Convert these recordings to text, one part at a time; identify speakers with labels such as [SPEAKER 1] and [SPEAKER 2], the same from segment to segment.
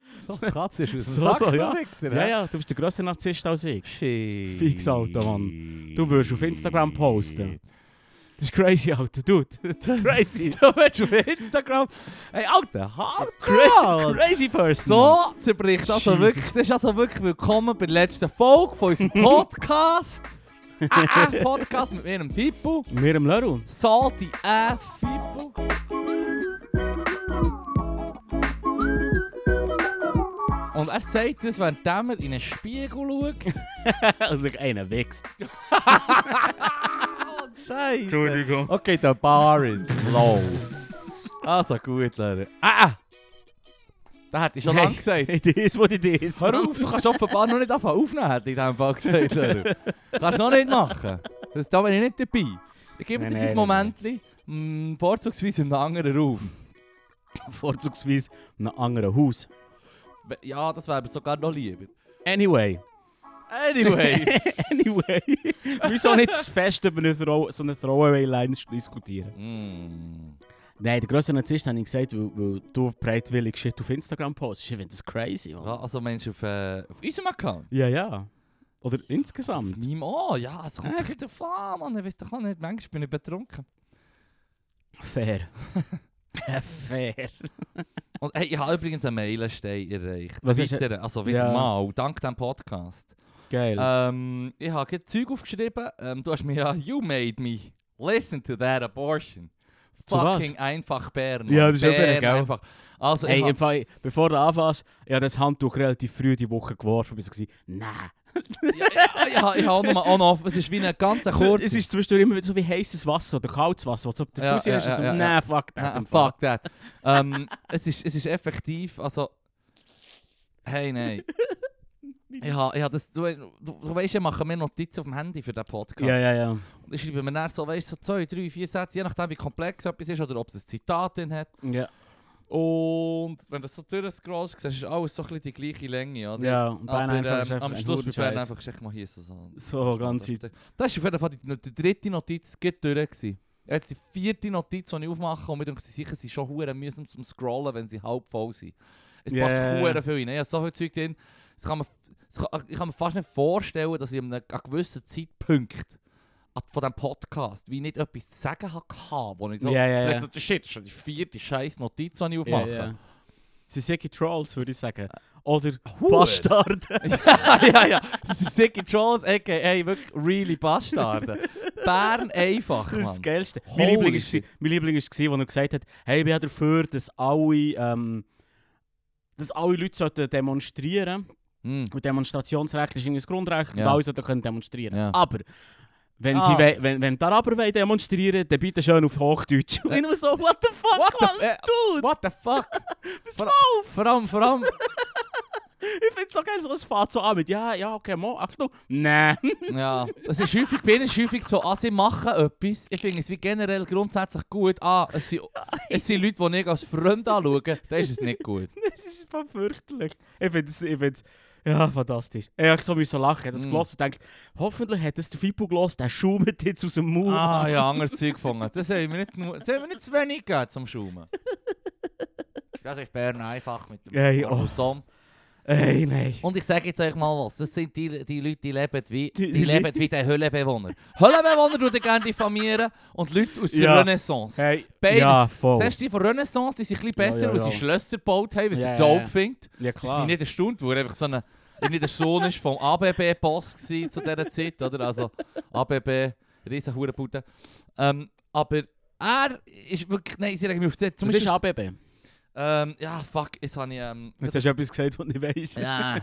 [SPEAKER 1] So kratzig aus dem
[SPEAKER 2] So,
[SPEAKER 1] Sack
[SPEAKER 2] so, ja.
[SPEAKER 1] Wichser,
[SPEAKER 2] Ja, ja, du bist der grösste Narzisst als ich.
[SPEAKER 1] Shit.
[SPEAKER 2] Fix, Alter, Mann. Du würdest auf Instagram posten. Das ist crazy, Alter. Dude, crazy.
[SPEAKER 1] Du willst auf Instagram... Hey, Alter, halt mal!
[SPEAKER 2] crazy person.
[SPEAKER 1] So zerbricht also
[SPEAKER 2] Jesus.
[SPEAKER 1] wirklich... Das ist also wirklich willkommen bei der letzten Folge von unserem Podcast. ah, ah, Podcast mit mir, dem Fippo.
[SPEAKER 2] Mir im Leru.
[SPEAKER 1] Salty Ass Fippo. Und er sagt das, während er in einen Spiegel schaut.
[SPEAKER 2] Also einer wächst.
[SPEAKER 1] Oh, Scheiße. Okay, der Bar ist low. Also gut, Leute. Ah! Da hätte ich schon
[SPEAKER 2] Nein.
[SPEAKER 1] lange gesagt.
[SPEAKER 2] It is what it is.
[SPEAKER 1] Hör auf, du kannst offenbar noch nicht anfangen aufnehmen, hätte ich in diesem Fall gesagt. Leute. Kannst du noch nicht machen. Das, da bin ich nicht dabei. Ich gebe
[SPEAKER 2] Nein,
[SPEAKER 1] dir
[SPEAKER 2] nein,
[SPEAKER 1] dein
[SPEAKER 2] nein,
[SPEAKER 1] Momentchen, mm, vorzugsweise in einem anderen Raum.
[SPEAKER 2] Vorzugsweise in einem anderen Haus.
[SPEAKER 1] Ja, das wäre mir sogar noch lieber.
[SPEAKER 2] Anyway.
[SPEAKER 1] Anyway.
[SPEAKER 2] anyway. Wir sollen nicht das Fest über eine Throw so eine Throwaway-Line diskutieren.
[SPEAKER 1] mm.
[SPEAKER 2] Nein, der grösste Narzisst habe ich gesagt, weil, weil du breitwillig Shit auf Instagram postest. Ich finde das crazy, Mann.
[SPEAKER 1] Ja, Ah, Also meinst du auf, äh, auf unserem Account?
[SPEAKER 2] Ja, ja. Oder
[SPEAKER 1] Auf
[SPEAKER 2] insgesamt.
[SPEAKER 1] meinem? Oh ja, es kommt doch wieder vor, Mann. Ich weiß doch auch nicht, manchmal bin ich betrunken.
[SPEAKER 2] Fair. Fair.
[SPEAKER 1] Und hey, ich habe übrigens einen Meilenstein erreicht.
[SPEAKER 2] Was ist
[SPEAKER 1] Weiteren, also wieder
[SPEAKER 2] Ja.
[SPEAKER 1] mal, dank diesem Podcast.
[SPEAKER 2] Geil.
[SPEAKER 1] Ähm, ich habe gerade Zeug aufgeschrieben. Ähm, du hast mir ja «You made me listen to that abortion».
[SPEAKER 2] Zu was?
[SPEAKER 1] Fucking einfach Bären.
[SPEAKER 2] Ja, das ist auch Bären, gell?
[SPEAKER 1] einfach. Also,
[SPEAKER 2] Hey,
[SPEAKER 1] ich
[SPEAKER 2] im Fall, bevor du anfängst, ich habe das Handtuch relativ früh die Woche geworfen. Ich war nein.
[SPEAKER 1] habe ja, ja, ja, ich habe nochmal on-off. Es ist wie ein ganz kurz.
[SPEAKER 2] Also, Es ist zwischendurch immer wieder so wie heißes Wasser oder kaltes Wasser. Also, der
[SPEAKER 1] Ja,
[SPEAKER 2] Fuß ja,
[SPEAKER 1] ja,
[SPEAKER 2] ist so,
[SPEAKER 1] ja, ja,
[SPEAKER 2] nein,
[SPEAKER 1] ja.
[SPEAKER 2] fuck that.
[SPEAKER 1] Ah,
[SPEAKER 2] im Fall.
[SPEAKER 1] fuck that. ähm, es, ist, es ist effektiv, also... Hey, nein. Ich habe, ich habe das, du, du, du weißt, ich mache mir Notizen auf dem Handy für den Podcast.
[SPEAKER 2] Ja, ja, ja.
[SPEAKER 1] Und ich schreibe mir dann so, weißt, so zwei, drei, vier Sätze, je nachdem wie komplex etwas ist oder ob es ein Zitat drin hat.
[SPEAKER 2] Ja,
[SPEAKER 1] Und wenn du so durchscrollst, siehst du, ist alles so ein bisschen die gleiche Länge, oder?
[SPEAKER 2] ja. und Bern
[SPEAKER 1] Aber,
[SPEAKER 2] einfach ist
[SPEAKER 1] ähm,
[SPEAKER 2] einfach
[SPEAKER 1] am
[SPEAKER 2] ein
[SPEAKER 1] Schluss bei Bern
[SPEAKER 2] Hurenscheiss.
[SPEAKER 1] einfach geschickt mal hier so. so.
[SPEAKER 2] So, ganz Zeit.
[SPEAKER 1] Das ist auf jeden Fall die, die dritte Notiz, geht durch. Gewesen. Jetzt die vierte Notiz, die ich aufmache und mir denke, sicher, sie sind schon hure mühsam zum Scrollen, wenn sie halb voll sind. Es
[SPEAKER 2] Ja.
[SPEAKER 1] passt hure viel rein. Ich habe so viel Zeug drin, das kann man, das kann, ich kann mir fast nicht vorstellen, dass ich an einem an gewissen Zeitpunkt an- von diesem Podcast wie nicht etwas zu sagen hatte, wo ich so...
[SPEAKER 2] Ja, ja,
[SPEAKER 1] Yeah.
[SPEAKER 2] ja.
[SPEAKER 1] so shit, das ist schon die vierte scheiß Notiz, die ich
[SPEAKER 2] Ja,
[SPEAKER 1] aufmache.
[SPEAKER 2] ja. Sie sind Trolls, würde ich sagen. Oder
[SPEAKER 1] Hure.
[SPEAKER 2] Bastarde.
[SPEAKER 1] ja, ja, Dus ja. Das sind Sicky Trolls, aka wirklich really Bastarden. Bern einfach,
[SPEAKER 2] Das ist das
[SPEAKER 1] Mann.
[SPEAKER 2] Geilste.
[SPEAKER 1] Holy
[SPEAKER 2] Mein Liebling ist
[SPEAKER 1] shit.
[SPEAKER 2] gewesen- mein Liebling war, als er gesagt hat, hey, ich bin ja dafür, dass alle, ähm, dass alle Leute sollten demonstrieren sollten.
[SPEAKER 1] Mm.
[SPEAKER 2] Und Demonstrationsrecht ist irgendwie das Grundrecht
[SPEAKER 1] Ja.
[SPEAKER 2] und alle sollten können demonstrieren
[SPEAKER 1] Ja.
[SPEAKER 2] Aber wenn,
[SPEAKER 1] Ah.
[SPEAKER 2] sie we wenn, wenn die Araber wollen demonstrieren dann bitte schön auf Hochdeutsch. Und ich nur so, what the fuck,
[SPEAKER 1] What the,
[SPEAKER 2] Mann?
[SPEAKER 1] äh,
[SPEAKER 2] Dude,
[SPEAKER 1] what the fuck?
[SPEAKER 2] was
[SPEAKER 1] vor-
[SPEAKER 2] läuft?
[SPEAKER 1] Vor allem, vor allem.
[SPEAKER 2] Ich finde es so geil, so, es fährt so an mit, ja, ja, okay, mo, Achtung. Nein.
[SPEAKER 1] ja. Es ist häufig, bin ich häufig so, ah, sie machen etwas. Ich finde es wie generell grundsätzlich gut. Ah, es sind, es sind Leute, die ich als Fremd anschauen, dann ist es nicht gut.
[SPEAKER 2] Das ist voll fürchterlich. Ich finde es, ich find's, ja, fantastisch. Ich hab so müssen lachen, das
[SPEAKER 1] Mm.
[SPEAKER 2] mm. gelassen und denke, hoffentlich hat das der Fippo gelassen, der schaumt jetzt aus dem Mund.
[SPEAKER 1] Ah, ja, anderes Zeug gefunden. Das haben wir nicht, nur- das haben wir nicht zu wenig gegeben zum Schaumen. Das ist Bern einfach mit dem
[SPEAKER 2] Ey, oh.
[SPEAKER 1] Armusom.
[SPEAKER 2] Ey, nein.
[SPEAKER 1] Und ich sage jetzt euch mal was, das sind die, die Leute, die leben wie die,
[SPEAKER 2] Die- die
[SPEAKER 1] leben wie die Höllenbewohner. Höllenbewohner tut er gerne diffamieren und Leute aus der
[SPEAKER 2] Ja.
[SPEAKER 1] Renaissance.
[SPEAKER 2] Hey,
[SPEAKER 1] Beides.
[SPEAKER 2] Ja, voll.
[SPEAKER 1] Zuerst die von Renaissance, die sind ein bisschen
[SPEAKER 2] Ja,
[SPEAKER 1] besser,
[SPEAKER 2] ja,
[SPEAKER 1] weil
[SPEAKER 2] ja.
[SPEAKER 1] sie Schlösser gebaut haben, weil sie
[SPEAKER 2] Ja, ja,
[SPEAKER 1] dope
[SPEAKER 2] ja.
[SPEAKER 1] findet.
[SPEAKER 2] Ja,
[SPEAKER 1] Das ist mir
[SPEAKER 2] klar.
[SPEAKER 1] nicht erstaunt, wo er einfach so eine, nicht der Sohn ist vom ABB-Boss zu dieser Zeit, oder? Also ABB, riesen Hurenpute. Ähm, aber er ist wirklich, nein, sie regen mich auf die Seite. Zum
[SPEAKER 2] Das ist
[SPEAKER 1] Beispiel-
[SPEAKER 2] ABB.
[SPEAKER 1] ähm, ja, fuck, jetzt habe ich, ähm,
[SPEAKER 2] Jetzt hast du etwas gesagt, was du nicht weißt.
[SPEAKER 1] ja.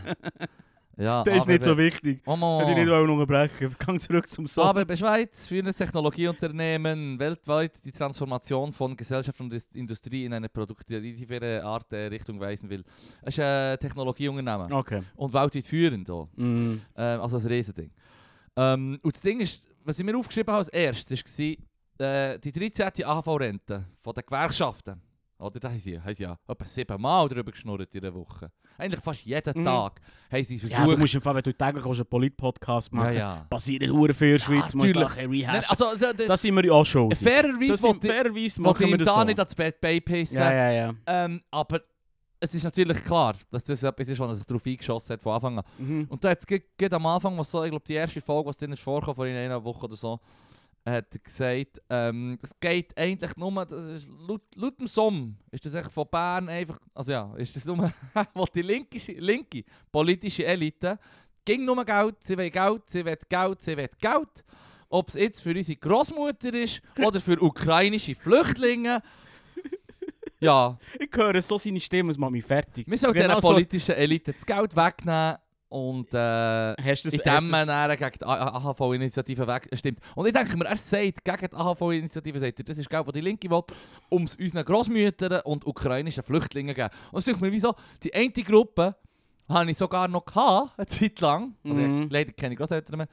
[SPEAKER 1] ja,
[SPEAKER 2] Das ist nicht
[SPEAKER 1] ABB.
[SPEAKER 2] so wichtig.
[SPEAKER 1] Oh, Mann.
[SPEAKER 2] Hätte ich nicht wollen unterbrechen. Gang zurück zum Song.
[SPEAKER 1] Aber bei Schweiz führen das Technologieunternehmen weltweit die Transformation von Gesellschaft und Ist- Industrie in eine produktivere Art äh, Richtung weisen will. Es ist ein Technologieunternehmen
[SPEAKER 2] okay.
[SPEAKER 1] und weltweit führend. Auch.
[SPEAKER 2] Mm.
[SPEAKER 1] Ähm, also ein Riesending. Ähm, und das Ding ist, was ich mir aufgeschrieben habe als erstes, war äh, die 13. AHV-Rente von den Gewerkschaften. Oder da haben sie, haben sie ja etwa siebenmal drüber geschnurrt in der Woche. Eigentlich fast jeden
[SPEAKER 2] Mhm.
[SPEAKER 1] Tag haben sie versucht.
[SPEAKER 2] Ja, du musst im Fall, wenn du täglich einen Polit-Podcast
[SPEAKER 1] ja,
[SPEAKER 2] machen,
[SPEAKER 1] ja.
[SPEAKER 2] passieren Huren viel in der Schweiz, musst du
[SPEAKER 1] natürlich.
[SPEAKER 2] nachher
[SPEAKER 1] Nein,
[SPEAKER 2] rehashen.
[SPEAKER 1] also, äh, da- da-
[SPEAKER 2] das sind wir ja auch schon.
[SPEAKER 1] fairerweise
[SPEAKER 2] Das
[SPEAKER 1] will
[SPEAKER 2] sind
[SPEAKER 1] ich-
[SPEAKER 2] fairerweise
[SPEAKER 1] Wo die
[SPEAKER 2] machen wir
[SPEAKER 1] ihm
[SPEAKER 2] das
[SPEAKER 1] da
[SPEAKER 2] so.
[SPEAKER 1] nicht ans Bett beipissen.
[SPEAKER 2] ja, ja, ja.
[SPEAKER 1] Ähm, aber es ist natürlich klar, dass das etwas ist, was er sich darauf eingeschossen hat von Anfang an.
[SPEAKER 2] Mhm.
[SPEAKER 1] Und da hat es am Anfang, was so, ich glaube, die erste Folge, was drin ist vorgekommen, vor einer Woche oder so, hat er gesagt, ähm, das geht eigentlich nur, das ist laut, laut dem Somm, ist das echt von Bern einfach, also ja, ist das nur, wo die linke, linke politische Elite, ging nur Geld, sie will Geld, sie will Geld, sie will Geld. Ob es jetzt für unsere Großmutter ist oder für ukrainische Flüchtlinge. Ja,
[SPEAKER 2] Ich höre so seine Stimme, es macht mich fertig.
[SPEAKER 1] wir sollten
[SPEAKER 2] Genau
[SPEAKER 1] dieser
[SPEAKER 2] so-
[SPEAKER 1] politischen Elite das Geld wegnehmen und äh,
[SPEAKER 2] Hast du das,
[SPEAKER 1] in
[SPEAKER 2] hast
[SPEAKER 1] dem
[SPEAKER 2] du
[SPEAKER 1] man
[SPEAKER 2] das,
[SPEAKER 1] dann gegen die AHV-Initiative weg... Stimmt. Und ich denke mir, er sagt, gegen die AHV-Initiative sagt er, das ist Geld, das die Linke will, um es unseren Grossmüttern und ukrainischen Flüchtlingen zu geben. Und ich denke mir, wieso? Die eine Gruppe habe ich sogar noch gehabt, eine Zeit lang. Also ich-
[SPEAKER 2] Mhm.
[SPEAKER 1] leider keine Grosseltern mehr.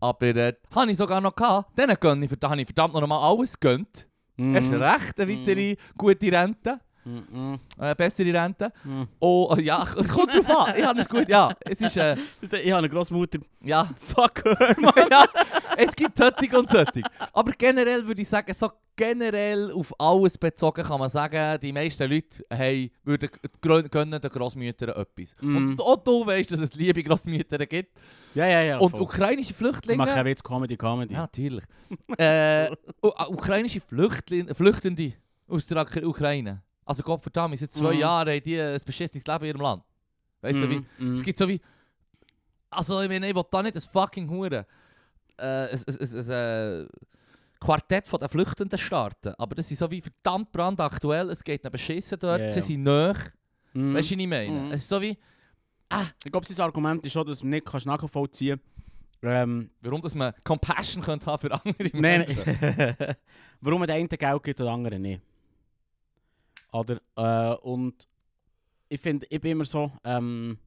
[SPEAKER 1] Aber äh, habe ich sogar noch gehabt. Denen gönne ich, da habe ich verdammt noch mal alles gegönnt.
[SPEAKER 2] Mhm.
[SPEAKER 1] Erst recht, eine weitere gute Rente.
[SPEAKER 2] Mhm.
[SPEAKER 1] Äh, bessere Rente.
[SPEAKER 2] Mhm.
[SPEAKER 1] Oh, ja, es kommt drauf an. Ich habe es gut, ja. Es ist, äh,
[SPEAKER 2] Ich habe eine Großmutter.
[SPEAKER 1] ja...
[SPEAKER 2] Fuck her, Mann.
[SPEAKER 1] ja, es gibt Tötig und Tötig. Aber generell würde ich sagen, so generell auf alles bezogen kann man sagen, die meisten Leute hey, würden, grö- gönnen den Grossmüttern etwas.
[SPEAKER 2] Mm.
[SPEAKER 1] Und auch du weißt, dass es liebe Grossmüttern gibt.
[SPEAKER 2] Ja, ja, ja.
[SPEAKER 1] und
[SPEAKER 2] voll.
[SPEAKER 1] ukrainische
[SPEAKER 2] Ich
[SPEAKER 1] Flüchtlinge.
[SPEAKER 2] mache auch jetzt Comedy, Comedy.
[SPEAKER 1] ja, natürlich. äh, u- äh, ukrainische Flüchtlinge, Flüchtende aus der Ukra- Ukraine. Also Gott verdammt, seit zwei
[SPEAKER 2] Mm.
[SPEAKER 1] Jahren haben die ein beschissenes Leben in ihrem Land. Weißt
[SPEAKER 2] Mhm.
[SPEAKER 1] du, wie, es gibt so wie. Also, ich meine, ich will da nicht ein fucking Huren. Äh, es, es, es, es, äh, Quartett von den Flüchtenden starten. Aber das ist so wie verdammt brandaktuell. Es geht ihnen beschissen dort,
[SPEAKER 2] Ja,
[SPEAKER 1] sie
[SPEAKER 2] ja.
[SPEAKER 1] sind nöch.
[SPEAKER 2] Mhm.
[SPEAKER 1] Weißt du, was ich meine?
[SPEAKER 2] Mhm.
[SPEAKER 1] Es ist so wie,
[SPEAKER 2] Ich glaube, sein Argument ist schon, dass man nicht kannst nachvollziehen ähm,
[SPEAKER 1] warum dass man Compassion könnte haben für andere
[SPEAKER 2] nein,
[SPEAKER 1] Menschen.
[SPEAKER 2] nein. warum man den einen Geld gibt und den anderen nicht. Oder, äh, und ich finde, ich bin immer so, ähm,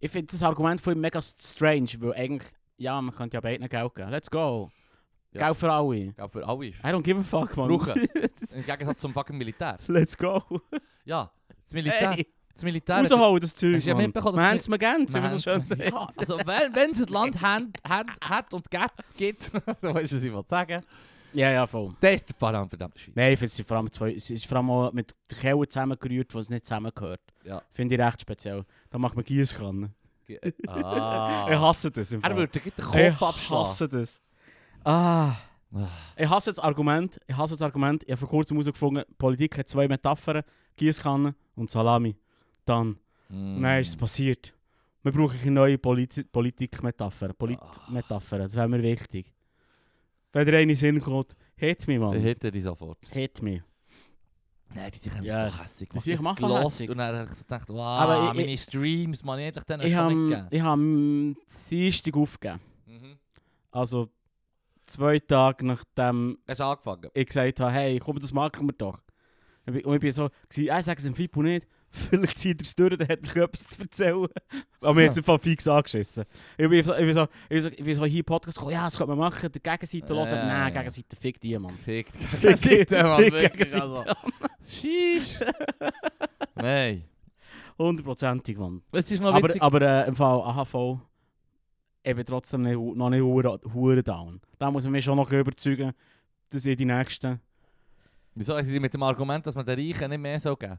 [SPEAKER 2] ich finde das Argument von ihm mega strange, weil eigentlich, ja, man könnte ja beiden Geld geben. Let's go.
[SPEAKER 1] Ja.
[SPEAKER 2] Geld für alle.
[SPEAKER 1] Ich glaube, für alle. ist-
[SPEAKER 2] I don't give a fuck, man.
[SPEAKER 1] Brauchen. Im Gegensatz zum fucking Militär.
[SPEAKER 2] Let's go.
[SPEAKER 1] Ja, das Militär.
[SPEAKER 2] Hey,
[SPEAKER 1] Das Militär.
[SPEAKER 2] rausholen das Zeug,
[SPEAKER 1] Hast du ja
[SPEAKER 2] Mann.
[SPEAKER 1] mitbekommen, dass
[SPEAKER 2] Wir
[SPEAKER 1] es
[SPEAKER 2] haben es mir gern, wie
[SPEAKER 1] Man
[SPEAKER 2] man so schön
[SPEAKER 1] hat's-
[SPEAKER 2] sagt.
[SPEAKER 1] ja, also, wenn wenn es ein Land hand, hand, hat und geht, gibt, dann weißt du, was ich will sagen.
[SPEAKER 2] Ja, ja, voll.
[SPEAKER 1] Das ist der verdammt verdammte Schweiz.
[SPEAKER 2] Nein, ich finde, es sind vor allem zwei, es ist vor allem auch mit Kellen zusammengerührt, die es nicht zusammengehört.
[SPEAKER 1] Ja.
[SPEAKER 2] Finde ich recht speziell. Da macht man Gießkanne.
[SPEAKER 1] Ge- eh, Ah.
[SPEAKER 2] Ich hasse das im Fall.
[SPEAKER 1] er würde den
[SPEAKER 2] ich
[SPEAKER 1] Kopf abschlagen.
[SPEAKER 2] hasse das. Ah.
[SPEAKER 1] Ah.
[SPEAKER 2] Ich hasse das Argument. Ich hasse das Argument. Ich habe vor kurzem herausgefunden, Politik hat zwei Metaphern. Gießkanne und Salami. Dann.
[SPEAKER 1] Hmm.
[SPEAKER 2] Nein, ist es passiert. Wir brauchen eine neue Politi Politik-Metapher. Polit-Metapher. Das wäre mir wichtig. Wenn dir eine in den Sinn kommt, hit mich, Mann.
[SPEAKER 1] Hätte die sofort.
[SPEAKER 2] Hit mich.
[SPEAKER 1] Nein, die sind einfach
[SPEAKER 2] Ja,
[SPEAKER 1] so hässig.
[SPEAKER 2] die sind einfach hässig.
[SPEAKER 1] Und dann habe ich so gedacht,
[SPEAKER 2] Ah,
[SPEAKER 1] wow,
[SPEAKER 2] Aber ich-
[SPEAKER 1] meine Streams, man, ich hätte denen
[SPEAKER 2] Ich
[SPEAKER 1] schon
[SPEAKER 2] habe
[SPEAKER 1] mitgegeben.
[SPEAKER 2] ich hab am Dienstag aufgegeben.
[SPEAKER 1] Mhm.
[SPEAKER 2] Also zwei Tage nachdem
[SPEAKER 1] Hast du angefangen?
[SPEAKER 2] ich gesagt habe, hey, komm, das machen wir doch. Und ich- und ich bin so, gewesen, ich sage es dem Fippo nicht, vielleicht zieht er es durch, dann hat er etwas zu erzählen. Aber mir hat es im Fall fix angeschissen. Ich bin so, ich bin so, ich bin so, ich bin so hier im Podcast gekommen, ja, das könnte man machen, die Gegenseite
[SPEAKER 1] Ja,
[SPEAKER 2] hören.
[SPEAKER 1] ja,
[SPEAKER 2] Nein,
[SPEAKER 1] ja.
[SPEAKER 2] Gegenseite, fick die, Mann.
[SPEAKER 1] Fickt.
[SPEAKER 2] Fick- Fick
[SPEAKER 1] wirklich,
[SPEAKER 2] Gegenseite
[SPEAKER 1] also. Sheesh. Nein.
[SPEAKER 2] Hundertprozentig, Mann.
[SPEAKER 1] Es ist noch
[SPEAKER 2] Aber,
[SPEAKER 1] witzig.
[SPEAKER 2] aber äh, im Fall AHV, eben trotzdem nicht, hu- noch nicht hure- hure down. Da muss man mich schon noch überzeugen, dass ich Dus die eh. Nächsten...
[SPEAKER 1] Wieso sind sie mit dem Argument, dass man den Reichen nicht mehr so geben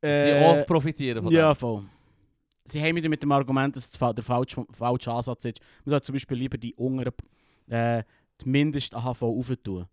[SPEAKER 1] soll? Dass die
[SPEAKER 2] Äh,
[SPEAKER 1] auch profitieren von
[SPEAKER 2] ja, voll. Sie haben wieder mit dem Argument, dass es fa- der falsche, falsche Ansatz ist. Man sollte zum Beispiel lieber die unteren, äh, die Mindest-AHV aufentun.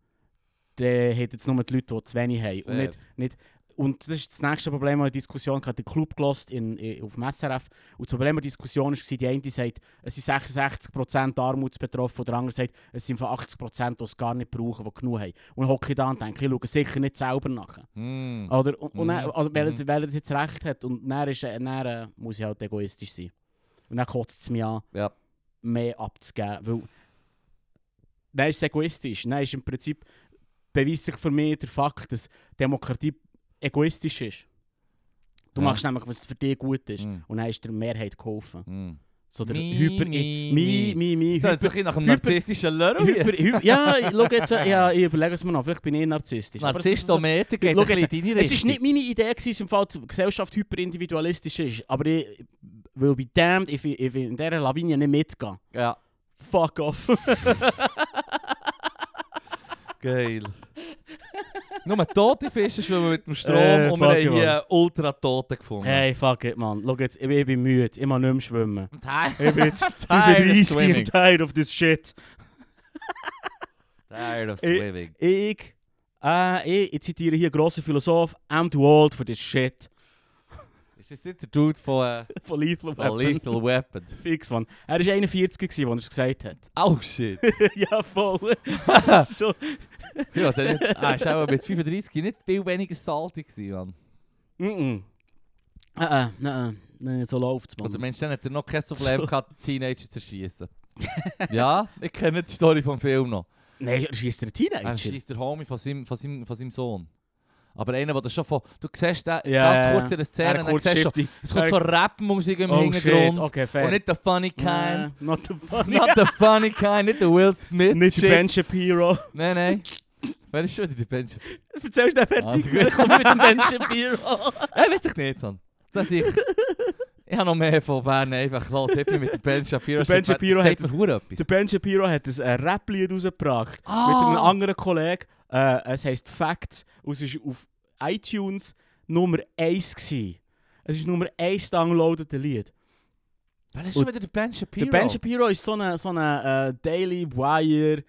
[SPEAKER 2] Dann hat jetzt nur die Leute, die zu wenig haben.
[SPEAKER 1] dem.
[SPEAKER 2] Und, nicht, und das ist das nächste Problem an der Diskussion. Ich habe den Club gelost in, in, auf dem SRF. Und das Problem an der Diskussion war, die eine sagt, es sind 66% Armutsbetroffen und der andere sagt, es sind von 80%, die es gar nicht brauchen, die genug haben. Und ich hocke da und denke, ich schaue sicher nicht selber nach.
[SPEAKER 1] Mm.
[SPEAKER 2] Oder, und, und
[SPEAKER 1] Mhm.
[SPEAKER 2] dann, also, weil,
[SPEAKER 1] Mhm.
[SPEAKER 2] er, weil er jetzt recht hat und dann, ist, er- dann äh, muss ich halt egoistisch sein. Und dann kotzt es mich an,
[SPEAKER 1] Ja.
[SPEAKER 2] mehr abzugeben. Weil, dann ist es egoistisch. Dann ist im Prinzip, beweist sich für mich der Fakt, dass Demokratie egoistisch ist. Du
[SPEAKER 1] Ja.
[SPEAKER 2] machst nämlich, was für dich gut ist.
[SPEAKER 1] Mm.
[SPEAKER 2] Und dann ist der Mehrheit geholfen.
[SPEAKER 1] Mm.
[SPEAKER 2] So der
[SPEAKER 1] Mi,
[SPEAKER 2] hyper...
[SPEAKER 1] mi,
[SPEAKER 2] mi, mi, mi,
[SPEAKER 1] Das hört sich ein bisschen nach einem
[SPEAKER 2] Hyper-
[SPEAKER 1] narzisstischen Lörl
[SPEAKER 2] hyper, hyper, ja, ich- schau jetzt, äh, ja, ich überlege es mir noch. Vielleicht bin ich narzisstisch. aber es-
[SPEAKER 1] Narzisstometer geht
[SPEAKER 2] Schau
[SPEAKER 1] ein bisschen in deine
[SPEAKER 2] Es ist
[SPEAKER 1] Richtung.
[SPEAKER 2] nicht meine Idee, gewesen, dass im Fall die Gesellschaft hyperindividualistisch ist. Aber ich will be damned, if ich, if ich in dieser Lavinia nicht mitgehe.
[SPEAKER 1] Ja.
[SPEAKER 2] Fuck off.
[SPEAKER 1] Geil. Nur tote Fische schwimmen mit dem Strom
[SPEAKER 2] Äh,
[SPEAKER 1] und wir
[SPEAKER 2] fuck
[SPEAKER 1] haben
[SPEAKER 2] you,
[SPEAKER 1] hier eh, ultra Tote gefunden.
[SPEAKER 2] Hey, fuck it, man. Schau jetzt, ich, ich bin müde. Ich kann nicht mehr schwimmen.
[SPEAKER 1] Tired
[SPEAKER 2] Ich bin jetzt
[SPEAKER 1] of
[SPEAKER 2] 35
[SPEAKER 1] swimming.
[SPEAKER 2] und tired of this shit.
[SPEAKER 1] Tired of
[SPEAKER 2] Ich-
[SPEAKER 1] swimming.
[SPEAKER 2] Ich, äh, ich, ich zitiere hier grossen Philosoph, I'm too old for this shit.
[SPEAKER 1] Ist das nicht der Dude von, äh,
[SPEAKER 2] Von Lethal
[SPEAKER 1] von
[SPEAKER 2] Weapon.
[SPEAKER 1] Lethal Weapon?
[SPEAKER 2] Fix, man. Er war 41, gewesen, als er es gesagt hat.
[SPEAKER 1] Oh shit.
[SPEAKER 2] ja, voll. Das ist so.
[SPEAKER 1] Ja, dann nicht, ah, ist auch mit 35 nicht viel weniger salty gewesen, Mann.
[SPEAKER 2] Mm -mm. Äh, äh, nein, nein, so läuft's,
[SPEAKER 1] Oder
[SPEAKER 2] man.
[SPEAKER 1] Mensch, dann hat er noch kein Problem gehabt, Teenager zu schießen. ja, ich kenne die Story vom Film noch.
[SPEAKER 2] Nein, er schießt einen
[SPEAKER 1] Er
[SPEAKER 2] Teenager.
[SPEAKER 1] schießt der Homie von seinem, von seinem, von seinem Sohn. Aber einer, der das schon von... Du siehst den,
[SPEAKER 2] Ja,
[SPEAKER 1] ganz
[SPEAKER 2] ja,
[SPEAKER 1] kurz
[SPEAKER 2] ja.
[SPEAKER 1] in der Szene,
[SPEAKER 2] Er
[SPEAKER 1] dann
[SPEAKER 2] kurz
[SPEAKER 1] siehst du schon,
[SPEAKER 2] Shifty.
[SPEAKER 1] es kommt so Rap-Musik im
[SPEAKER 2] Oh shit,
[SPEAKER 1] Hintergrund.
[SPEAKER 2] okay, fair.
[SPEAKER 1] Und nicht the funny kind.
[SPEAKER 2] Äh, not the funny.
[SPEAKER 1] Not the funny kind, nicht the Will Smith.
[SPEAKER 2] nicht
[SPEAKER 1] shit.
[SPEAKER 2] Ben Shapiro.
[SPEAKER 1] Nein, nein. Wer ist schon wieder der Ben Shapiro?
[SPEAKER 2] Erzählst du den fertig?
[SPEAKER 1] Also gut.
[SPEAKER 2] Wer kommt mit dem Ben Shapiro?
[SPEAKER 1] Äh, weiss ich nicht, Mann. Das ich... Ich habe noch mehr von Bern einfach los. Hit mich mit dem Ben Shapiro.
[SPEAKER 2] Der Ben Shapiro
[SPEAKER 1] Sagt
[SPEAKER 2] hat-
[SPEAKER 1] mir verdammt etwas.
[SPEAKER 2] der Ben Shapiro hat ein äh, Rap-Lied rausgebracht. mit einem
[SPEAKER 1] Ah!
[SPEAKER 2] anderen Kollegen. Äh, es heisst Facts und es war auf iTunes Nummer 1 gewesen. Es ist Nummer 1 downloadete Lied.
[SPEAKER 1] Wer ist schon wieder der Ben Shapiro?
[SPEAKER 2] Der Ben Shapiro ist so ein so eine, äh, Daily Wire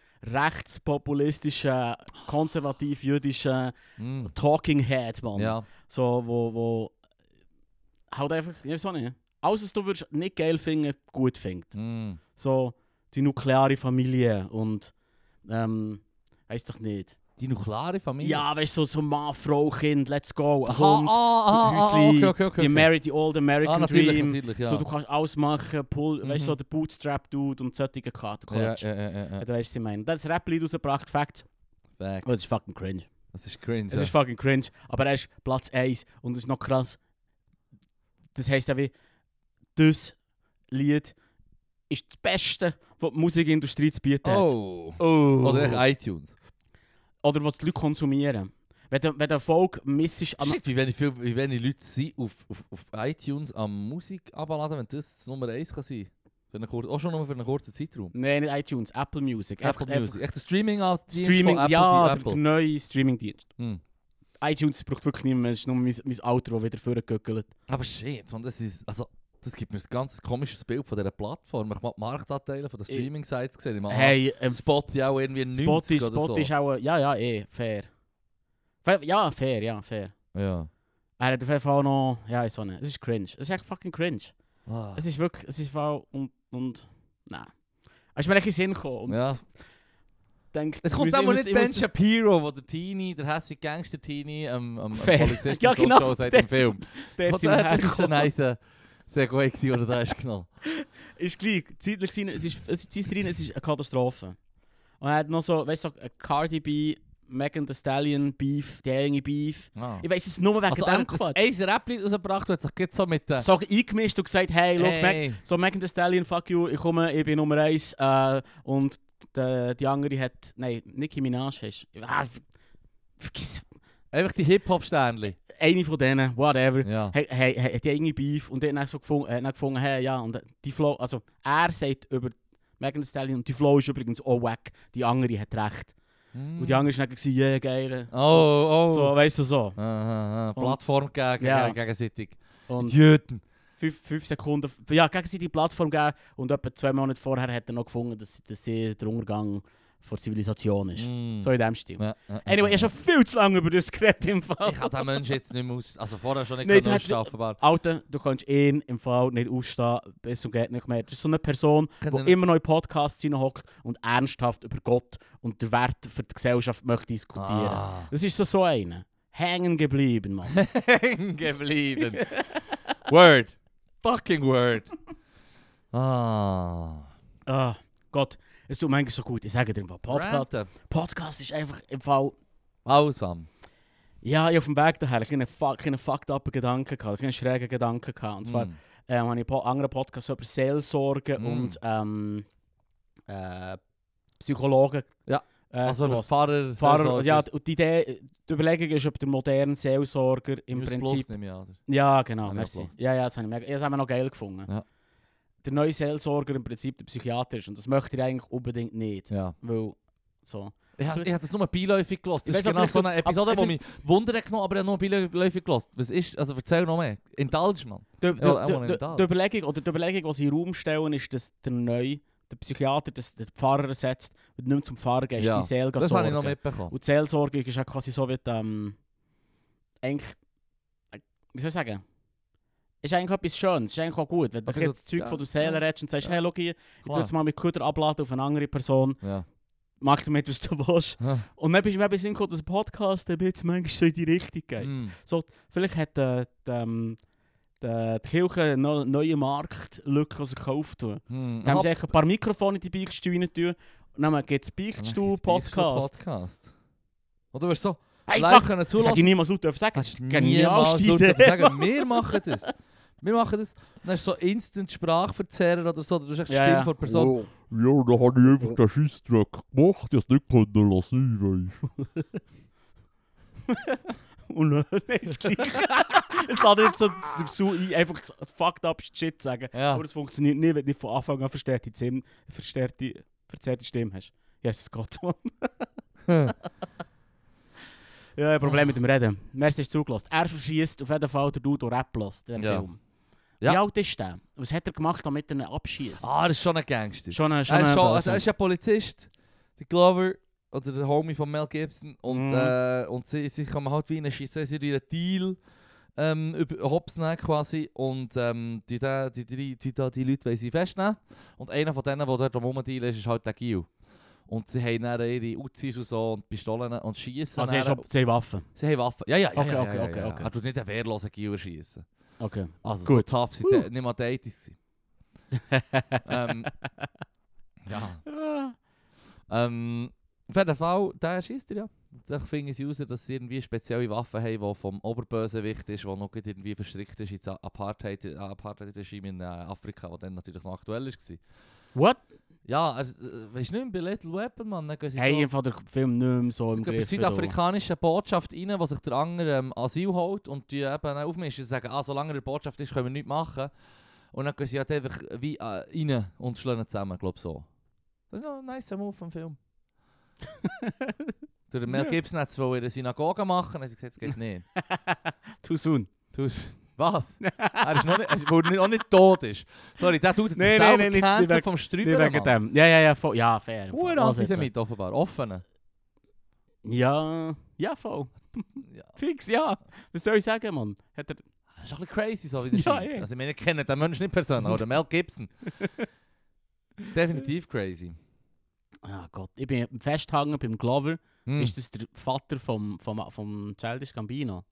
[SPEAKER 2] rechtspopulistischer, konservativ-jüdischer
[SPEAKER 1] Mm,
[SPEAKER 2] Talking Head, Mann.
[SPEAKER 1] ja.
[SPEAKER 2] So, wo, wo halt einfach, ich weiß auch nicht. Alles, was du würdest nicht geil finden, gut findest.
[SPEAKER 1] Mm.
[SPEAKER 2] So die nukleare Familie und ähm, weiß doch nicht.
[SPEAKER 1] Die nukleare Familie?
[SPEAKER 2] Ja, weißt du, so, so Mann, Frau, Kind, let's go, ein
[SPEAKER 1] Aha,
[SPEAKER 2] Hund,
[SPEAKER 1] ah, ah, ah,
[SPEAKER 2] Häusli,
[SPEAKER 1] okay, okay, okay, okay.
[SPEAKER 2] die Married, the Old American
[SPEAKER 1] ah, natürlich,
[SPEAKER 2] Dream.
[SPEAKER 1] natürlich, ja.
[SPEAKER 2] So, du kannst alles machen, pull, weißt
[SPEAKER 1] Mhm.
[SPEAKER 2] du, so der Bootstrap-Dude und solche Karten.
[SPEAKER 1] ja,
[SPEAKER 2] Ja,
[SPEAKER 1] ja, ja, ja, ja.
[SPEAKER 2] Du weißt, was ich meine. Das Rap-Lied rausgebracht, Facts.
[SPEAKER 1] Fact.
[SPEAKER 2] Oh, es ist fucking cringe.
[SPEAKER 1] Das ist cringe.
[SPEAKER 2] Es ist fucking cringe, aber er ist Platz 1 und es ist noch krass. Das heisst ja wie, das Lied ist das Beste, was die Musikindustrie zu bieten
[SPEAKER 1] ja.
[SPEAKER 2] hat.
[SPEAKER 1] Oh.
[SPEAKER 2] Oh.
[SPEAKER 1] Oder echt iTunes.
[SPEAKER 2] Oder was die Leute konsumieren. Wenn der, wenn der Folk missisch an.
[SPEAKER 1] Shit, wie wenig, viel, wie wenig Leute sind auf, auf, auf iTunes am Musik abladen, wenn das das Nummer 1 kann sein. Für eine kurze, auch schon nur für einen kurzen Zeitraum.
[SPEAKER 2] Nein, nicht iTunes, Apple Music.
[SPEAKER 1] Apple
[SPEAKER 2] Einfach-
[SPEAKER 1] Music. Echt ein streaming
[SPEAKER 2] Einfach Streaming,
[SPEAKER 1] von Apple, die
[SPEAKER 2] ja, der, der
[SPEAKER 1] Apple.
[SPEAKER 2] neue Streaming-Dienst.
[SPEAKER 1] Hm.
[SPEAKER 2] iTunes braucht wirklich niemand mehr, es ist nur mein, mein Outro wieder vorgegöckelt.
[SPEAKER 1] Aber shit, man, das ist... Also, das gibt mir ein ganz komisches Bild von dieser Plattform. Ich habe die Marktanteile von den
[SPEAKER 2] Ich-
[SPEAKER 1] Streaming-Sites gesehen. Ich meine,
[SPEAKER 2] Hey, ähm,
[SPEAKER 1] Spotify auch irgendwie 90
[SPEAKER 2] Spot, ist,
[SPEAKER 1] oder
[SPEAKER 2] Spot
[SPEAKER 1] so.
[SPEAKER 2] ist auch. Ja, ja, eh, fair. Fair- Ja, fair, ja, fair.
[SPEAKER 1] Ja.
[SPEAKER 2] Er hat auf jeden Fall noch. Ja, ist so nicht. Es ist cringe. Es ist echt fucking cringe.
[SPEAKER 1] Ah.
[SPEAKER 2] Es ist wirklich. Es ist voll. Und. und nein. Es ist mir echt in den Sinn gekommen und
[SPEAKER 1] ja. Dus
[SPEAKER 2] denkt,
[SPEAKER 1] Es
[SPEAKER 2] ich
[SPEAKER 1] kommt
[SPEAKER 2] muss-
[SPEAKER 1] auch
[SPEAKER 2] ich
[SPEAKER 1] mal
[SPEAKER 2] muss-
[SPEAKER 1] nicht
[SPEAKER 2] ich muss
[SPEAKER 1] Ben
[SPEAKER 2] das-
[SPEAKER 1] Shapiro, wo der Teenie, der hässliche Gangster-Teenie, ähm, ähm,
[SPEAKER 2] Fair.
[SPEAKER 1] Polizist
[SPEAKER 2] Ja, genau,
[SPEAKER 1] so seit dem
[SPEAKER 2] das-
[SPEAKER 1] Film.
[SPEAKER 2] Dort
[SPEAKER 1] Das
[SPEAKER 2] sind wir
[SPEAKER 1] war ein
[SPEAKER 2] hergekommen.
[SPEAKER 1] nice eh, Segway, gewesen, den du da hast genommen
[SPEAKER 2] ist gleich, zeitlich gesehen, es ist, es ist, drin, es ist eine Katastrophe. Und er hat noch so, weißt du, so, ein Cardi B, Megan Thee Stallion Beef, der enge Beef.
[SPEAKER 1] Ah.
[SPEAKER 2] Ich weiß es nur wegen
[SPEAKER 1] Also er
[SPEAKER 2] dem
[SPEAKER 1] hat ein
[SPEAKER 2] Quatsch.
[SPEAKER 1] eins Rap-Lied rausgebracht und hat sich jetzt so mit den...
[SPEAKER 2] So eingemischt und gesagt, hey, look, Meg
[SPEAKER 1] eh, Hey.
[SPEAKER 2] so Megan Thee Stallion, fuck you, ich komme, ich bin E Nummer 1 äh, und de, die andere hat, nein, Nicki Minaj ist, ah, ver- vergiss,
[SPEAKER 1] Einfach die Hip-Hop-Sternchen.
[SPEAKER 2] eine von denen, whatever.
[SPEAKER 1] Ja.
[SPEAKER 2] Hey, hey, hey, hat die irgendwie Beef und die hat dann so gefunden, äh, dann gefunden hey, ja, und die Flow, also er sagt über Megan Thee Stallion und die Flow ist übrigens auch wack, die andere hat recht.
[SPEAKER 1] Hm.
[SPEAKER 2] Und die andere ist dann gesagt, yeah, geil.
[SPEAKER 1] Oh, ah, oh.
[SPEAKER 2] So, weißt du, so.
[SPEAKER 1] Aha, aha.
[SPEAKER 2] Und-
[SPEAKER 1] Plattform gegen,
[SPEAKER 2] Ja.
[SPEAKER 1] gegenseitig.
[SPEAKER 2] Und
[SPEAKER 1] Idioten.
[SPEAKER 2] fünf, fünf Sekunden, ja, gegen sie die Plattform gegeben und etwa zwei Monate vorher hat er noch gefunden, dass, dass sie der Untergang von Zivilisation ist.
[SPEAKER 1] Mm.
[SPEAKER 2] So in dem Stil.
[SPEAKER 1] Ja, ja, ja,
[SPEAKER 2] Anyway, ich
[SPEAKER 1] ja.
[SPEAKER 2] habe schon viel zu lange über das geredet im Fall.
[SPEAKER 1] Ich kann den Menschen jetzt nicht mehr aus... Also vorher schon nicht
[SPEAKER 2] Nein,
[SPEAKER 1] nee,
[SPEAKER 2] du
[SPEAKER 1] können
[SPEAKER 2] hättest-
[SPEAKER 1] ausschaffen, aber...
[SPEAKER 2] Alter, du kannst ihn im Fall nicht ausstehen, bis zum geht nicht mehr. Das ist so eine Person,
[SPEAKER 1] Kann
[SPEAKER 2] die
[SPEAKER 1] er-
[SPEAKER 2] immer noch in Podcasts hockt und ernsthaft über Gott und den Wert für die Gesellschaft möchte diskutieren.
[SPEAKER 1] Ah.
[SPEAKER 2] Das ist so so einer. Hängen geblieben, Mann.
[SPEAKER 1] hängen geblieben. word. Fucking word. Ah.
[SPEAKER 2] ah, Gott, es tut mir eigentlich so gut. Ich sage dir im Fall, Podcast,
[SPEAKER 1] Ranten.
[SPEAKER 2] Podcast ist einfach im Fall...
[SPEAKER 1] Grausam.
[SPEAKER 2] Ja, ich auf dem Weg daher, ich hatte einen fuck- einen fucked up Gedanken, gehabt, ich hatte einen schrägen Gedanken. Gehabt. Und zwar
[SPEAKER 1] Mm.
[SPEAKER 2] ähm, habe ich einen anderen Podcast über Seelsorge
[SPEAKER 1] Mm.
[SPEAKER 2] und ähm, äh, Psychologen.
[SPEAKER 1] Ja.
[SPEAKER 2] Äh,
[SPEAKER 1] Also der
[SPEAKER 2] gehört.
[SPEAKER 1] Pfarrer.
[SPEAKER 2] Pfarrer, ja, und die Idee, die Überlegung ist, ob der moderne Seelsorger im Prinzip. Ja, genau,
[SPEAKER 1] Habe ich auch
[SPEAKER 2] merci.
[SPEAKER 1] gehört.
[SPEAKER 2] Ja, ja, das habe ich, mega- das haben wir noch geil gefunden.
[SPEAKER 1] Ja.
[SPEAKER 2] Der neue Seelsorger im Prinzip der Psychiater ist und das möchte ich eigentlich unbedingt nicht.
[SPEAKER 1] Ja.
[SPEAKER 2] Weil, so.
[SPEAKER 1] Ich habe ich hab das nur beiläufig gelassen.
[SPEAKER 2] Ich
[SPEAKER 1] Das ist
[SPEAKER 2] weiss auch
[SPEAKER 1] genau so
[SPEAKER 2] vielleicht-
[SPEAKER 1] eine Episode,
[SPEAKER 2] aber
[SPEAKER 1] die
[SPEAKER 2] ich
[SPEAKER 1] mich Wunder genommen aber ich habe nur beiläufig gelassen. Was ist? Also erzähl noch mehr. Indulge, Mann.
[SPEAKER 2] Die, die,
[SPEAKER 1] Ja, auch
[SPEAKER 2] die, die,
[SPEAKER 1] mental.
[SPEAKER 2] die Überlegung, oder die Überlegung, die sie in den Raum stellen, ist, dass der neue, der Psychiater, dass der Pfarrer ersetzt und nicht mehr zum Pfarrer gehst,
[SPEAKER 1] Ja,
[SPEAKER 2] die Seele
[SPEAKER 1] Das habe ich noch
[SPEAKER 2] sorgen.
[SPEAKER 1] mitbekommen.
[SPEAKER 2] Und die Seelsorge ist ja quasi so wie die, ähm, eigentlich, äh, wie soll ich sagen, ist eigentlich etwas Schönes, ist eigentlich auch gut, wenn du
[SPEAKER 1] Okay,
[SPEAKER 2] okay,
[SPEAKER 1] so-
[SPEAKER 2] das Zeug
[SPEAKER 1] ja,
[SPEAKER 2] von der Seele
[SPEAKER 1] ja,
[SPEAKER 2] redest und sagst,
[SPEAKER 1] ja.
[SPEAKER 2] hey, schau hier, ich tu
[SPEAKER 1] Klar.
[SPEAKER 2] jetzt mal mit Köder abladen auf eine andere Person,
[SPEAKER 1] Ja.
[SPEAKER 2] mach damit, was du willst.
[SPEAKER 1] Ja.
[SPEAKER 2] Und dann bist du mir ein bisschen gekommen, dass ein Podcast eben jetzt manchmal so in die Richtung geht.
[SPEAKER 1] Mm.
[SPEAKER 2] Vielleicht hat äh, die, ähm, die, die Kirche einen neu- neuen Marktlücke, die sie kaufen tun.
[SPEAKER 1] Mm.
[SPEAKER 2] Dann haben sie echt ein paar Mikrofone in die Beichtstuhl rein tun und dann gibt es Beichtstuhl-Podcast.
[SPEAKER 1] Podcast. Oder wirst du so live
[SPEAKER 2] Einfach!
[SPEAKER 1] können
[SPEAKER 2] Das hätte ich
[SPEAKER 1] zulassen?
[SPEAKER 2] niemals so dürfen sagen. Das
[SPEAKER 1] Hast
[SPEAKER 2] ist
[SPEAKER 1] du
[SPEAKER 2] die
[SPEAKER 1] niemals
[SPEAKER 2] genialste
[SPEAKER 1] dürfen
[SPEAKER 2] Idee.
[SPEAKER 1] sagen, wir machen das. Wir machen das. Dann hast du so instant Sprachverzerrer oder so. Du hast echt die
[SPEAKER 2] Ja,
[SPEAKER 1] Stimme
[SPEAKER 2] ja.
[SPEAKER 1] von der Person.
[SPEAKER 3] Ja, da habe ich einfach den Scheißdreck gemacht, ich es nicht können lassen, weißt
[SPEAKER 2] Und dann ist es gleich. Es lässt jetzt so dazu ein, einfach das fucked up Shit sagen.
[SPEAKER 1] Ja.
[SPEAKER 2] Aber es funktioniert nie, wenn du nicht von Anfang an verstärkte, Zim- verstärkte, verzerrte Stimme hast. Jesus Gott, Mann. ja, ein Problem mit dem Reden. Merz ist zugelassen. Er verschießt auf jeden Fall den Dude, der Rap lässt in dem
[SPEAKER 1] Ja.
[SPEAKER 2] Film.
[SPEAKER 1] Ja.
[SPEAKER 2] Wie alt ist der? Was hat er gemacht, damit er ihn abschießt?
[SPEAKER 1] Ah, das ist schon ein Gangster.
[SPEAKER 2] Schon ein, schon
[SPEAKER 1] er, ist
[SPEAKER 2] ein
[SPEAKER 1] schon,
[SPEAKER 2] Böse.
[SPEAKER 1] also er ist ja Polizist, der Glover oder der Homie von Mel Gibson. Und,
[SPEAKER 2] Mhm.
[SPEAKER 1] äh, und sie, sie kann man halt wie einen Schiss, sie sind ihren Deal ähm, über Hops nehmen quasi. Und ähm, die, da, die, die, die, da die Leute wollen sie festnehmen. Und einer von denen, der dort rumdealen ist, ist halt der Gil. Und sie haben dann ihre Uzis und so und Pistolen eh, und schießen.
[SPEAKER 2] also er ist
[SPEAKER 1] dann-
[SPEAKER 2] schon zwei Waffen.
[SPEAKER 1] sie haben Waffen. Ja, ja, ja.
[SPEAKER 2] Okay,
[SPEAKER 1] ja, ja,
[SPEAKER 2] okay,
[SPEAKER 1] ja,
[SPEAKER 2] okay,
[SPEAKER 1] ja.
[SPEAKER 2] okay.
[SPEAKER 1] Er tut nicht einen wehrlosen Gil schießen.
[SPEAKER 2] Okay.
[SPEAKER 1] Also
[SPEAKER 2] Gut.
[SPEAKER 1] so tough sind
[SPEAKER 2] Uh.
[SPEAKER 1] die- nicht mal die 80s. ähm, ja. Ähm, auf jeden Fall, der schießt er ja. Und Dann finden sie raus, dass sie irgendwie spezielle Waffen haben, die vom Oberbösewicht ist, die noch gerade irgendwie verstrickt ist ins Apartheid- äh, Apartheid-Regime in äh, Afrika, das dann natürlich noch aktuell war.
[SPEAKER 2] What?
[SPEAKER 1] Ja, er, äh, weißt du nicht, bei Little Weapon, Mann, dann gehen sie
[SPEAKER 2] Hey,
[SPEAKER 1] so...
[SPEAKER 2] ich fand den Film nicht mehr so
[SPEAKER 1] Es
[SPEAKER 2] im
[SPEAKER 1] gibt eine
[SPEAKER 2] Griff. wieder.
[SPEAKER 1] südafrikanische Botschaft rein, wo sich der andere ähm, Asyl holt und die eben dann aufmischen und sagen, ah, solange er in der Botschaft ist, können wir nichts machen. Und dann gehen sie halt einfach wie äh, rein und schlagen ihn zusammen, glaube ich so. Das ist noch ein nicer Move vom Film. Der Mel
[SPEAKER 2] Ja.
[SPEAKER 1] Gibson hat es wohl in der Synagoge machen, dann hat sie gesagt, es geht nicht.
[SPEAKER 2] Too soon.
[SPEAKER 1] Tu's. Was? er ist noch nicht, er ist- weil er auch nicht tot ist. Sorry, der tut jetzt
[SPEAKER 2] Nein,
[SPEAKER 1] selber
[SPEAKER 2] nein, nein, nicht-
[SPEAKER 1] Cancel
[SPEAKER 2] nicht wegen-
[SPEAKER 1] vom
[SPEAKER 2] Nicht
[SPEAKER 1] Strüber.
[SPEAKER 2] wegen dem. Ja, ja, ja, voll. Ja, fair.
[SPEAKER 1] Uhr
[SPEAKER 2] Was Also jetzt?
[SPEAKER 1] Antisemit offenbar, offene.
[SPEAKER 2] Ja, ja, voll.
[SPEAKER 1] Ja.
[SPEAKER 2] Fix, ja. Was soll ich sagen, Mann? Hat er...
[SPEAKER 1] Das ist ein bisschen crazy, so wie der
[SPEAKER 2] Ja,
[SPEAKER 1] scheint.
[SPEAKER 2] eh.
[SPEAKER 1] Also, ich meine, ich kenne den Menschen nicht persönlich, aber den Mel Gibson. Definitiv crazy.
[SPEAKER 2] Ah Gott, ich bin festgehangen beim Glover.
[SPEAKER 1] Hm.
[SPEAKER 2] Ist das der Vater vom, vom, vom Childish Gambino?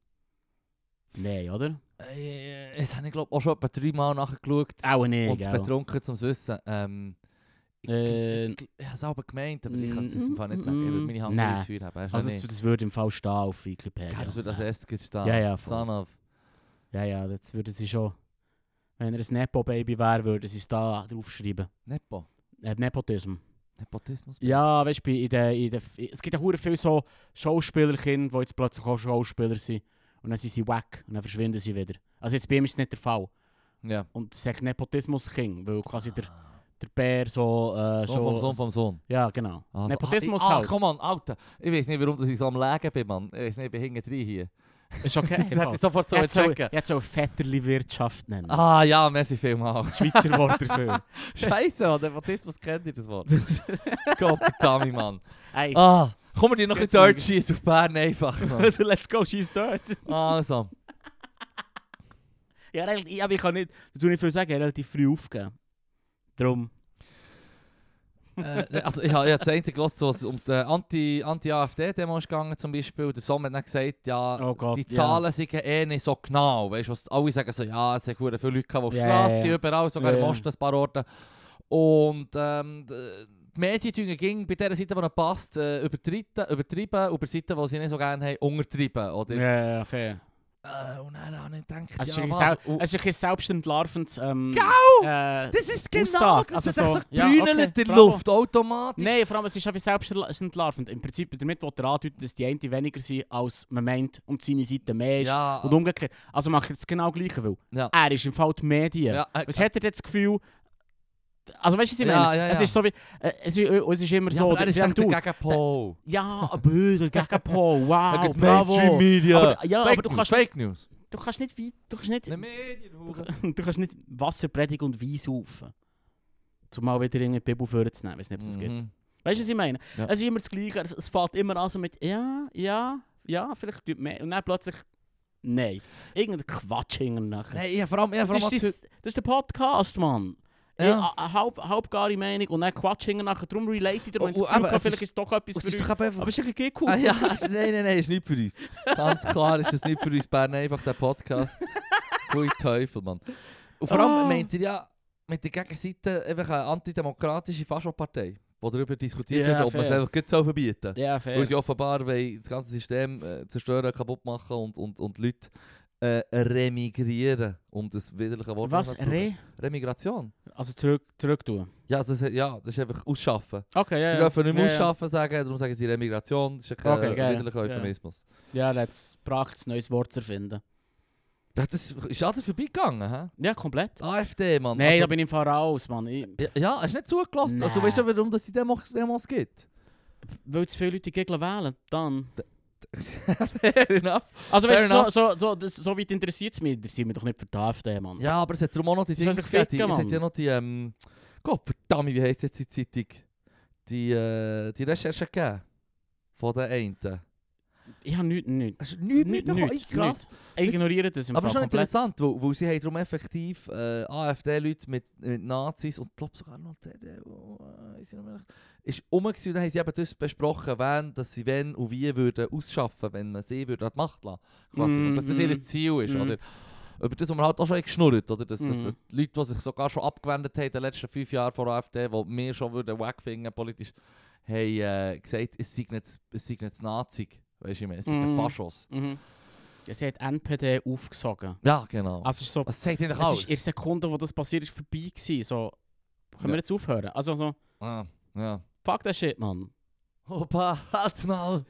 [SPEAKER 2] Nein, oder?
[SPEAKER 1] Äh, das habe ich, glaube auch schon etwa dreimal nachgeschaut.
[SPEAKER 2] Auch
[SPEAKER 1] und
[SPEAKER 2] nicht,
[SPEAKER 1] zu
[SPEAKER 2] gell?
[SPEAKER 1] betrunken, zum zu Wissen. Ähm, ich
[SPEAKER 2] Äh,
[SPEAKER 1] ich, ich, ich habe es aber gemeint, aber ich kann es
[SPEAKER 2] mm,
[SPEAKER 1] im Fall nicht sagen. Ich würde meine Hand
[SPEAKER 2] nein.
[SPEAKER 1] ins Feuer haben. Weißt du
[SPEAKER 2] Also
[SPEAKER 1] nicht?
[SPEAKER 2] das, das würde im Fall stehen auf Wikipedia.
[SPEAKER 1] Ja, das wird als erstes gestanden.
[SPEAKER 2] Ja, ja, voll.
[SPEAKER 1] Son of.
[SPEAKER 2] Ja, ja, das würde sie schon... Wenn er ein Nepo-Baby wäre, würde sie es da draufschreiben.
[SPEAKER 1] Nepo.
[SPEAKER 2] Äh, Nepotism.
[SPEAKER 1] Nepotismus.
[SPEAKER 2] Ja, weißt du, bei- in der, in der, es gibt ja hure viele so Schauspielerkinder, die jetzt plötzlich auch Schauspieler sind. Und dann sind sie weg und dann verschwinden sie wieder. Also jetzt bei ihm ist es nicht der Fall.
[SPEAKER 1] Ja.
[SPEAKER 2] Und es sagt Nepotismus-King, weil quasi der, der Bär so... Äh,
[SPEAKER 1] Sohn vom Sohn vom Sohn.
[SPEAKER 2] Ja, genau.
[SPEAKER 1] Also,
[SPEAKER 2] Nepotismus
[SPEAKER 1] ah, ich-
[SPEAKER 2] halt.
[SPEAKER 1] Ah, komm an, Alter. Ich weiß nicht, warum dass ich so am Lagen bin, Mann. Ich weiß nicht, ich bin hinten drin hier.
[SPEAKER 2] Ist okay.
[SPEAKER 1] das hätte ich sofort so
[SPEAKER 2] jetzt soll,
[SPEAKER 1] checken.
[SPEAKER 2] jetzt soll Vetterli-Wirtschaft nennen.
[SPEAKER 1] Ah ja, merci vielmals.
[SPEAKER 2] Das Schweizer Wort dafür.
[SPEAKER 1] Scheiße, Mann, Nepotismus kennt ihr das Wort. Gottverdammt, Mann.
[SPEAKER 2] Hey,
[SPEAKER 1] Ah, komm, wir dir noch ein
[SPEAKER 2] Jetzt
[SPEAKER 1] bisschen Dirt
[SPEAKER 2] geht's
[SPEAKER 1] schießen auf Bern einfach, Mann.
[SPEAKER 2] also let's go, she's dirt.
[SPEAKER 1] Also,
[SPEAKER 2] ja, rel- ja, aber ich kann nicht... Dazu nicht viel sagen, ich habe relativ früh aufgegeben. Drum.
[SPEAKER 1] äh, also ich habe ich hab das Einzige gehört, was um die Anti- Anti-AfD-Demo ist gegangen zum Beispiel. Der Sohn hat dann gesagt, ja,
[SPEAKER 2] Oh Gott,
[SPEAKER 1] die
[SPEAKER 2] ja.
[SPEAKER 1] Zahlen sind eh nicht so genau. Weißt du, was alle sagen so, ja, es sind verdammt viele Leute gehabt, die auf der
[SPEAKER 2] Ja,
[SPEAKER 1] Straße
[SPEAKER 2] ja,
[SPEAKER 1] sind,
[SPEAKER 2] ja.
[SPEAKER 1] überall, sogar
[SPEAKER 2] Ja,
[SPEAKER 1] im
[SPEAKER 2] ja.
[SPEAKER 1] Osten ein paar Orte. Und ähm, d- die Medientünger ging bei der Seite, die ihnen passt, äh, übertreten- übertrieben, und bei der Seite, die sie nicht so gerne haben, untertrieben. Oder
[SPEAKER 2] Ja, ja, fair.
[SPEAKER 1] Äh, und dann habe ich gedacht,
[SPEAKER 2] Also
[SPEAKER 1] ja,
[SPEAKER 2] ja,
[SPEAKER 1] was?
[SPEAKER 2] was,
[SPEAKER 1] Und-
[SPEAKER 2] es ist ein selbstentlarvendes... Ähm, Äh,
[SPEAKER 1] das ist
[SPEAKER 2] Aussage, also so- ja, okay, bravo.
[SPEAKER 1] automatisch.
[SPEAKER 2] Nein, vor allem, es ist einfach selbstentlarvend. Im Prinzip damit will er andeuten, dass die einen weniger sind, als man meint, und seine Seite mehr ist.
[SPEAKER 1] Ja,
[SPEAKER 2] Und umgekehrt. Also macht Ah, er das genau gleiche, weil
[SPEAKER 1] Ja.
[SPEAKER 2] er ist im Fall die Dus Medien.
[SPEAKER 1] ja, äh,
[SPEAKER 2] Was hat er jetzt das Gefühl... Also weißt du, was ich
[SPEAKER 1] Ja,
[SPEAKER 2] meine?
[SPEAKER 1] ja,
[SPEAKER 2] Es
[SPEAKER 1] ja.
[SPEAKER 2] ist so wie. Äh, es, ist- äh, es ist immer
[SPEAKER 1] Ja,
[SPEAKER 2] so.
[SPEAKER 1] aber er
[SPEAKER 2] der-
[SPEAKER 1] ist
[SPEAKER 2] der-
[SPEAKER 1] echt
[SPEAKER 2] du-
[SPEAKER 1] der Gegenpol.
[SPEAKER 2] Ja, aber der Gegenpol.
[SPEAKER 1] Er
[SPEAKER 2] Wow,
[SPEAKER 1] geht
[SPEAKER 2] Ah, bravo. Oh,
[SPEAKER 1] Mainstream-Media.
[SPEAKER 2] Aber, ja,
[SPEAKER 1] Fake
[SPEAKER 2] aber du
[SPEAKER 1] News,
[SPEAKER 2] kannst,
[SPEAKER 1] Fake News.
[SPEAKER 2] du kannst nicht weit. Du kannst nicht,
[SPEAKER 1] Eine Medienhure.
[SPEAKER 2] du kannst nicht Wasser predigen und Wein saufen. Zumal wieder irgendwie die Bibel vorzunehmen, weiß nicht, ob es das gibt.
[SPEAKER 1] Mhm.
[SPEAKER 2] Weißt du, was ich meine?
[SPEAKER 1] Ja.
[SPEAKER 2] Es ist immer das Gleiche. Es fällt immer an so mit ja, ja, ja, vielleicht tut mehr. Und dann plötzlich, nein. Irgendein Quatsch hinterher. nachher.
[SPEAKER 1] Nein, ich hab vor allem... Ich hab vor allem
[SPEAKER 2] das, ist
[SPEAKER 1] das-
[SPEAKER 2] das, das ist der Podcast, Mann. Ja. Eine halb, halbgare Meinung und dann Quatsch hinterher. nachher. Darum relate ich dir,
[SPEAKER 1] Oh,
[SPEAKER 2] wenn ich das
[SPEAKER 1] oh,
[SPEAKER 2] Gefühl
[SPEAKER 1] aber
[SPEAKER 2] habe,
[SPEAKER 1] es
[SPEAKER 2] vielleicht
[SPEAKER 1] ist-
[SPEAKER 2] ist doch etwas
[SPEAKER 1] Es
[SPEAKER 2] für
[SPEAKER 1] ist
[SPEAKER 2] euch.
[SPEAKER 1] doch eben...
[SPEAKER 2] Aber es ist ein bisschen cool.
[SPEAKER 1] Ah, ja, also, nein, nein, nein, ist nicht für uns. Ganz klar ist das nicht für uns, Bern, einfach der Podcast. Pfui Teufel, Mann. Und vor allem
[SPEAKER 2] Ah.
[SPEAKER 1] meint ihr ja mit der Gegenseite einfach eine antidemokratische Faschopartei, die darüber diskutiert
[SPEAKER 2] Ja,
[SPEAKER 1] wird, ob man es
[SPEAKER 2] fair.
[SPEAKER 1] einfach gut soll verbieten soll.
[SPEAKER 2] Ja,
[SPEAKER 1] Weil
[SPEAKER 2] fair.
[SPEAKER 1] sie offenbar wollen das ganze System äh, zerstören, kaputt machen und, und, und Leute äh, remigrieren, um das widerliche Wort
[SPEAKER 2] Was?
[SPEAKER 1] noch zu brauchen.
[SPEAKER 2] Re?
[SPEAKER 1] Remigration.
[SPEAKER 2] Also zurück, zurück tun.
[SPEAKER 1] Ja, also das, ja, das ist einfach ausschaffen.
[SPEAKER 2] Okay, ja.
[SPEAKER 1] Sie dürfen nicht mehr ausschaffen sagen, darum sagen sie Remigration, das ist ein
[SPEAKER 2] Okay,
[SPEAKER 1] äh,
[SPEAKER 2] geil.
[SPEAKER 1] widerlicher
[SPEAKER 2] Ja.
[SPEAKER 1] Euphemismus.
[SPEAKER 2] Ja, ja jetzt braucht es ein neues Wort zu erfinden.
[SPEAKER 1] Ja, das ist- ist alles vorbeigegangen, hä?
[SPEAKER 2] Ja, komplett.
[SPEAKER 1] Die AfD, Mann.
[SPEAKER 2] Nein, da
[SPEAKER 1] also,
[SPEAKER 2] bin ich im Fall raus, Mann. Ich,
[SPEAKER 1] ja, ja, hast du nicht zugelassen. Also, du
[SPEAKER 2] Nein.
[SPEAKER 1] weißt ja, warum es die Demos, Demos gibt.
[SPEAKER 2] weil zu viele Leute gegen wählen, dann...
[SPEAKER 1] Fair enough.
[SPEAKER 2] Also
[SPEAKER 1] Fair
[SPEAKER 2] weißt du, so, so, so, das, so weit interessiert es mich, da sind wir doch nicht für die AfD, Mann.
[SPEAKER 1] Ja, aber es hat darum auch noch die
[SPEAKER 2] Sie sollen
[SPEAKER 1] Dings
[SPEAKER 2] sich
[SPEAKER 1] gegeben. die-
[SPEAKER 2] ficken,
[SPEAKER 1] Es hat
[SPEAKER 2] Mann.
[SPEAKER 1] ja noch die, ähm, Gott verdammt, wie heisst jetzt die Zeitung? Die, äh, die Recherche gegeben. Von den einen.
[SPEAKER 2] Ich habe nichts, nichts.
[SPEAKER 1] Hast du nichts
[SPEAKER 2] Nicht-
[SPEAKER 1] mitbekommen?
[SPEAKER 2] nichts,
[SPEAKER 1] Ey, krass.
[SPEAKER 2] Ich ignoriere das im
[SPEAKER 1] Aber
[SPEAKER 2] aber
[SPEAKER 1] es ist
[SPEAKER 2] Fall
[SPEAKER 1] noch
[SPEAKER 2] komplett.
[SPEAKER 1] interessant, weil, weil sie haben darum effektiv äh, AfD-Leute mit, mit Nazis und ich glaube sogar noch CDU, äh, ist noch mehr, ist rum gewesen, und dann haben sie eben das besprochen, wann, dass sie wenn und wie würden ausschaffen, wenn man sie würde an die Macht lassen quasi. Und dass das
[SPEAKER 2] Mm, mm.
[SPEAKER 1] ihr dus Ziel ist,
[SPEAKER 2] Mm.
[SPEAKER 1] oder? Über das haben wir halt auch schon geschnurrt, oder? Dass, dass,
[SPEAKER 2] Mm.
[SPEAKER 1] dass die Leute, die sich sogar schon abgewendet haben in den letzten fünf Jahren von der AfD, die wir schon würden wegfinden politisch, haben äh, gesagt, es sei nicht, es sei nicht das Nazi, weißt du, ich meine, es sei ein
[SPEAKER 2] Mm.
[SPEAKER 1] Faschos.
[SPEAKER 2] Mhm. Ja, sie hat NPD aufgesogen.
[SPEAKER 1] Ja, genau.
[SPEAKER 2] Also es ist so,
[SPEAKER 1] Was sagt ihr denn
[SPEAKER 2] es
[SPEAKER 1] alles?
[SPEAKER 2] ist in der Sekunde, wo das passiert ist, vorbei gewesen. So, können wir
[SPEAKER 1] Ja.
[SPEAKER 2] jetzt aufhören? Also so,
[SPEAKER 1] Ah, ja.
[SPEAKER 2] fuck that shit, Mann.
[SPEAKER 1] Opa, halt's mal!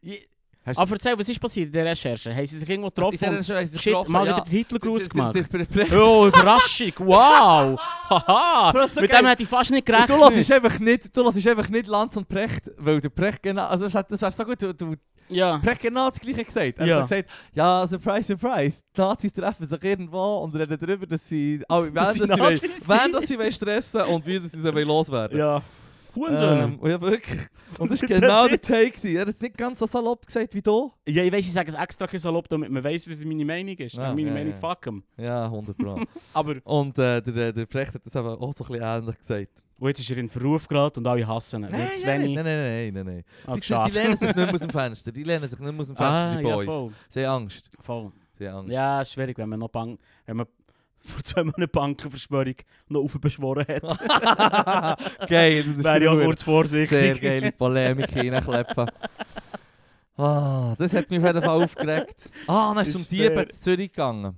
[SPEAKER 2] Ich-
[SPEAKER 1] Hast-
[SPEAKER 2] Aber erzähl, was ist passiert in der Recherche? Haben sie sich irgendwo
[SPEAKER 1] Drauf
[SPEAKER 2] getroffen? und-
[SPEAKER 1] schon
[SPEAKER 2] Shit, mal wieder den Hitlergruß gemacht.
[SPEAKER 1] gemacht.
[SPEAKER 2] Oh, Überraschung, wow! Haha! Mit dem hätte ich fast nicht gerechnet.
[SPEAKER 1] Du lässt einfach nicht, du lässt einfach nicht Lanz und Precht, weil der Precht genau, also das hat- das wäre so gut, du, du
[SPEAKER 2] Ja.
[SPEAKER 1] Precht genau das gleiche gesagt. Er
[SPEAKER 2] Ja.
[SPEAKER 1] hat so gesagt, ja, surprise, surprise, die Nazis treffen sich irgendwo und reden darüber, dass sie, alle,
[SPEAKER 2] Dass
[SPEAKER 1] dass
[SPEAKER 2] sie
[SPEAKER 1] wen, dass
[SPEAKER 2] Nazis
[SPEAKER 1] sie,
[SPEAKER 2] sind.
[SPEAKER 1] wollen- wen dass sie wollen stressen und wie dass sie sie wollen loswerden.
[SPEAKER 2] Ja. Ehm,
[SPEAKER 1] ähm, ja, wirklich. Und das war
[SPEAKER 2] That's
[SPEAKER 1] genau der
[SPEAKER 2] it.
[SPEAKER 1] Take. gewesen. Er hat es nicht ganz so salopp gesagt wie du.
[SPEAKER 2] Ja, ich weiß, ich sage es extra ein bisschen salopp, damit man weiß, was meine Meinung ist.
[SPEAKER 1] Ja,
[SPEAKER 2] meine
[SPEAKER 1] ja,
[SPEAKER 2] Meinung,
[SPEAKER 1] ja.
[SPEAKER 2] fuck 'em.
[SPEAKER 1] Ja, 100 Pro.
[SPEAKER 2] Aber
[SPEAKER 1] Und äh, der, der Precht hat das eben auch so ein bisschen ähnlich gesagt.
[SPEAKER 2] und jetzt ist er in Verruf geraten und alle hassen ihn. Weil Sveni...
[SPEAKER 1] nein, nein, nein, nein, nein.
[SPEAKER 2] Ah,
[SPEAKER 1] Die- Die, die
[SPEAKER 2] schade.
[SPEAKER 1] lehnen sich nicht mehr aus dem Fenster. Die lehnen sich nicht mehr aus dem Fenster,
[SPEAKER 2] Ah,
[SPEAKER 1] die
[SPEAKER 2] ja,
[SPEAKER 1] Boys.
[SPEAKER 2] voll.
[SPEAKER 1] Sie haben Angst.
[SPEAKER 2] voll.
[SPEAKER 1] Sie haben Angst.
[SPEAKER 2] Ja, ist schwierig, wenn man noch Bank... Wenn man vor zwei Monaten Bankenverschwörung noch aufbeschworen hat.
[SPEAKER 1] geil, das ist
[SPEAKER 2] Wäre ich auch
[SPEAKER 1] gut.
[SPEAKER 2] kurz
[SPEAKER 1] Sehr
[SPEAKER 2] vorsichtig.
[SPEAKER 1] geile Polemik hineinkleppen. Ah, das hat mich auf jeden Fall aufgeregt. Ah, dann ist
[SPEAKER 2] Ist
[SPEAKER 1] zum Dieben
[SPEAKER 2] fair.
[SPEAKER 1] zu Zürich gegangen.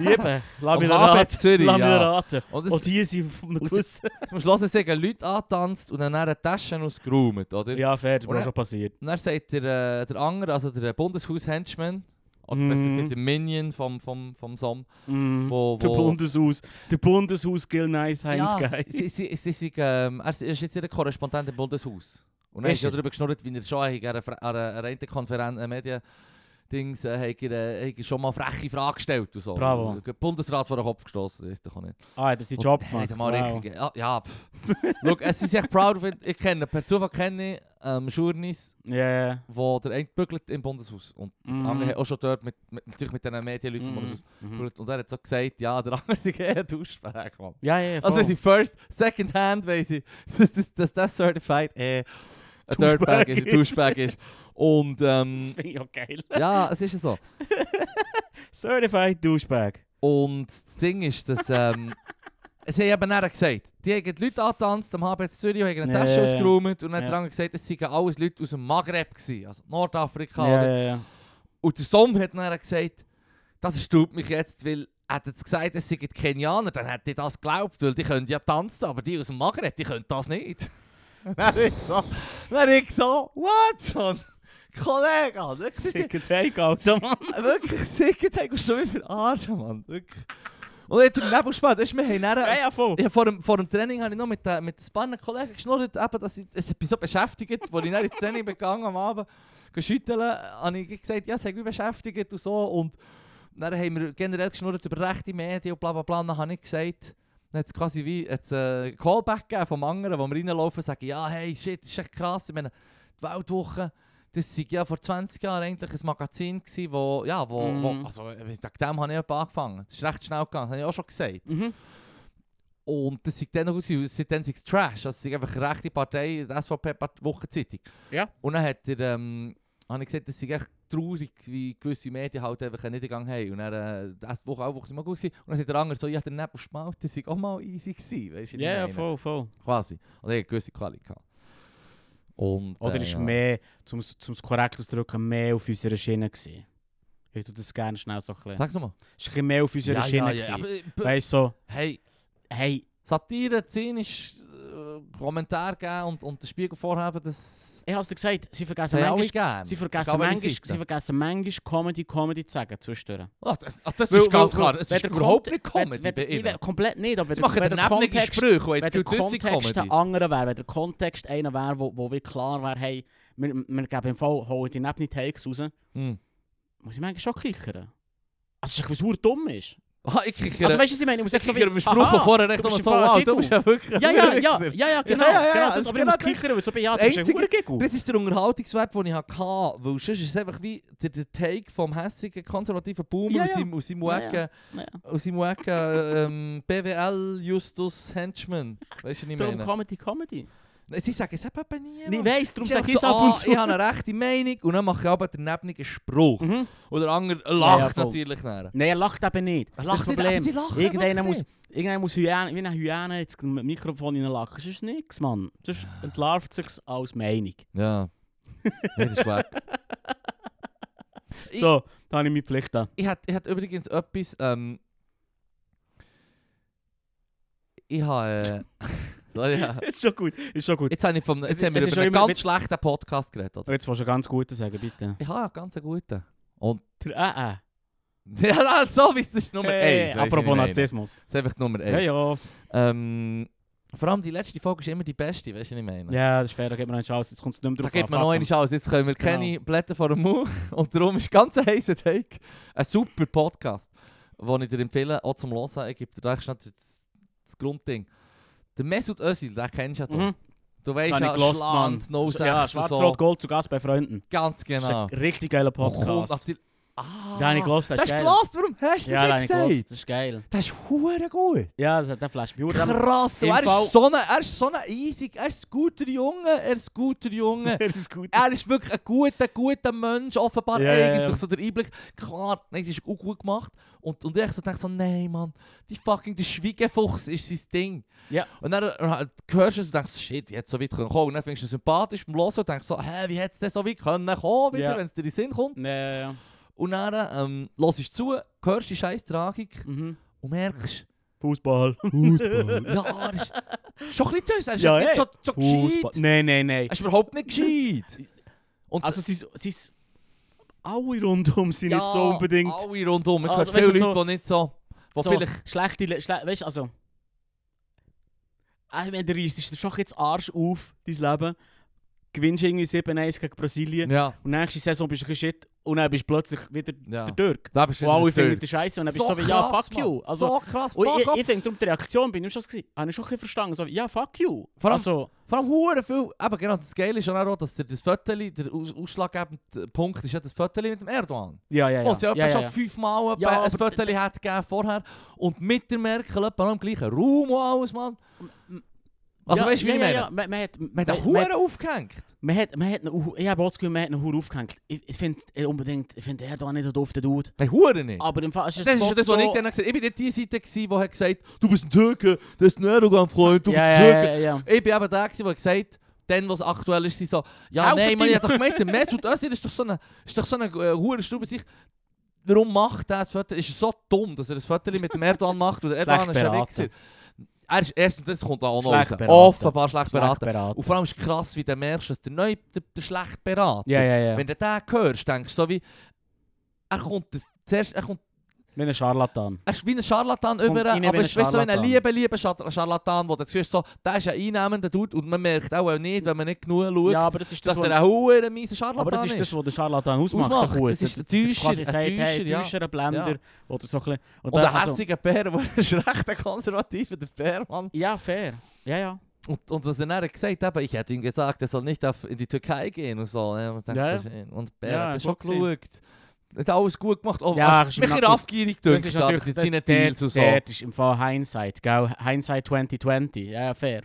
[SPEAKER 2] Liebe, lass mich
[SPEAKER 1] Am Abend
[SPEAKER 2] raten.
[SPEAKER 1] Zürich,
[SPEAKER 2] Lass mich
[SPEAKER 1] ja.
[SPEAKER 2] raten.
[SPEAKER 1] Und das,
[SPEAKER 2] Und die sind auf einem
[SPEAKER 1] Und
[SPEAKER 2] Kuss.
[SPEAKER 1] zum Schluss sagen Leute angetanzt und dann eine Tasche ausgeräumt, oder?
[SPEAKER 2] Ja, fair, das ist
[SPEAKER 1] Und
[SPEAKER 2] mir auch
[SPEAKER 1] er-
[SPEAKER 2] schon passiert.
[SPEAKER 1] Und dann sagt der, äh, der andere, also der Bundeshaus-Henchman, oder
[SPEAKER 2] Mhm.
[SPEAKER 1] besser gesagt der Minion vom, vom, vom Som,
[SPEAKER 2] Mm.
[SPEAKER 1] wo...
[SPEAKER 2] Der
[SPEAKER 1] wo
[SPEAKER 2] Bundeshaus. Der Bundeshaus Gil Nice Heinz
[SPEAKER 1] ja,
[SPEAKER 2] Geil.
[SPEAKER 1] sie, sie, sie, sie, sind, ähm, er ist er ist jetzt ihr Korrespondent im Bundeshaus. Und dann
[SPEAKER 2] Ist
[SPEAKER 1] ist ja
[SPEAKER 2] er?
[SPEAKER 1] darüber geschnurrt, wie er schon an einer Fra- an einer reinen Konferenz, äh, Medien-Dings, äh, hat er, äh, hat er schon mal freche Fragen gestellt und so.
[SPEAKER 2] Bravo.
[SPEAKER 1] Und Der Bundesrat vor den Kopf gestoßen, das ist doch auch nicht.
[SPEAKER 2] Ah, das ist Job
[SPEAKER 1] Und- Hey,
[SPEAKER 2] gemacht.
[SPEAKER 1] der mal
[SPEAKER 2] Wow.
[SPEAKER 1] richtig. Ja, ja pff. Schau, es ist echt proud, of it. ich kenne, per Zufall kenne ich ähm, Journeys,
[SPEAKER 2] Ja, yeah.
[SPEAKER 1] wo der eine bügelt im Bundeshaus. Und
[SPEAKER 2] Mhm.
[SPEAKER 1] der andere hat auch schon dort, mit, mit, natürlich mit den Medienleuten
[SPEAKER 2] Mm.
[SPEAKER 1] vom Bundeshaus.
[SPEAKER 2] Mhm.
[SPEAKER 1] gebügelt. Und er hat so gesagt, ja, der andere sei eh ein Duschbag, Mann.
[SPEAKER 2] Ja, ja, ja.
[SPEAKER 1] Also
[SPEAKER 2] voll.
[SPEAKER 1] weiss ich first, second hand Dus, weiss ich, dass das, dass das certified eh ein Dirtbag
[SPEAKER 2] Douchebag
[SPEAKER 1] ist, ein
[SPEAKER 2] ist.
[SPEAKER 1] Douchebag ist. Und
[SPEAKER 2] Das
[SPEAKER 1] ähm,
[SPEAKER 2] finde ich auch geil.
[SPEAKER 1] ja, es ist ja so.
[SPEAKER 2] Certified Douchebag.
[SPEAKER 1] Und das Ding ist, dass ähm, es haben eben nachher gesagt, die haben die Leute angetanzt am HBS Zürich, haben eine
[SPEAKER 2] Ja,
[SPEAKER 1] Tasche
[SPEAKER 2] ja, ja.
[SPEAKER 1] ausgeräumt und dann
[SPEAKER 2] Ja.
[SPEAKER 1] dran gesagt, es seien alles Leute aus dem Maghreb gewesen, also Nordafrika.
[SPEAKER 2] Ja,
[SPEAKER 1] Oder?
[SPEAKER 2] ja, ja.
[SPEAKER 1] Und der Somm hat nachher gesagt, das erstaunt mich jetzt, weil hätte es gesagt, es seien Kenianer, dann hätte ich das geglaubt, weil die können ja tanzen, aber die aus dem Maghreb, die können das nicht. dann ich so, dann ich so, Watson, Kollege, wirklich,
[SPEAKER 2] Sick Take, Alter.
[SPEAKER 1] wirklich, sicher, du schon wieder verarschen, Mann, wirklich. Und dann hat er Nebel gespielt. Weißt du, wir haben dann-
[SPEAKER 2] Ja, ja, voll.
[SPEAKER 1] Ich hab vor, dem, vor dem Training habe ich noch mit, den- mit ein paar Kollegen geschnurrt, eben, dass ich, es hat mich so beschäftigt, als ich dann ins Training begangen am Abend geschüttelt, habe ich gesagt, ja, es hat mich beschäftigt und so. Und dann haben wir generell geschnurrt über rechte Medien und bla bla bla. Und dann habe ich gesagt, dann hat es quasi wie hat's, äh, Callback gegeben vom anderen, wo wir reinlaufen und sagen, ja, hey, shit, ist echt krass. Ich meine, die Weltwoche, das war ja vor 20 Jahren eigentlich ein Magazin, gewesen, wo, ja, wo, wo,
[SPEAKER 2] Mhm.
[SPEAKER 1] also, äh, wegen dem habe ich etwa angefangen. Das ist recht schnell gegangen, das habe ich auch schon gesagt.
[SPEAKER 2] Mhm.
[SPEAKER 1] Und das sieht dann noch aus, seitdem sind Trash. Also, es ist einfach eine rechte Partei, die SVP Part- Wochenzeitung.
[SPEAKER 2] Ja.
[SPEAKER 1] Und dann hat er, ähm, habe ich gesagt, das ist echt traurig, wie gewisse Medien halt einfach einen Niedergang haben. Und dann, äh, die erste Woche auch Woche mal gut gewesen. Und dann sagt der andere so, ja, der Nebel schmalt, das war auch mal easy gewesen. Weißt du,
[SPEAKER 2] Ja, ja,
[SPEAKER 1] ich meine?
[SPEAKER 2] voll, voll.
[SPEAKER 1] Quasi. Und er hat gewisse Quali gehabt. Und,
[SPEAKER 2] Oder
[SPEAKER 1] äh,
[SPEAKER 2] Oh, ist
[SPEAKER 1] ja.
[SPEAKER 2] mehr, um es korrekt auszudrücken, mehr auf unserer Schiene gewesen? Ich tue das gerne schnell so ein bisschen.
[SPEAKER 1] Sag's nochmal.
[SPEAKER 2] Es war ein bisschen mehr auf unserer Schiene. gewesen.
[SPEAKER 1] aber, äh, b-
[SPEAKER 2] Weißt du, so,
[SPEAKER 1] hey,
[SPEAKER 2] hey,
[SPEAKER 1] Satire, zynisch, äh, Kommentar geben und, und den Spiegel vorhaben, das
[SPEAKER 2] ich habe es dir gesagt, sie vergessen
[SPEAKER 1] haben alle
[SPEAKER 2] manchmal,
[SPEAKER 1] gerne.
[SPEAKER 2] sie
[SPEAKER 1] Egal
[SPEAKER 2] vergessen
[SPEAKER 1] welche
[SPEAKER 2] manchmal,
[SPEAKER 1] Seite.
[SPEAKER 2] sie vergessen manchmal Comedy, Comedy zu sagen, zwischendurch.
[SPEAKER 1] Ah, das, ah, das
[SPEAKER 2] Weil-
[SPEAKER 1] ist ganz
[SPEAKER 2] weil-
[SPEAKER 1] klar.
[SPEAKER 2] weil-
[SPEAKER 1] Es
[SPEAKER 2] wenn
[SPEAKER 1] ist
[SPEAKER 2] der
[SPEAKER 1] überhaupt
[SPEAKER 2] Kont-
[SPEAKER 1] nicht Comedy
[SPEAKER 2] wenn-
[SPEAKER 1] bei
[SPEAKER 2] wenn-
[SPEAKER 1] ihnen.
[SPEAKER 2] eben, Komplett nicht, aber
[SPEAKER 1] Jetzt
[SPEAKER 2] wenn-
[SPEAKER 1] machen
[SPEAKER 2] wenn
[SPEAKER 1] die neblige Sprüche, die
[SPEAKER 2] wenn
[SPEAKER 1] jetzt
[SPEAKER 2] der
[SPEAKER 1] gilt, das sind
[SPEAKER 2] Kontext
[SPEAKER 1] Comedy.
[SPEAKER 2] ein anderer wäre, wenn der Kontext einer wäre, wo, wo wirklich klar wäre, hey, wir, wir geben im Fall, holen die Nebni Takes raus,
[SPEAKER 1] Hm.
[SPEAKER 2] muss ich manchmal schon kichern. Also, es ist etwas dumm ist.
[SPEAKER 1] Ah, ich kriege
[SPEAKER 2] Also,
[SPEAKER 1] einen
[SPEAKER 2] weißt du, was ich meine? Ich muss echt so wie-
[SPEAKER 1] Spruch von
[SPEAKER 2] aha.
[SPEAKER 1] vorher recht
[SPEAKER 2] du bist
[SPEAKER 1] nochmal so
[SPEAKER 2] im Fall ein
[SPEAKER 1] wow, du
[SPEAKER 2] Giggle.
[SPEAKER 1] bist ja wirklich
[SPEAKER 2] Ja, ja, ja,
[SPEAKER 1] Wichser.
[SPEAKER 2] ja, ja, genau.
[SPEAKER 1] Ja, ja, ja,
[SPEAKER 2] genau
[SPEAKER 1] es
[SPEAKER 2] das,
[SPEAKER 1] ist
[SPEAKER 2] aber ich muss
[SPEAKER 1] genau das.
[SPEAKER 2] kichern, weil so bin ich ja,
[SPEAKER 1] Das
[SPEAKER 2] du bist ein
[SPEAKER 1] Einzige-
[SPEAKER 2] Hurengiggle.
[SPEAKER 1] Das ist der Unterhaltungswert, den ich hatte, weil sonst ist es einfach wie der, der Take vom hässigen konservativen Boomer
[SPEAKER 2] Ja,
[SPEAKER 1] aus
[SPEAKER 2] ja.
[SPEAKER 1] seinem, aus seinem
[SPEAKER 2] Ja,
[SPEAKER 1] Ecken,
[SPEAKER 2] Ja.
[SPEAKER 1] aus seinem Ecken ähm, BWL Justus Henchman. Weißt du, was ich
[SPEAKER 2] Darum
[SPEAKER 1] meine?
[SPEAKER 2] Comedy, Comedy.
[SPEAKER 1] Nein, Sie sagen es eben eben nie.
[SPEAKER 2] Ich weiss, darum
[SPEAKER 1] Ich sage
[SPEAKER 2] sage
[SPEAKER 1] so,
[SPEAKER 2] ich es ab
[SPEAKER 1] ah,
[SPEAKER 2] und zu.
[SPEAKER 1] ich habe eine rechte Meinung und dann mache ich aber den nebligen Spruch.
[SPEAKER 2] Mhm.
[SPEAKER 1] Und der andere
[SPEAKER 2] Ja,
[SPEAKER 1] lacht
[SPEAKER 2] voll.
[SPEAKER 1] natürlich nachher.
[SPEAKER 2] Nein, er lacht eben nicht.
[SPEAKER 1] Er
[SPEAKER 2] das
[SPEAKER 1] lacht
[SPEAKER 2] ist
[SPEAKER 1] nicht,
[SPEAKER 2] das Problem.
[SPEAKER 1] aber sie lachen
[SPEAKER 2] irgendeiner,
[SPEAKER 1] wirklich
[SPEAKER 2] muss, irgendeiner muss Hyäne, wie eine Hyäne jetzt mit dem Mikrofon reinlachen. Das ist nichts, Mann. Das entlarvt sich als Meinung.
[SPEAKER 1] Ja. Nee, das ist wack. Ich-
[SPEAKER 2] So, da habe ich meine Pflicht an.
[SPEAKER 1] Ich hatte ich hat übrigens etwas. Ähm, ich habe. Äh, sorry, ja.
[SPEAKER 2] Ist schon gut, ist schon gut.
[SPEAKER 1] Jetzt, habe ich vom, jetzt
[SPEAKER 2] Es-
[SPEAKER 1] haben wir
[SPEAKER 2] es ist
[SPEAKER 1] über
[SPEAKER 2] schon
[SPEAKER 1] einen
[SPEAKER 2] immer
[SPEAKER 1] ganz
[SPEAKER 2] mit-
[SPEAKER 1] schlechten Podcast geredet. Oder?
[SPEAKER 2] Oh, Jetzt willst du ganz Gutes sagen, bitte.
[SPEAKER 1] Ich habe einen ganz guten.
[SPEAKER 2] Der äh, äh.
[SPEAKER 1] ja, nein, so wie es das ist Nummer 1.
[SPEAKER 2] Hey, apropos Narzissmus.
[SPEAKER 1] Das ist einfach die Nummer 1.
[SPEAKER 2] Ja, ja.
[SPEAKER 1] Ähm, vor allem die letzte Folge ist immer die beste, weißt du, was ich meine?
[SPEAKER 2] Ja, das ist fair, da gibt man eine Chance. Jetzt kommt es nicht mehr
[SPEAKER 1] Da
[SPEAKER 2] drauf
[SPEAKER 1] gibt man
[SPEAKER 2] fuck
[SPEAKER 1] noch
[SPEAKER 2] them.
[SPEAKER 1] eine Chance. Jetzt können wir keine Blätter vor dem Mund. Und darum ist ganz ein heißer Take. Ein super Podcast, den ich dir empfehle, auch zum Hören. Ich gebe dir recht schnell das, das Grundding. Der Mesut Özil, den kennst du ja. doch.
[SPEAKER 2] Mhm.
[SPEAKER 1] Du weißt
[SPEAKER 2] Habe ich
[SPEAKER 1] ja,
[SPEAKER 2] gelost,
[SPEAKER 1] Schland,
[SPEAKER 2] Mann.
[SPEAKER 1] No
[SPEAKER 2] Ja,
[SPEAKER 1] Sex und so.
[SPEAKER 2] Schwarz-Rot-Gold zu Gast bei Freunden.
[SPEAKER 1] Ganz genau.
[SPEAKER 2] Das ist ein richtig geiler
[SPEAKER 1] Und
[SPEAKER 2] Podcast.
[SPEAKER 1] natürlich- Ah,
[SPEAKER 2] Da habe ich gelost, das
[SPEAKER 1] Das
[SPEAKER 2] ist
[SPEAKER 1] ist
[SPEAKER 2] geil.
[SPEAKER 1] gelost, warum hast du
[SPEAKER 2] Ja, da
[SPEAKER 1] das
[SPEAKER 2] habe ich
[SPEAKER 1] nicht
[SPEAKER 2] gelost,
[SPEAKER 1] gesagt?
[SPEAKER 2] das ist geil.
[SPEAKER 1] Das ist hure gut.
[SPEAKER 2] Ja, das hat der Flash Björn.
[SPEAKER 1] Krass, und er
[SPEAKER 2] im Fall-
[SPEAKER 1] ist so ein, er ist so ein easy, er ist ein guter Junge, er ist ein guter Junge.
[SPEAKER 2] Das ist gut.
[SPEAKER 1] Er ist wirklich ein guter, guter Mensch, offenbar
[SPEAKER 2] Ja, ja,
[SPEAKER 1] eigentlich.
[SPEAKER 2] ja.
[SPEAKER 1] So der Einblick. Klar, nein, es ist auch gut gemacht. Und, und ich so denke so, nein, Mann, die fucking, der Schwiegefuchs ist sein Ding.
[SPEAKER 2] Ja.
[SPEAKER 1] Und dann äh, hörst du es und denkst, shit, wie hätte es so weit können kommen? Und dann findest du es sympathisch beim Hören und denkst so, hä, wie hätte es denn so weit können kommen, wieder,
[SPEAKER 2] Ja.
[SPEAKER 1] wenn es dir in den Sinn kommt.
[SPEAKER 2] Ja, ja, ja.
[SPEAKER 1] Und dann ähm, hörst du zu, hörst die scheiß Tragik
[SPEAKER 2] Mhm.
[SPEAKER 1] und merkst,
[SPEAKER 2] Fußball.
[SPEAKER 3] Fußball.
[SPEAKER 1] ja, er ist schon ein bisschen tüss, er ist
[SPEAKER 2] Ja,
[SPEAKER 1] nicht
[SPEAKER 2] ey.
[SPEAKER 1] so, so
[SPEAKER 2] Fußball.
[SPEAKER 1] gescheit.
[SPEAKER 2] Nein, nein, nein.
[SPEAKER 1] Er ist überhaupt nicht gescheit. Und
[SPEAKER 2] Ah, Also, sie sind. Alle rundum sind nicht so unbedingt.
[SPEAKER 1] Alle rundum. Ich
[SPEAKER 2] Also,
[SPEAKER 1] also, viele
[SPEAKER 2] weißt du,
[SPEAKER 1] Leute, die nicht so. Die
[SPEAKER 2] so
[SPEAKER 1] vielleicht.
[SPEAKER 2] Schlechte. Le schle weißt du, also. Äh, Wenn der reist, ist der schon jetzt Arsch auf, dein Leben. Gewinnst irgendwie 7-1 gegen Brasilien.
[SPEAKER 1] Ja,
[SPEAKER 2] Und nächste Saison bist du ein bisschen shit. Und dann bist du plötzlich wieder
[SPEAKER 1] ja.
[SPEAKER 2] der Türk.
[SPEAKER 1] Da bist
[SPEAKER 2] Wo alle
[SPEAKER 1] wieder
[SPEAKER 2] finden
[SPEAKER 1] durch.
[SPEAKER 2] die Scheiße. Und dann bist du so wie, ja,
[SPEAKER 1] krass,
[SPEAKER 2] fuck you.
[SPEAKER 1] Mann.
[SPEAKER 2] Also,
[SPEAKER 1] so krass,
[SPEAKER 2] Und
[SPEAKER 1] fuck
[SPEAKER 2] ich,
[SPEAKER 1] ab.
[SPEAKER 2] ich finde darum die Reaktion, bin ich schon gewesen, habe ich schon ein bisschen verstanden. So, wie, ja, fuck you.
[SPEAKER 1] Vor allem-
[SPEAKER 2] also,
[SPEAKER 1] Vor allem hure viel. Eben genau, das Geile ist ja auch, dass dir das Viertel, der aus ausschlaggebende Punkt ist ja das Viertel mit dem Erdogan.
[SPEAKER 2] ja, ja, ja.
[SPEAKER 1] Oh, sie ja,
[SPEAKER 2] ja, ja,
[SPEAKER 1] schon
[SPEAKER 2] ja.
[SPEAKER 1] fünfmal
[SPEAKER 2] Ja,
[SPEAKER 1] ja, ein
[SPEAKER 2] aber-
[SPEAKER 1] Viertel hat gegeben vorher. Und mit der Merkel etwa noch im gleichen Raum und alles, Mann. Also
[SPEAKER 2] ja,
[SPEAKER 1] weißt du, wie
[SPEAKER 2] ja,
[SPEAKER 1] ich
[SPEAKER 2] ja,
[SPEAKER 1] meine?
[SPEAKER 2] Ja, man, man hat,
[SPEAKER 1] Man hat
[SPEAKER 2] man-
[SPEAKER 1] den Huren aufgehängt.
[SPEAKER 2] man hat, man hat einen Hu- ich habe auch das Gefühl, man hat einen Hur aufgehängt. Ich, ich finde äh, unbedingt, ich finde Erdogan nicht der dufte Dude.
[SPEAKER 1] Den Huren nicht.
[SPEAKER 2] Aber im Fall ist es
[SPEAKER 1] Das ist ja das, was ich dann gesagt habe. Ich bin nicht die Seite, gewesen, die hat gesagt du bist ein Türke, das ist ein Erdogan-Freund, du bist
[SPEAKER 2] ja,
[SPEAKER 1] ein Türke.
[SPEAKER 2] ja, ja, ja.
[SPEAKER 1] Ich bin eben der, gewesen, der gesagt dann, was aktuell ist, sie so, ja,
[SPEAKER 2] Helft
[SPEAKER 1] nein, man,
[SPEAKER 2] ihm!
[SPEAKER 1] ich hab doch gemeint, der Mesut Özil ist doch so eine, ist doch so eine äh, hure Stube sich. Warum macht er das Foto? Ist er so dumm, dass er das Foto mit dem Erdogan macht? Weil der Erdogan
[SPEAKER 2] Schlecht
[SPEAKER 1] ist ja
[SPEAKER 2] beraten.
[SPEAKER 1] Wichser. Er ist erstens, das kommt auch noch
[SPEAKER 2] Schlecht
[SPEAKER 1] raus.
[SPEAKER 2] beraten.
[SPEAKER 1] Offenbar schlecht,
[SPEAKER 2] Schlecht
[SPEAKER 1] beraten. Und vor allem ist krass, wie du merkst, dass der neue, der, der schlecht beraten
[SPEAKER 2] Ja, ja, ja.
[SPEAKER 1] Wenn du den hörst, denkst du so wie, er kommt zuerst, er kommt
[SPEAKER 2] Wie ein Scharlatan.
[SPEAKER 1] Er ist wie ein Scharlatan
[SPEAKER 2] Kommt
[SPEAKER 1] über,
[SPEAKER 2] rein wie
[SPEAKER 1] aber
[SPEAKER 2] ein
[SPEAKER 1] es ist weißt du, so ein
[SPEAKER 2] Scharlatan.
[SPEAKER 1] lieber, lieber Schar- Scharlatan, wo du siehst, so, der ist ein einnehmender Dude und man merkt auch nicht, wenn man nicht genug schaut,
[SPEAKER 2] Ja, aber das ist das,
[SPEAKER 1] dass
[SPEAKER 2] was,
[SPEAKER 1] er ein hoher mieser Scharlatan
[SPEAKER 2] aber das, ist das, was der Scharlatan ausmacht.
[SPEAKER 1] Ausmacht,
[SPEAKER 2] der Kuh.
[SPEAKER 1] das ist der
[SPEAKER 2] Dass er
[SPEAKER 1] Täuscher,
[SPEAKER 2] quasi
[SPEAKER 1] ein
[SPEAKER 2] sagt, hey,
[SPEAKER 1] Täuscher, ja.
[SPEAKER 2] Täuscher, ein Blender.
[SPEAKER 1] Ja.
[SPEAKER 2] Oder so ein bisschen.
[SPEAKER 1] Und der
[SPEAKER 2] also-
[SPEAKER 1] hässige Bär, der ist recht ein konservativer der Bär, Mann.
[SPEAKER 2] Ja, fair. Ja, ja.
[SPEAKER 1] Und, und was er dann gesagt hat, ich hätte ihm gesagt, er soll nicht auf, in die Türkei gehen und so. ne? Und, dann
[SPEAKER 2] Ja.
[SPEAKER 1] so schön. und Bär
[SPEAKER 2] Ja,
[SPEAKER 1] hat
[SPEAKER 2] ist
[SPEAKER 1] schon
[SPEAKER 2] gut gewesen.
[SPEAKER 1] geschaut. Hat alles gut gemacht. Oh,
[SPEAKER 2] Ja,
[SPEAKER 1] also,
[SPEAKER 2] ist
[SPEAKER 1] mich
[SPEAKER 2] im
[SPEAKER 1] in
[SPEAKER 2] Nacken-
[SPEAKER 1] Afgierig
[SPEAKER 2] Das
[SPEAKER 1] durch,
[SPEAKER 2] ist
[SPEAKER 1] da
[SPEAKER 2] natürlich
[SPEAKER 1] mit
[SPEAKER 2] der-
[SPEAKER 1] seinen
[SPEAKER 2] der-
[SPEAKER 1] Deals und so.
[SPEAKER 2] der ist im Fall Hindsight, gell? Hindsight 2020, ja, ja, fair.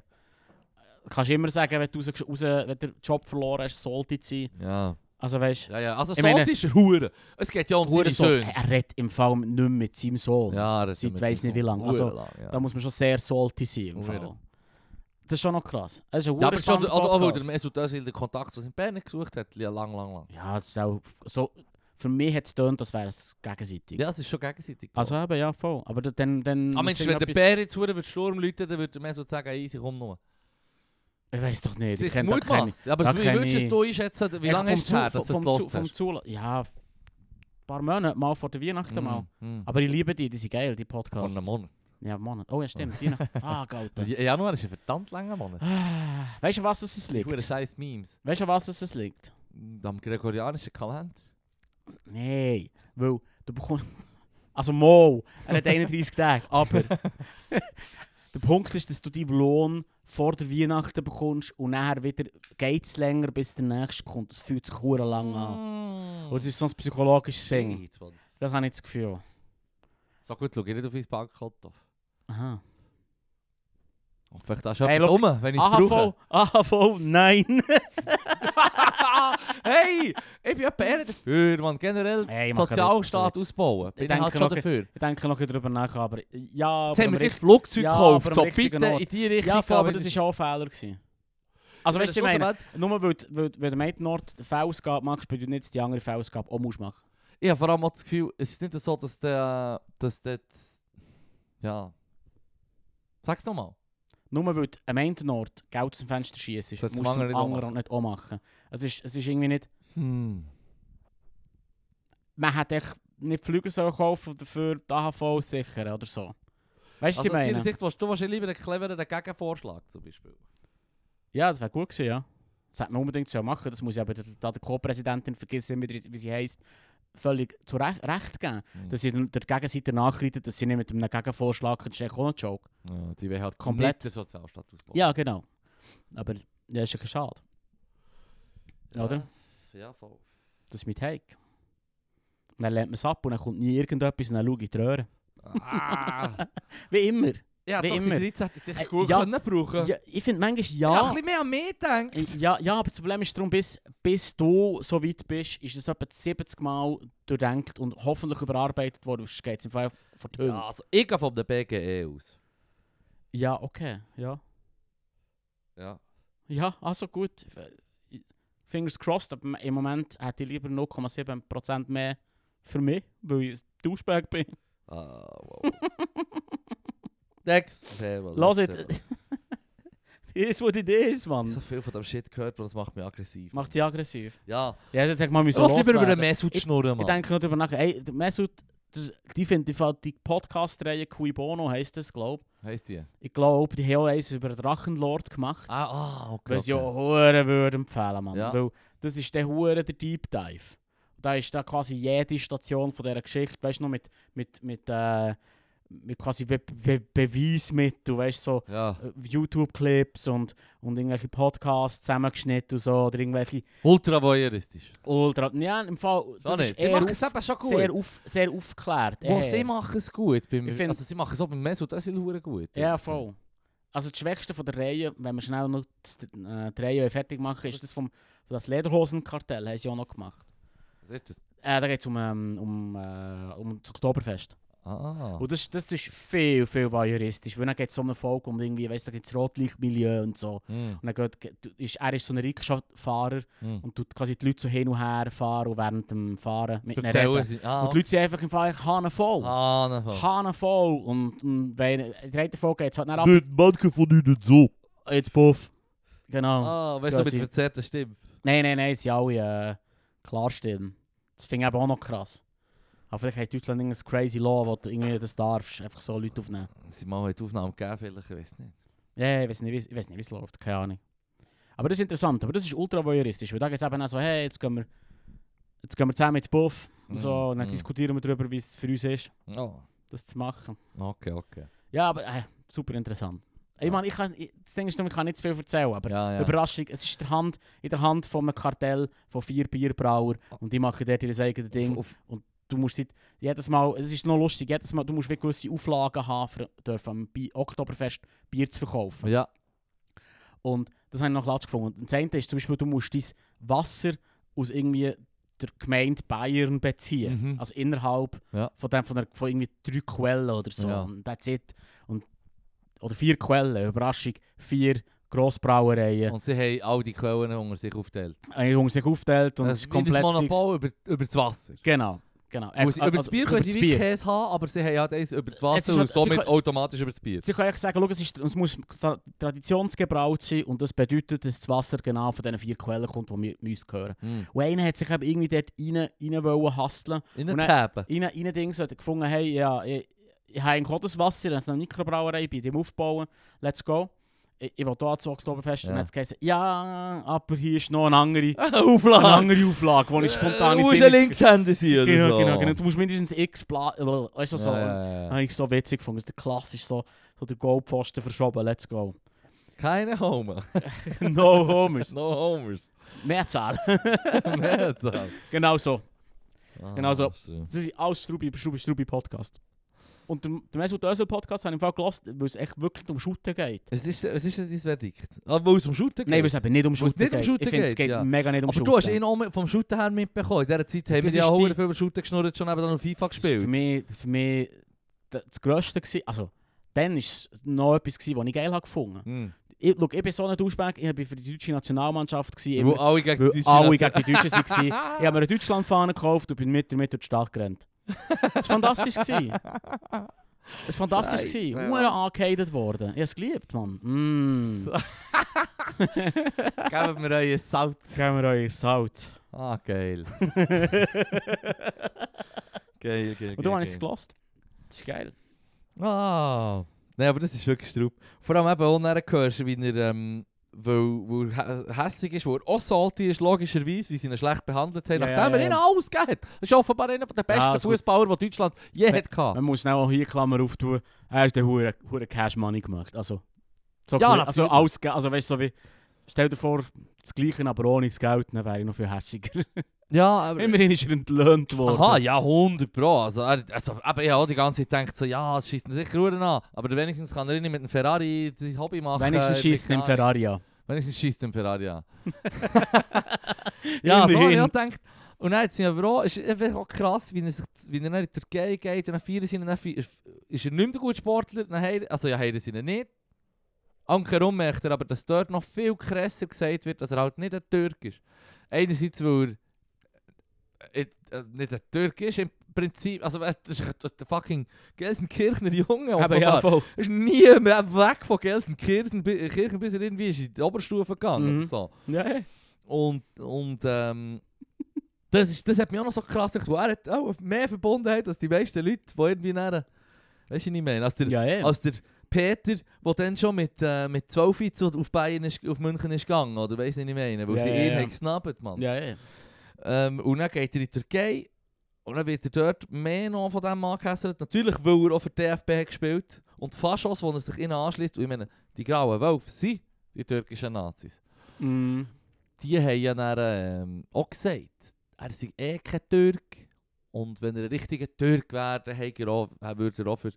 [SPEAKER 2] Kannst immer sagen, wenn du, raus, raus, wenn du den Job verloren hast, sollte es sein.
[SPEAKER 1] Ja,
[SPEAKER 2] Also weißt
[SPEAKER 1] ja, ja. Also,
[SPEAKER 2] Ich meine-
[SPEAKER 1] Solti ist ein Hure. Es geht ja um seine
[SPEAKER 2] Hure so,
[SPEAKER 1] Söhne.
[SPEAKER 2] er redet im Fall nicht mehr mit seinem Sohn.
[SPEAKER 1] Ja, das
[SPEAKER 2] Seit weiss nicht wie lang. Also, Da muss man schon sehr salty sein im
[SPEAKER 1] Hure.
[SPEAKER 2] Fall. Das ist schon noch krass. Das ist ein
[SPEAKER 1] ja,
[SPEAKER 2] ja,
[SPEAKER 1] aber schon, also, auch weil der Mesut Özil den Kontakt zu seinem Bär nicht gesucht hat, li- lang, lang, lang.
[SPEAKER 2] Ja, das ist auch, so, für mich hat es getönt, das wäre es gegenseitig.
[SPEAKER 1] Ja, es ist schon gegenseitig.
[SPEAKER 2] Also eben, ja, voll. Aber da- dann... dann
[SPEAKER 1] aber Mensch,
[SPEAKER 2] muss
[SPEAKER 1] wenn der
[SPEAKER 2] irgendetwas-
[SPEAKER 1] Bär jetzt Hure wird Sturm läuten, dann würde der Mesut sagen, easy, komm nur.
[SPEAKER 2] Ich weiß doch nicht,
[SPEAKER 1] Es
[SPEAKER 2] ich
[SPEAKER 1] ist
[SPEAKER 2] kenne da keine...
[SPEAKER 1] Mutmaß. Aber
[SPEAKER 2] da
[SPEAKER 1] wie
[SPEAKER 2] kenne
[SPEAKER 1] würdest du es
[SPEAKER 2] ich-
[SPEAKER 1] du einschätzen? Wie
[SPEAKER 2] Ja,
[SPEAKER 1] lange
[SPEAKER 2] vom
[SPEAKER 1] ist es her,
[SPEAKER 2] Zu-
[SPEAKER 1] dass du
[SPEAKER 2] vom-
[SPEAKER 1] es
[SPEAKER 2] vom Zu-
[SPEAKER 1] los
[SPEAKER 2] vom
[SPEAKER 1] hast?
[SPEAKER 2] Zula Ja, f- ein paar Monate, mal vor der Weihnachten mal.
[SPEAKER 1] Mm, mm.
[SPEAKER 2] Aber ich liebe die, die sind geil, die
[SPEAKER 1] Vor
[SPEAKER 2] Podcasts.
[SPEAKER 1] einem Monat.
[SPEAKER 2] Ja, Monat. Oh ja, stimmt, Weihnachten. Fuck, Alter.
[SPEAKER 1] Ja, Januar ist ein verdammt langer Monat.
[SPEAKER 2] Ah, Weißt du, was es es
[SPEAKER 1] Hure
[SPEAKER 2] liegt?
[SPEAKER 1] scheiß Memes.
[SPEAKER 2] Weißt du, an was es es liegt?
[SPEAKER 1] Am gregorianischen Kalender.
[SPEAKER 2] Nein, weil du bekommst... Also Mo, er hat 31 Tage, aber... der Punkt ist, dass du deinen Lohn vor der Weihnachten bekommst und nachher wieder geht es länger, bis der nächste kommt. Das fühlt sich verdammt lang an.
[SPEAKER 1] Mm.
[SPEAKER 2] Und das ist so ein psychologisches Ding.
[SPEAKER 1] Shit, Mann.
[SPEAKER 2] Da habe ich das Gefühl.
[SPEAKER 1] So gut, schau ich nicht auf mein Bankkonto.
[SPEAKER 2] Aha.
[SPEAKER 1] Und vielleicht hast du
[SPEAKER 2] Hey,
[SPEAKER 1] etwas
[SPEAKER 2] look.
[SPEAKER 1] rum, wenn ich es brauche.
[SPEAKER 2] AHV, AHV, nein.
[SPEAKER 1] hey, ich bin ja Bär dafür, man. Generell
[SPEAKER 2] Hey, ich mache
[SPEAKER 1] Sozialstaat
[SPEAKER 2] das jetzt.
[SPEAKER 1] ausbauen. Bin ich
[SPEAKER 2] denke
[SPEAKER 1] halt schon
[SPEAKER 2] noch-
[SPEAKER 1] dafür.
[SPEAKER 2] Ich denke noch darüber nach, aber ja,
[SPEAKER 1] Jetzt haben wir
[SPEAKER 2] aber
[SPEAKER 1] gleich Flugzeug
[SPEAKER 2] Ja, aber
[SPEAKER 1] gekauft.
[SPEAKER 2] am
[SPEAKER 1] So
[SPEAKER 2] richtigen
[SPEAKER 1] bitte
[SPEAKER 2] Ort.
[SPEAKER 1] in die Richtung.
[SPEAKER 2] ja, voll, aber
[SPEAKER 1] gehen,
[SPEAKER 2] das
[SPEAKER 1] wenn-
[SPEAKER 2] war auch ein Fehler. Gewesen. Also,
[SPEAKER 1] wenn
[SPEAKER 2] weißt du, ich
[SPEAKER 1] das
[SPEAKER 2] meine,
[SPEAKER 1] rausgeht.
[SPEAKER 2] nur weil, du- weil, weil der Maid-Nord die Faustgabe machst, bedeutet nicht, dass die andere Faustgabe auch musst machen.
[SPEAKER 1] Ich habe vor allem auch das Gefühl, es ist nicht so, dass der. Dass der ja. Sag's nochmal.
[SPEAKER 2] Nur weil du am Maid-Nord Geld aus dem Fenster schießt,
[SPEAKER 1] Sollst
[SPEAKER 2] musst
[SPEAKER 1] du
[SPEAKER 2] du
[SPEAKER 1] dem
[SPEAKER 2] es
[SPEAKER 1] anderen
[SPEAKER 2] dem
[SPEAKER 1] nicht auch
[SPEAKER 2] anderen nicht auch machen. Es ist, es ist irgendwie nicht...
[SPEAKER 1] Hm.
[SPEAKER 2] Man hätte echt nicht Flüge sollen kaufen und dafür die AHV sichern oder so. Weißt du,
[SPEAKER 1] Also
[SPEAKER 2] was ich
[SPEAKER 1] aus deiner
[SPEAKER 2] meine?
[SPEAKER 1] Sicht willst du wahrscheinlich lieber einen clevereren Gegenvorschlag zum Beispiel.
[SPEAKER 2] Ja, das wäre gut gewesen, ja. Das hätte man unbedingt so machen Das muss ich aber der, der der Co-Präsidentin, vergessen, wie wie sie heisst, völlig zu Re Recht geben.
[SPEAKER 1] Mhm.
[SPEAKER 2] Dass sie der Gegenseite nachreitet, dass sie nicht mit einem Gegenvorschlag kommt, ist eigentlich auch ein "Oh, Joke.
[SPEAKER 1] Ja, die wäre halt
[SPEAKER 2] Komplett.
[SPEAKER 1] komplett der Sozialstaat ausbauen.
[SPEAKER 2] Ja, nou. genau. Aber ja, ist ja kein schade.
[SPEAKER 1] Ja.
[SPEAKER 2] Oder?
[SPEAKER 1] Ja, voll.
[SPEAKER 2] Das ist mein Take. Und dann lernt man es ab und dann kommt nie irgendetwas und dann schaue ich die Röhre.
[SPEAKER 1] Ah.
[SPEAKER 2] Wie immer.
[SPEAKER 1] ja,
[SPEAKER 2] Wie
[SPEAKER 1] doch,
[SPEAKER 2] immer.
[SPEAKER 1] die 13 hätte ich sicher
[SPEAKER 2] Äh,
[SPEAKER 1] gut
[SPEAKER 2] ja.
[SPEAKER 1] können brauchen
[SPEAKER 2] Ja, ich finde manchmal
[SPEAKER 1] Ich hab
[SPEAKER 2] ja.
[SPEAKER 1] ein bisschen mehr an mich gedacht.
[SPEAKER 2] Äh, Ja, ja, aber das Problem ist darum, bis, bis du so weit bist, ist es etwa 70 Mal durchdenkt und hoffentlich überarbeitet worden. Sonst geht es im Fall vor die Hunde.
[SPEAKER 1] Ja,
[SPEAKER 2] Ja.
[SPEAKER 1] also ich gehe von der BGE aus.
[SPEAKER 2] okay. Ja.
[SPEAKER 1] Ja.
[SPEAKER 2] ja, also gut. F- äh, Fingers crossed, aber im Moment hätte ich lieber 0,7% mehr für mich, weil ich ein Duschbag bin.
[SPEAKER 1] Ah, wow. Next. Thema,
[SPEAKER 2] Los
[SPEAKER 1] nächstes
[SPEAKER 2] jetzt.
[SPEAKER 1] Thema.
[SPEAKER 2] Is what it is,
[SPEAKER 1] Ich hab
[SPEAKER 2] Mann.
[SPEAKER 1] so viel von dem Shit gehört, und das macht mich aggressiv.
[SPEAKER 2] Macht dich aggressiv.
[SPEAKER 1] Ja.
[SPEAKER 2] Ja, jetzt sag mal, wir
[SPEAKER 1] Ich
[SPEAKER 2] müssen
[SPEAKER 1] lass lieber über
[SPEAKER 2] loswerden.
[SPEAKER 1] den Mesut schnurren,
[SPEAKER 2] Ich
[SPEAKER 1] Mann.
[SPEAKER 2] denke noch darüber nach. Ey, der Mesut, das- die findet im Fall die Podcast-Reihe Cui Bono, heisst das, glaube
[SPEAKER 1] Heisst die?
[SPEAKER 2] ich. Ich glaube, die haben auch eins über den Drachenlord gemacht.
[SPEAKER 1] Ah, ah, okay.
[SPEAKER 2] was ich
[SPEAKER 1] okay.
[SPEAKER 2] auch Huren würde empfehlen, Mann.
[SPEAKER 1] Ja.
[SPEAKER 2] Weil das ist der Huren der Deep Dive. Und Da ist da quasi jede Station von dieser Geschichte, weißt du, noch mit, mit, mit, äh, mit quasi Be Be Beweismitteln, weißt du, so
[SPEAKER 1] Ja.
[SPEAKER 2] äh, YouTube-Clips und, und irgendwelche Podcasts zusammengeschnitten und so, oder irgendwelche
[SPEAKER 1] Ultra voyeuristisch.
[SPEAKER 2] Ultra... Ja, im Fall, das ist
[SPEAKER 1] Sie
[SPEAKER 2] eher
[SPEAKER 1] machen
[SPEAKER 2] auf-
[SPEAKER 1] es eben schon gut.
[SPEAKER 2] sehr, auf, sehr aufgeklärt. Äh,
[SPEAKER 1] Wo
[SPEAKER 2] eher.
[SPEAKER 1] sie machen es gut. Beim,
[SPEAKER 2] Ich find-
[SPEAKER 1] also sie machen es auch beim Mesut Özil hure gut.
[SPEAKER 2] Ja, voll. Also das Schwächste von der Reihe, wenn wir schnell noch das, äh, die Reihe fertig machen, ist das vom das Lederhosenkartell, haben sie auch noch gemacht.
[SPEAKER 1] Was ist das?
[SPEAKER 2] Äh, da geht es um, ähm, um, äh, um das Oktoberfest.
[SPEAKER 1] Ah.
[SPEAKER 2] Und das, das ist viel, viel voyeuristisch, weil dann geht es um eine Folge um irgendwie, weißt du, da gibt es Rotlichtmilieu und so.
[SPEAKER 1] Hm,
[SPEAKER 2] Und dann geht, geht- du- ist, er ist so ein Rikscha-Fahrer
[SPEAKER 1] hm.
[SPEAKER 2] und tut quasi die Leute so hin und her fahren und während dem Fahren mit ihnen
[SPEAKER 1] Erzählen
[SPEAKER 2] reden.
[SPEAKER 1] sie. Ah,
[SPEAKER 2] Und die Leute sind einfach im Fall Hahn voll.
[SPEAKER 1] Ah, na voll.
[SPEAKER 2] Hahn voll. Und, und wenn, in der dritten Folge geht es halt dann ab.
[SPEAKER 3] Nicht manche von ihnen so.
[SPEAKER 2] Jetzt puff. Genau.
[SPEAKER 1] Ah, weißt du, mit
[SPEAKER 2] Quasi.
[SPEAKER 1] verzerrter Stimme.
[SPEAKER 2] Nein, nein, nein, es sind alle äh, Klarstimmen. Das finde ich eben auch noch krass. Aber vielleicht hat Deutschland irgendein crazy Law, wo du irgendwie das darfst, einfach so Leute aufnehmen.
[SPEAKER 1] Sie mal heute Aufnahmen gegeben, vielleicht, ich weiß nicht.
[SPEAKER 2] Ja, ja, ich weiß nicht, wie es- ich weiß nicht, wie es läuft, keine Ahnung. Aber das ist interessant, aber das ist ultra voyeuristisch, weil da geht es eben auch so, hey, jetzt gehen wir, jetzt gehen wir zusammen ins Buff und so,
[SPEAKER 1] Mhm,
[SPEAKER 2] und dann
[SPEAKER 1] mhm.
[SPEAKER 2] diskutieren wir darüber, wie es für uns ist,
[SPEAKER 1] Oh,
[SPEAKER 2] das zu machen.
[SPEAKER 1] okay, okay.
[SPEAKER 2] Ja, aber äh, super interessant. Ich
[SPEAKER 1] Ja.
[SPEAKER 2] meine, ich kann, ich, das Ding ist, darum, ich kann nicht zu viel erzählen, aber
[SPEAKER 1] Ja, ja.
[SPEAKER 2] Überraschung, es ist in der Hand, in der Hand von einem Kartell von vier Bierbrauern und die machen dort ihr eigenes Ding.
[SPEAKER 1] Ah. Auf- auf-
[SPEAKER 2] Du musst nicht, jedes Mal, es ist noch lustig, jedes Mal, du musst wirklich gewisse Auflagen haben, für, dürfen am Bi Oktoberfest Bier zu verkaufen.
[SPEAKER 1] ja,
[SPEAKER 2] Und das habe ich noch klatsch gefunden. Und das eine ist zum Beispiel, du musst dein Wasser aus irgendwie der Gemeinde Bayern beziehen.
[SPEAKER 1] Mhm.
[SPEAKER 2] Also innerhalb
[SPEAKER 1] Ja.
[SPEAKER 2] von, dem, von, der, von irgendwie drei Quellen oder so.
[SPEAKER 1] Ja.
[SPEAKER 2] Und that's it. Und, oder vier Quellen, Überraschung, vier Grossbrauereien.
[SPEAKER 1] und sie haben all die Quellen unter sich aufgeteilt.
[SPEAKER 2] Eine haben sich aufgeteilt und
[SPEAKER 1] das
[SPEAKER 2] es ist
[SPEAKER 1] ist wie das
[SPEAKER 2] komplett fix.
[SPEAKER 1] Monopol über, über das Wasser.
[SPEAKER 2] Genau, genau.
[SPEAKER 1] Muss ich,
[SPEAKER 2] Äh,
[SPEAKER 1] über das
[SPEAKER 2] also,
[SPEAKER 1] Bier können
[SPEAKER 2] über das
[SPEAKER 1] sie wie
[SPEAKER 2] Bier.
[SPEAKER 1] Käse haben, aber sie haben ja das über das
[SPEAKER 2] Es ist
[SPEAKER 1] Wasser und
[SPEAKER 2] halt- sie
[SPEAKER 1] somit
[SPEAKER 2] können-
[SPEAKER 1] automatisch über das Bier.
[SPEAKER 2] Sie können eigentlich sagen, schau, es, ist, es muss tra- traditionsgebraut sein und das bedeutet, dass das Wasser genau von diesen vier Quellen kommt, die wir uns gehören.
[SPEAKER 1] Mhm.
[SPEAKER 2] Und einer hat sich eben irgendwie dort rein, rein wollen hasteln.
[SPEAKER 1] In den
[SPEAKER 2] Und dann-
[SPEAKER 1] Taben.
[SPEAKER 2] Rein, rein Dings hat er gefunden, hey, ja, ich, ich habe eigentlich auch das Wasser, ich habe es noch in der Mikrobrauerei, bei dem aufbauen, let's go. Ich, ich will hier zu Oktoberfest. Und
[SPEAKER 1] Ja.
[SPEAKER 2] dann hat es geheißen, ja, aber hier ist noch eine andere, eine
[SPEAKER 1] Auflage!
[SPEAKER 2] andere Auflage, die ich
[SPEAKER 1] Du
[SPEAKER 2] spontan in den
[SPEAKER 1] musst
[SPEAKER 2] Sinn
[SPEAKER 1] ein
[SPEAKER 2] ist-
[SPEAKER 1] Linkshänder sein oder
[SPEAKER 2] Genau,
[SPEAKER 1] so.
[SPEAKER 2] genau, genau. Du musst mindestens x Bla... äh, Weißt du, so.
[SPEAKER 1] Ja,
[SPEAKER 2] Und
[SPEAKER 1] ja, ja.
[SPEAKER 2] das Habe ich so witzig gefunden. Der klassisch so, so der Goldpfosten verschoben, let's go.
[SPEAKER 1] Keine Homer.
[SPEAKER 2] No homers.
[SPEAKER 1] No Homers.
[SPEAKER 2] Mehrzahl.
[SPEAKER 1] Mehrzahl.
[SPEAKER 2] genau so.
[SPEAKER 1] Ah,
[SPEAKER 2] Genau so.
[SPEAKER 1] stimmt.
[SPEAKER 2] Das ist alles Strubi, Strubi, Strubi Podcast. Und der, der Mesut Özil Podcast habe ich im Fall gelassen, weil es echt wirklich um Shooten geht.
[SPEAKER 1] Es ist, es ist dein Verdikt. Ah, weil es um Shooten geht?
[SPEAKER 2] Nein, weil es eben nicht um
[SPEAKER 1] Weil es
[SPEAKER 2] Shooten
[SPEAKER 1] nicht
[SPEAKER 2] geht.
[SPEAKER 1] um Shooten
[SPEAKER 2] ich finde, es
[SPEAKER 1] geht,
[SPEAKER 2] geht
[SPEAKER 1] ja.
[SPEAKER 2] mega nicht um
[SPEAKER 1] aber
[SPEAKER 2] Shooten.
[SPEAKER 1] du hast ihn auch mit- vom Shooten her mitbekommen. In dieser Zeit haben
[SPEAKER 2] Das
[SPEAKER 1] wir ja
[SPEAKER 2] ist
[SPEAKER 1] auch
[SPEAKER 2] dus die-
[SPEAKER 1] sehr viel über Shooten geschnurrt, schon eben dann auf FIFA
[SPEAKER 2] Das war für
[SPEAKER 1] gespielt.
[SPEAKER 2] mich, für mich d- das Größte. Gewesen. Also, dann war es noch etwas, gewesen, was ich geil habe gefunden
[SPEAKER 1] Mhm.
[SPEAKER 2] Ich, schau, ich bin so ein Duschback, ich war für die deutsche Nationalmannschaft. Gewesen,
[SPEAKER 1] Weil
[SPEAKER 2] immer,
[SPEAKER 1] alle gegen
[SPEAKER 2] weil
[SPEAKER 1] die Deutschen
[SPEAKER 2] alle
[SPEAKER 1] Nation-
[SPEAKER 2] gegen die Deutschen waren. Ich habe mir eine Deutschlandfahne gekauft und bin mit damit durch die Stadt gerannt. Das war fantastisch. gewesen. Es war fantastisch.
[SPEAKER 1] Scheiße,
[SPEAKER 2] Ich
[SPEAKER 1] Mann.
[SPEAKER 2] angehatet worden. Ich habe es geliebt, Mann. Mm.
[SPEAKER 1] Gebt mir euer Salz.
[SPEAKER 2] Geben wir euch Salz.
[SPEAKER 1] Ah, geil. Geil, geil,
[SPEAKER 2] Und du
[SPEAKER 1] geil,
[SPEAKER 2] hast es
[SPEAKER 1] geil.
[SPEAKER 2] gelost. Das ist geil.
[SPEAKER 1] Ah. Nein, aber das ist wirklich straub. Vor allem eben auch nachher hörst, du, wie er, ähm, weil, weil er hä- hässig ist, weil er auch salty ist, logischerweise, wie sie ihn schlecht behandelt haben,
[SPEAKER 2] Ja,
[SPEAKER 1] nachdem
[SPEAKER 2] ja,
[SPEAKER 1] er ihn
[SPEAKER 2] ja.
[SPEAKER 1] alles gegeben hat. Das ist offenbar einer der besten
[SPEAKER 2] Ja, das muss-
[SPEAKER 1] Fußballer, die Deutschland je
[SPEAKER 2] Wenn-
[SPEAKER 1] hatte.
[SPEAKER 2] Man muss schnell auch hier Klammer auftun. Er ist der hure hure Cash Money gemacht. Also, so
[SPEAKER 1] Ja,
[SPEAKER 2] viel- also
[SPEAKER 1] natürlich.
[SPEAKER 2] ausge also weißt du, so wie stell dir vor, das gleiche, aber ohne das Geld, dann wäre ich noch viel hässiger.
[SPEAKER 1] Ja, aber...
[SPEAKER 2] Immerhin ist er entlöhnt worden.
[SPEAKER 1] Aha, ja, 100 Pro. Also, er, also, eben, ich habe auch die ganze Zeit gedacht, so, ja, es schießt ihn sicher Uhren an. Aber wenigstens kann er nicht mit dem Ferrari sein Hobby machen.
[SPEAKER 2] Wenigstens
[SPEAKER 1] äh,
[SPEAKER 2] schießt
[SPEAKER 1] keine
[SPEAKER 2] im
[SPEAKER 1] Ahnung.
[SPEAKER 2] Ferrari an.
[SPEAKER 1] Wenigstens schießt im Ferrari an. ja, Oh, so habe ich
[SPEAKER 2] Immerhin.
[SPEAKER 1] auch gedacht. Und dann hat sie aber auch, ist einfach auch krass, wie er, sich, wie er dann in die Türkei geht und dann feiern sie ihn, dann fe- ist er nicht mehr der gute Sportler, dann heiren, also ja, heiren sie ihn nicht. Ankerum merkt er aber, dass dort noch viel krasser gesagt wird, dass er halt nicht ein Türk ist. Einerseits, weil er äh, äh, nicht ein Türk ist im Prinzip, also äh, das ist ein- das ist ein fucking Gelsenkirchner Junge
[SPEAKER 2] Aber ja,
[SPEAKER 1] offenbar.
[SPEAKER 2] voll.
[SPEAKER 1] Er ist nie mehr weg von Gelsenkirchen, bi- Kirchen, bis er irgendwie ist in die Oberstufe gegangen
[SPEAKER 2] Mhm.
[SPEAKER 1] oder so.
[SPEAKER 2] Ja.
[SPEAKER 1] Und, und ähm, das, ist, das hat mich auch noch so krass gedacht, wo er hat auch mehr Verbundenheit als die meisten Leute, die irgendwie näher. Weißt du, was ich meine? Als der,
[SPEAKER 2] Ja, ja.
[SPEAKER 1] als der Peter, der dann schon mit, äh, mit 12 Jahren zu- auf Bayern ist, auf München ist gegangen, oder weißt du, was ich meine? Weil
[SPEAKER 2] Ja,
[SPEAKER 1] sie
[SPEAKER 2] ja,
[SPEAKER 1] ihn
[SPEAKER 2] ja.
[SPEAKER 1] haben geschnappt, Mann.
[SPEAKER 2] ja, ja.
[SPEAKER 1] Ähm, und dann geht er in die Türkei und dann wird er dort mehr noch von dem angehässelt. Natürlich, weil er auch für die DFB hat gespielt Und die Faschos, die er sich innen anschließt, und ich meine, die grauen Wölfe sind die türkischen Nazis.
[SPEAKER 2] Mm.
[SPEAKER 1] Die haben ja dann ähm, auch gesagt, er sei eh kein Türk. Und wenn er ein richtiger Türk wäre, dann hätte er auch, äh, würde er auch für,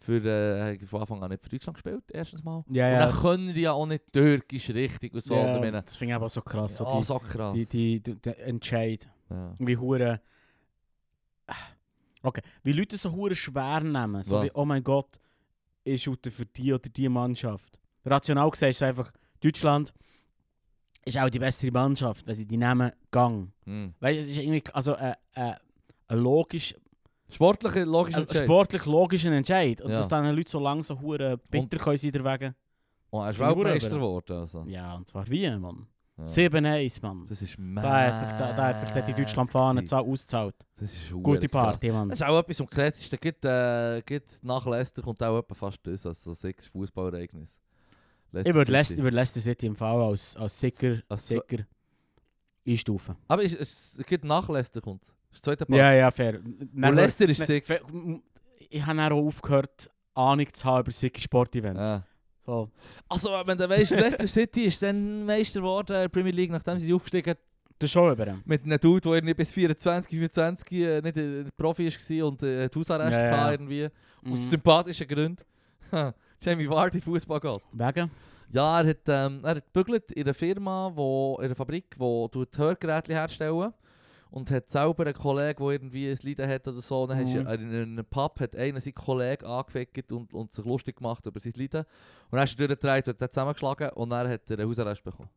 [SPEAKER 1] für äh, hat er von Anfang an nicht für Deutschland gespielt, erstens mal.
[SPEAKER 2] Ja,
[SPEAKER 1] Und
[SPEAKER 2] ja.
[SPEAKER 1] dann können die ja auch nicht türkisch richtig und so. Und ich
[SPEAKER 2] ja.
[SPEAKER 1] meine,
[SPEAKER 2] Das finde ich aber so krass. So
[SPEAKER 1] ah,
[SPEAKER 2] die,
[SPEAKER 1] so krass.
[SPEAKER 2] die, die, die, die Entscheid.
[SPEAKER 1] ja.
[SPEAKER 2] wie hure Ah, okay wie Leute so hure schwer nehmen so
[SPEAKER 1] Was?
[SPEAKER 2] wie oh mein Gott ich shoote für die oder die Mannschaft rational gesehen ist es einfach Deutschland ist auch die bessere Mannschaft wenn sie die nehmen gang
[SPEAKER 1] Hm.
[SPEAKER 2] weißt es ist irgendwie also äh, äh, ein logisch
[SPEAKER 1] Sportlicher, logischer
[SPEAKER 2] ein
[SPEAKER 1] Entscheid.
[SPEAKER 2] sportlich logischer Entscheid und
[SPEAKER 1] Ja.
[SPEAKER 2] dass dann Leute so lang so hure bitter können sie derwegen
[SPEAKER 1] Oh, er ist
[SPEAKER 2] Figur
[SPEAKER 1] Weltmeister
[SPEAKER 2] aber.
[SPEAKER 1] geworden. Also.
[SPEAKER 2] ja und zwar wie Mann
[SPEAKER 1] Ja.
[SPEAKER 2] 7-1, Mann.
[SPEAKER 1] Das ist
[SPEAKER 2] Da
[SPEAKER 1] mad.
[SPEAKER 2] hat sich, da, da hat sich dann die Deutschlandfahne
[SPEAKER 1] gewesen.
[SPEAKER 2] za- ausgezahlt.
[SPEAKER 1] Das ist verdammt
[SPEAKER 2] Gute
[SPEAKER 1] krass.
[SPEAKER 2] Party, Mann.
[SPEAKER 1] Das ist auch etwas am krassesten. Gibt, äh, gibt nach Leicester kommt auch etwa fast das, als so sechs Fußballereignis.
[SPEAKER 2] Ich würde Leicester, ich würd Leicester City im Fall als, als sicher,
[SPEAKER 1] Als zwe-
[SPEAKER 2] sicher einstufen.
[SPEAKER 1] Aber es ist, es gibt nach Leicester kommt. Das ist der zweite Platz.
[SPEAKER 2] Ja, ja, fair.
[SPEAKER 1] Und
[SPEAKER 2] Nein,
[SPEAKER 1] Leicester ist
[SPEAKER 2] nein,
[SPEAKER 1] sick.
[SPEAKER 2] fair. M- Ich habe dann auch aufgehört, Ahnung zu haben über solche Sportevents.
[SPEAKER 1] Ja.
[SPEAKER 2] So.
[SPEAKER 1] Also, wenn du weißt, Leicester City ist dann Meister geworden in der Premier League, nachdem sie aufgestiegen
[SPEAKER 2] Das ist schon über ihn.
[SPEAKER 1] Mit einem Dude, der irgendwie bis 24, 25 äh, nicht äh, Profi war und äh, hat Hausarrest
[SPEAKER 2] Ja, ja.
[SPEAKER 1] hatte irgendwie. Aus
[SPEAKER 2] Mhm.
[SPEAKER 1] sympathischen Gründen. Jamie Vardy Fußballgott.
[SPEAKER 2] Wegen?
[SPEAKER 1] Ja, er hat, ähm, er hat bügelt in einer Firma, wo, in einer Fabrik, die tut Hörgeräte herstellen und hat selber einen Kollegen, der irgendwie ein Leiden hat oder so. Und Dann
[SPEAKER 2] Mhm.
[SPEAKER 1] mhm. in einem Pub hat einer seinen Kollegen angefickt und, und sich lustig gemacht über sein Leiden. Und dann ist er durchgedreht und hat ihn zusammengeschlagen und dann hat er einen Hausarrest bekommen.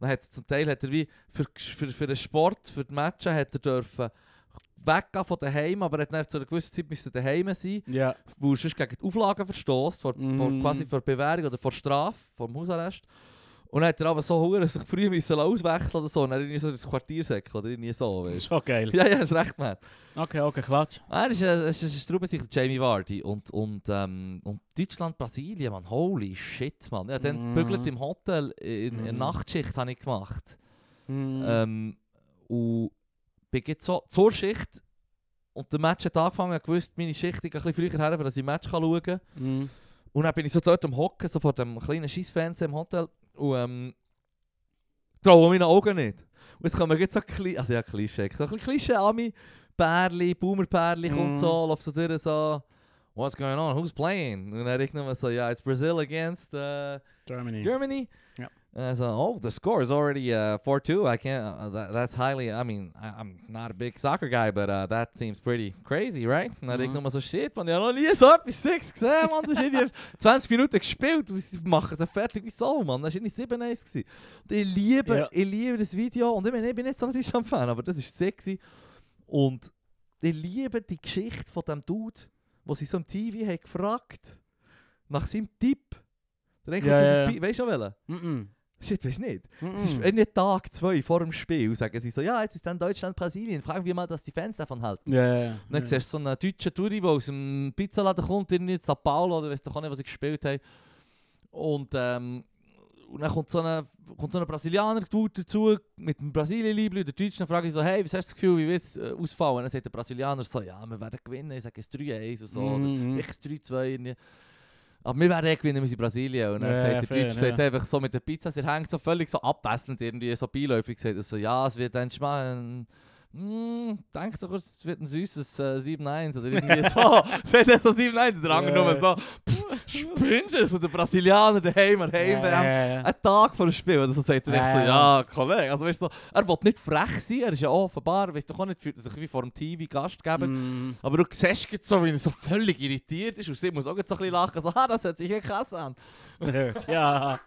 [SPEAKER 1] Dann hat, zum Teil hat er wie für, für, für den Sport, für die Matchen, hat er dürfen weggehen von daheim, aber er hat dann zu einer gewissen Zeit müssen daheim sein
[SPEAKER 2] Ja.
[SPEAKER 1] wo du sonst gegen die Auflagen verstoßt, vor, vor,
[SPEAKER 2] Mm.
[SPEAKER 1] quasi vor Bewährung oder vor Strafe, vom Hausarrest. Und dann hat er aber so Hunger, dass sich früh müssen auswechseln oder so, und dann irgendwie so ins Quartier säckeln oder irgendwie so,
[SPEAKER 2] Das ist
[SPEAKER 1] weißt
[SPEAKER 2] schon geil.
[SPEAKER 1] du. Ja, ja, ist recht, man.
[SPEAKER 2] Okay, okay, klatsch.
[SPEAKER 1] Er ist, äh, ist, ist, ist Traubensicher, Jamie Vardy und, und, ähm, und Deutschland, Brasilien, man, holy shit, man. Ja, dann
[SPEAKER 2] Mm.
[SPEAKER 1] bügelt im Hotel, in, in
[SPEAKER 2] Mm.
[SPEAKER 1] Nachtschicht habe ich gemacht.
[SPEAKER 2] Mhm.
[SPEAKER 1] Ähm, und bin jetzt so zur Schicht und der Match hat angefangen, ich wusste, meine Schicht ich gehe ein bisschen früher her, damit ich das Match kann schauen kann.
[SPEAKER 2] Mhm.
[SPEAKER 1] Und dann bin ich so dort am Hocken, so vor dem kleinen Scheissfernseher im Hotel. Und ähm, traue meinen Augen nicht. Und es kommen jetzt so Klischee, also ja Klischee, so ein bisschen Klischee Ami, Bärli, Boomer-Bärli
[SPEAKER 2] Mhm.
[SPEAKER 1] kommt so, läuft so durch so «What's going on? Who's playing?» Und dann ich nur so «Yeah, it's Brazil against äh,
[SPEAKER 2] Germany.
[SPEAKER 1] Germany.»
[SPEAKER 2] Ja.
[SPEAKER 1] And I said, oh, the score is already uh, 4-2. I can't, uh, that, that's highly, I mean, I, I'm not a big soccer guy, but uh, that seems pretty crazy, right? Und dann
[SPEAKER 2] Mhm.
[SPEAKER 1] denk ich nochmal so, shit, man, ich habe noch nie so etwas 6 gesehen, man. Das ist irgendwie 20 Minuten gespielt und sie machen es fertig wie so, man. Das war irgendwie 7 1 gewesen. Und ich liebe,
[SPEAKER 2] Ja.
[SPEAKER 1] ich liebe das Video. Und ich, meine, ich bin nicht so ein Deutschland-Fan, aber das war sexy. Und ich liebe die Geschichte von dem Dude, wo sie so im TV haben gefragt nach seinem Tipp. Der denkt,
[SPEAKER 2] Ja,
[SPEAKER 1] yeah,
[SPEAKER 2] ja, ja.
[SPEAKER 1] weißt du noch welchen?
[SPEAKER 2] Mhm.
[SPEAKER 1] Shit, weißt du nicht?
[SPEAKER 2] Mhm.
[SPEAKER 1] Es ist einen Tag, zwei vor dem Spiel, sagen sie so, ja, jetzt ist dann Deutschland, Brasilien, fragen wir mal, dass die Fans davon halten.
[SPEAKER 2] Ja, ja, ja.
[SPEAKER 1] Und dann siehst du so einen deutschen Touri, der aus dem Pizzaladen kommt, in Sao Paulo oder weiss doch auch nicht, was sie gespielt haben. Und, ähm, und dann kommt so ein, kommt so ein Brasilianer Dude dazu mit einem Brasilien-Liebling, der Deutschen, dann frage ich so, hey, was hast du das Gefühl, wie wird es äh, ausfallen? Und dann sagt der Brasilianer so, ja, wir werden gewinnen, ich sage es 3-1 und so. Oder
[SPEAKER 2] Mhm.
[SPEAKER 1] Vielleicht 3-2 irgendwie. Aber wir wären eh gewinnen, wir sind Brasilien. Und er
[SPEAKER 2] Ja, ja,
[SPEAKER 1] sagt, der
[SPEAKER 2] fair,
[SPEAKER 1] Deutsche sagt
[SPEAKER 2] ja.
[SPEAKER 1] einfach so mit der Pizza, sie hängt so völlig so abwechselnd irgendwie, so beiläufig gesagt. Also ja, es wird ein Schmarrn. Mm, denk doch kurz, es wird ein süßes äh, 7-1 oder irgendwie so. Es wird nicht so 7-1, der andere
[SPEAKER 2] Ja.
[SPEAKER 1] nur so, pff, spinnst du? So der Brasilianer daheim, er heim,
[SPEAKER 2] Ja,
[SPEAKER 1] der
[SPEAKER 2] ja, ja.
[SPEAKER 1] einen Tag vor dem Spiel. Also sagt er echt so,
[SPEAKER 2] Ja.
[SPEAKER 1] ja, Kollege. Also weißt du, so, er will nicht frech sein, er ist ja offenbar, weißt du, auch nicht, fühlt er sich wie vor dem TV Gastgeber.
[SPEAKER 2] Mhm.
[SPEAKER 1] Aber du siehst jetzt so, wie er so völlig irritiert ist und sie muss auch jetzt so ein bisschen lachen. So, ha, das hört sich ja krass an.
[SPEAKER 2] Ja.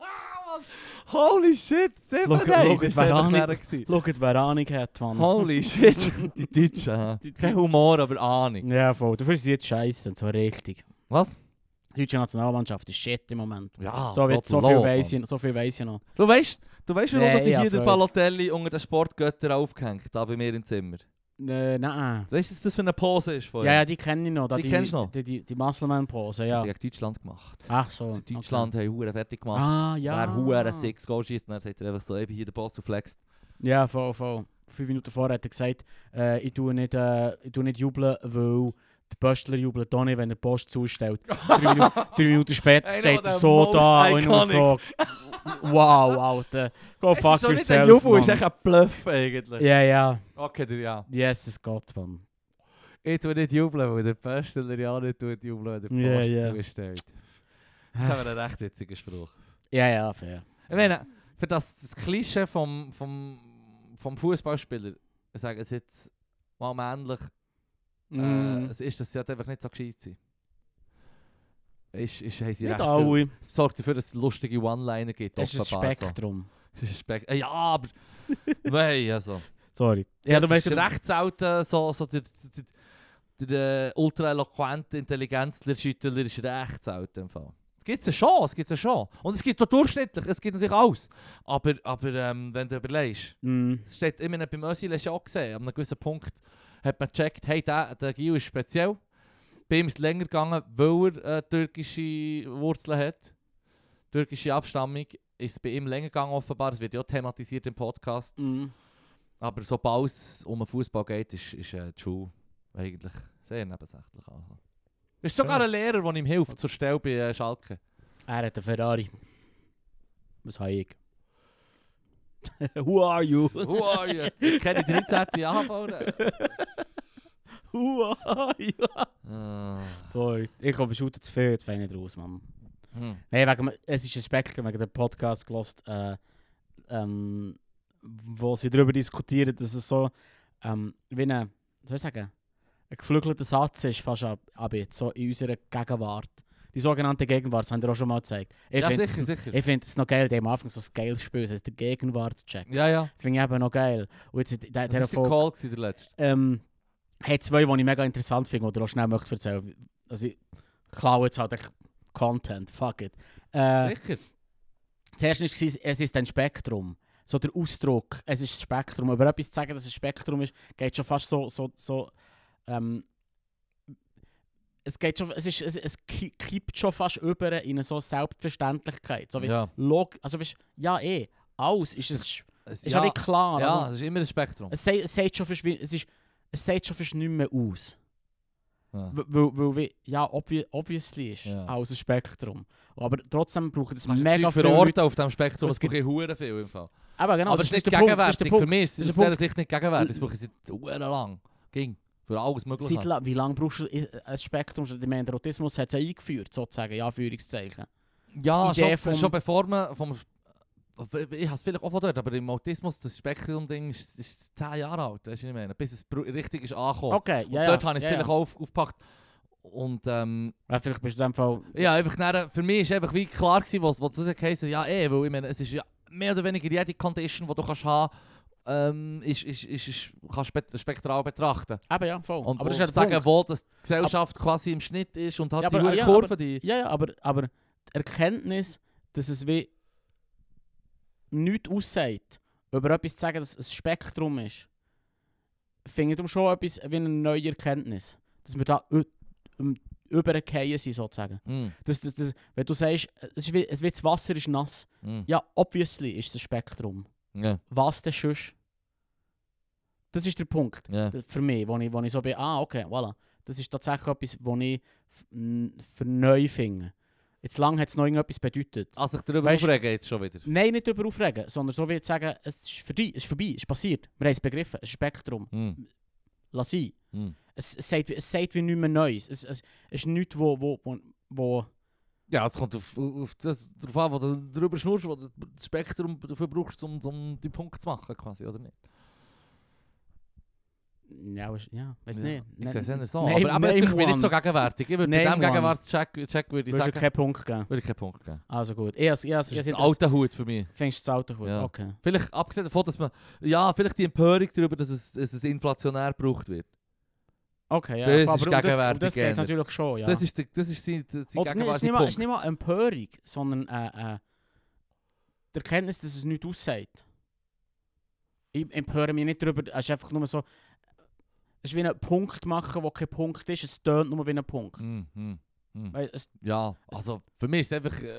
[SPEAKER 1] Holy shit, sieben
[SPEAKER 2] Schau-
[SPEAKER 1] Nein,
[SPEAKER 2] schau,
[SPEAKER 1] das
[SPEAKER 2] wer
[SPEAKER 1] war
[SPEAKER 2] auch
[SPEAKER 1] nicht gewesen.
[SPEAKER 2] Schaut, wer Ahnung hat, Mann.
[SPEAKER 1] Holy shit, die Deutschen. ha.
[SPEAKER 2] Die Deutschen.
[SPEAKER 1] Kein Humor, aber Ahnung.
[SPEAKER 2] Ja, voll. Dafür ist sie jetzt scheiße, und so richtig.
[SPEAKER 1] Was?
[SPEAKER 2] Die deutsche Nationalmannschaft ist shit im Moment.
[SPEAKER 1] Ja,
[SPEAKER 2] so, wird,
[SPEAKER 1] Gott
[SPEAKER 2] so,
[SPEAKER 1] lob,
[SPEAKER 2] viel
[SPEAKER 1] Mann.
[SPEAKER 2] weiss ich, so viel weiss ich noch.
[SPEAKER 1] Du weißt, du weißt warum
[SPEAKER 2] Nee,
[SPEAKER 1] dass ich
[SPEAKER 2] ich hab
[SPEAKER 1] hier den
[SPEAKER 2] Freude.
[SPEAKER 1] Balotelli unter den Sportgöttern aufgehängt habe bei mir im Zimmer.
[SPEAKER 2] Äh, nein.
[SPEAKER 1] Du weißt, was das für eine Pose ist
[SPEAKER 2] Oh, Ja,
[SPEAKER 1] vorher?
[SPEAKER 2] ja, die kenne ich noch. da
[SPEAKER 1] Die kennst du noch?
[SPEAKER 2] Die, die, die Muscleman-Pose,
[SPEAKER 1] Die
[SPEAKER 2] ja.
[SPEAKER 1] hat gegen Deutschland gemacht.
[SPEAKER 2] Ach so.
[SPEAKER 1] Also Deutschland haben Huren fertig
[SPEAKER 2] Okay.
[SPEAKER 1] gemacht.
[SPEAKER 2] Ah, ja.
[SPEAKER 1] Er Huren sechs Goal schießt und dann sagt er einfach so, ich bin hier der Boss und flext.
[SPEAKER 2] Ja, voll, voll. Fünf Minuten vorher hat er gesagt, äh, ich, tue nicht, äh, ich tue nicht jubeln, weil die Böstler jubeln da nicht, wenn der Post zustellt. drei, Minuten, drei Minuten später
[SPEAKER 1] I know
[SPEAKER 2] steht er
[SPEAKER 1] the
[SPEAKER 2] so
[SPEAKER 1] most
[SPEAKER 2] da und ich nur so...
[SPEAKER 1] iconic.
[SPEAKER 2] Wow, Alter. Go
[SPEAKER 1] Es
[SPEAKER 2] eh, fuck
[SPEAKER 1] ist schon nicht ein
[SPEAKER 2] yourself,
[SPEAKER 1] Jubel, es ist
[SPEAKER 2] Mann.
[SPEAKER 1] echt ein Bluff eigentlich.
[SPEAKER 2] Ja, ja.
[SPEAKER 1] Okay, der ja.
[SPEAKER 2] Yes, es geht, Mann.
[SPEAKER 1] Ich tue nicht jubeln, weil der Pöstler ja nicht tut jubeln, wenn der Post
[SPEAKER 2] Ja, ja.
[SPEAKER 1] zugestellt. Das ist aber ein recht witziger Spruch.
[SPEAKER 2] Ja, ja, fair.
[SPEAKER 1] Ich meine, für das, das Klischee vom, vom, vom Fußballspieler, sagen es jetzt mal männlich, äh,
[SPEAKER 2] Mm.
[SPEAKER 1] es ist, dass sie halt einfach nicht so gescheit sind. Ist, ist, haben sie
[SPEAKER 2] Nicht
[SPEAKER 1] recht viel-
[SPEAKER 2] alle.
[SPEAKER 1] Es sorgt dafür, dass es lustige One-Liner gibt.
[SPEAKER 2] Es ist ein
[SPEAKER 1] offenbar, so.
[SPEAKER 2] Spektrum.
[SPEAKER 1] Es ist ein Spek- Ja, aber... Nein, also...
[SPEAKER 2] Sorry. Ja,
[SPEAKER 1] Ja,
[SPEAKER 2] du
[SPEAKER 1] das ist
[SPEAKER 2] merkst,
[SPEAKER 1] recht selten so, so der, der, äh, der, der ultra eloquente Intelligenzler, Schüttler ist recht selten im Fall. Es gibt es schon, es gibt es schon. Und es gibt auch durchschnittlich, es gibt natürlich alles. Aber, aber ähm, wenn du überlegst,
[SPEAKER 2] Mhm.
[SPEAKER 1] es steht immer noch beim Özil hast du auch gesehen, an einem gewissen Punkt hat man gecheckt, hey, der, der Gio ist speziell. Bei ihm ist es länger gegangen, weil er äh, türkische Wurzeln hat. Türkische Abstammung ist es bei ihm länger gegangen offenbar, es wird ja auch thematisiert im Podcast.
[SPEAKER 2] Mhm.
[SPEAKER 1] Aber sobald es um den Fußball geht, ist, ist äh, die Schule eigentlich sehr nebensächlich. Also. Es ist sogar
[SPEAKER 2] Schön.
[SPEAKER 1] ein Lehrer, der ihm hilft, zur Stelle bei äh, Schalke.
[SPEAKER 2] Er hat einen Ferrari. Was habe ich? Who are you?
[SPEAKER 1] Who are you? Ich kenne die 13. Anfahrer.
[SPEAKER 2] Who are you?
[SPEAKER 1] Ah.
[SPEAKER 2] Sorry. Ich glaube, es ist zu viel, das fängt nicht raus, Mann.
[SPEAKER 1] Hm.
[SPEAKER 2] Nein, wegen, dem- es ist ein Spektrum wegen dem Podcast gelost, äh, ähm, wo sie darüber diskutieren, dass es so ähm, wie ein, wie soll ich sagen, ein geflügelter Satz ist, fast ab, ab jetzt, so in unserer Gegenwart. Die sogenannte Gegenwart, das haben wir auch schon mal gezeigt. Ich
[SPEAKER 1] Ja,
[SPEAKER 2] finde
[SPEAKER 1] sicher,
[SPEAKER 2] es
[SPEAKER 1] sicher.
[SPEAKER 2] ich find es noch geil, die haben am Anfang so ein geiles Spiel, das heisst der Gegenwart-Check.
[SPEAKER 1] ja, ja.
[SPEAKER 2] Finde ich eben noch geil. Und jetzt in der,
[SPEAKER 1] Das war
[SPEAKER 2] der
[SPEAKER 1] der Call, gewesen, der letzte.
[SPEAKER 2] ähm, hat zwei, die ich mega interessant finde, oder auch schnell möchte erzählen. Also ich klaue jetzt halt echt Content, fuck it. Äh,
[SPEAKER 1] Sicher.
[SPEAKER 2] zuerst war es, es ist ein Spektrum. So der Ausdruck, es ist das Spektrum. Aber etwas zu sagen, dass es ein Spektrum ist, geht schon fast so, so, so ähm, es geht schon, es, ist, es, es ki- kippt schon fast über in eine so Selbstverständlich,keit So wie,
[SPEAKER 1] Ja.
[SPEAKER 2] log, also weißt, ja eh, alles ist, es, ist
[SPEAKER 1] Es,
[SPEAKER 2] ja
[SPEAKER 1] ja,
[SPEAKER 2] wie klar. also,
[SPEAKER 1] ja, es ist immer ein Spektrum.
[SPEAKER 2] es sagt, es sagt schon fast, wie- es ist, es sagt schon fast nicht mehr aus.
[SPEAKER 1] Ja.
[SPEAKER 2] W- Weil, weil wie, ja, obvi obviously ist
[SPEAKER 1] Ja.
[SPEAKER 2] alles ein Spektrum. Aber trotzdem brauchen das
[SPEAKER 1] Du kannst
[SPEAKER 2] mega
[SPEAKER 1] Zeug
[SPEAKER 2] viele
[SPEAKER 1] verorten
[SPEAKER 2] Leute.
[SPEAKER 1] auf diesem Spektrum,
[SPEAKER 2] Es
[SPEAKER 1] es gibt Huren viel im Fall.
[SPEAKER 2] Aber genau,
[SPEAKER 1] Aber
[SPEAKER 2] das
[SPEAKER 1] es ist nicht
[SPEAKER 2] der Punkt, das
[SPEAKER 1] gegenwärtig,
[SPEAKER 2] ist der
[SPEAKER 1] für
[SPEAKER 2] Punkt.
[SPEAKER 1] mich ist
[SPEAKER 2] Das
[SPEAKER 1] es
[SPEAKER 2] ist
[SPEAKER 1] aus
[SPEAKER 2] der
[SPEAKER 1] dieser Sicht nicht gegenwärtig, das
[SPEAKER 2] L-
[SPEAKER 1] brauche ich seit Huren lang. Ging. Für alles halt. mögliche.
[SPEAKER 2] Seit, la- wie lange brauchst du i- ein Spektrum? Ich meine, der Autismus hat es ja eingeführt, sozusagen, ja, Führungszeichen.
[SPEAKER 1] Ja,
[SPEAKER 2] die Idee
[SPEAKER 1] schon,
[SPEAKER 2] vom-
[SPEAKER 1] schon bevor man vom... Ich habe es vielleicht auch von dort, aber im Autismus, das Spektrum-Ding ist, ist 10 Jahre alt, weißt du, was ich meine? Bis es bru- richtig ist angekommen.
[SPEAKER 2] Okay,
[SPEAKER 1] Oh. Und
[SPEAKER 2] ja,
[SPEAKER 1] dort
[SPEAKER 2] ja,
[SPEAKER 1] habe ich es
[SPEAKER 2] ja,
[SPEAKER 1] vielleicht
[SPEAKER 2] ja.
[SPEAKER 1] auch auf, aufgepackt. Und ähm,
[SPEAKER 2] Ja, vielleicht bist du in dem Fall...
[SPEAKER 1] ja, einfach dann, für mich war einfach wie klar, gewesen, was, was das heisst, ja eh, weil ich meine, es ist ja mehr oder weniger jede Condition, die du kannst haben ähm, ist, ist, ist, ist, kannst spekt- spektral betrachten.
[SPEAKER 2] Eben, ja, voll.
[SPEAKER 1] Und,
[SPEAKER 2] aber das
[SPEAKER 1] und
[SPEAKER 2] ist ja der
[SPEAKER 1] sagen,
[SPEAKER 2] Punkt.
[SPEAKER 1] wo das die Gesellschaft quasi im Schnitt ist und hat
[SPEAKER 2] Ja,
[SPEAKER 1] die
[SPEAKER 2] aber-
[SPEAKER 1] hohe
[SPEAKER 2] ja,
[SPEAKER 1] Kurve, die...
[SPEAKER 2] Ja, ja, aber, aber die Erkenntnis, dass es wie nichts aussagt, über etwas zu sagen, dass es ein Spektrum ist, finde ich darum schon etwas wie eine neue Erkenntnis. Dass wir da ü- ähm, übergefallen sind, sozusagen.
[SPEAKER 1] Hm,
[SPEAKER 2] Das, das, das, wenn du sagst, es ist wie, es wie das Wasser ist nass,
[SPEAKER 1] hm,
[SPEAKER 2] ja, obviously ist es ein Spektrum.
[SPEAKER 1] ja,
[SPEAKER 2] Was denn sonst? Das ist der Punkt.
[SPEAKER 1] ja.
[SPEAKER 2] Das- für mich, wo ich, wo ich so bin, ah, okay, voilà. Das ist tatsächlich etwas, wo ich f- n- für neu finde. Jetzt lang hat es noch irgendetwas bedeutet.
[SPEAKER 1] Als ich darüber
[SPEAKER 2] Weißt-
[SPEAKER 1] aufrege, jetzt schon wieder.
[SPEAKER 2] Nein, nicht darüber aufregen, sondern so wie zu sagen, es ist vorbei, es ist vorbei, es ist passiert. Wir haben es begriffen, es ist ein Spektrum.
[SPEAKER 1] Hm,
[SPEAKER 2] Lass sein.
[SPEAKER 1] hm.
[SPEAKER 2] Es, es, sagt, wie- es sagt wie nichts mehr Neues. Es, es, es ist nichts, wo, wo, wo, wo...
[SPEAKER 1] Ja, es kommt auf, auf das drauf an, wo du drüber schnurst, wo du das Spektrum dafür brauchst, um, um die Punkte zu machen, quasi, oder nicht?
[SPEAKER 2] Ja, es, ja weiß
[SPEAKER 1] Ja,
[SPEAKER 2] nicht.
[SPEAKER 1] Ich sehe es
[SPEAKER 2] Nein,
[SPEAKER 1] nicht so.
[SPEAKER 2] nein,
[SPEAKER 1] aber aber es ist
[SPEAKER 2] nein,
[SPEAKER 1] mir nicht so
[SPEAKER 2] Mann.
[SPEAKER 1] gegenwärtig. Ich würde bei
[SPEAKER 2] Nein,
[SPEAKER 1] diesem
[SPEAKER 2] Mann.
[SPEAKER 1] Gegenwärtscheck check, würde ich
[SPEAKER 2] Du hast ja
[SPEAKER 1] sagen,
[SPEAKER 2] keinen Punkt geben.
[SPEAKER 1] würde ich keinen Punkt geben.
[SPEAKER 2] Also gut. Ich, ich, ich,
[SPEAKER 1] Das ist
[SPEAKER 2] ich,
[SPEAKER 1] ein alter Hut für mich.
[SPEAKER 2] Findest du das Auto gut?
[SPEAKER 1] Ja.
[SPEAKER 2] Okay.
[SPEAKER 1] Vielleicht, abgesehen davon, dass man, ja, vielleicht die Empörung darüber, dass es, dass es inflationär gebraucht wird.
[SPEAKER 2] Okay, ja.
[SPEAKER 1] Das ist
[SPEAKER 2] aber um das, um
[SPEAKER 1] gegenwärtig
[SPEAKER 2] das geht es
[SPEAKER 1] geändert.
[SPEAKER 2] natürlich schon, ja.
[SPEAKER 1] Das ist der, das ist sein, sein
[SPEAKER 2] Oder nee, es ist nicht
[SPEAKER 1] gegenwärtiger
[SPEAKER 2] mal, es ist
[SPEAKER 1] Punkt.
[SPEAKER 2] nicht mal Empörung, sondern äh, äh, die Erkenntnis, dass es nichts aussagt. Ich empöre mich nicht darüber, es ist einfach nur so... Es ist wie ein Punkt machen, der kein Punkt ist, es tönt nur wie ein Punkt.
[SPEAKER 1] Hm, hm, hm.
[SPEAKER 2] Weil es,
[SPEAKER 1] Ja,
[SPEAKER 2] Es-
[SPEAKER 1] also für mich ist es einfach äh,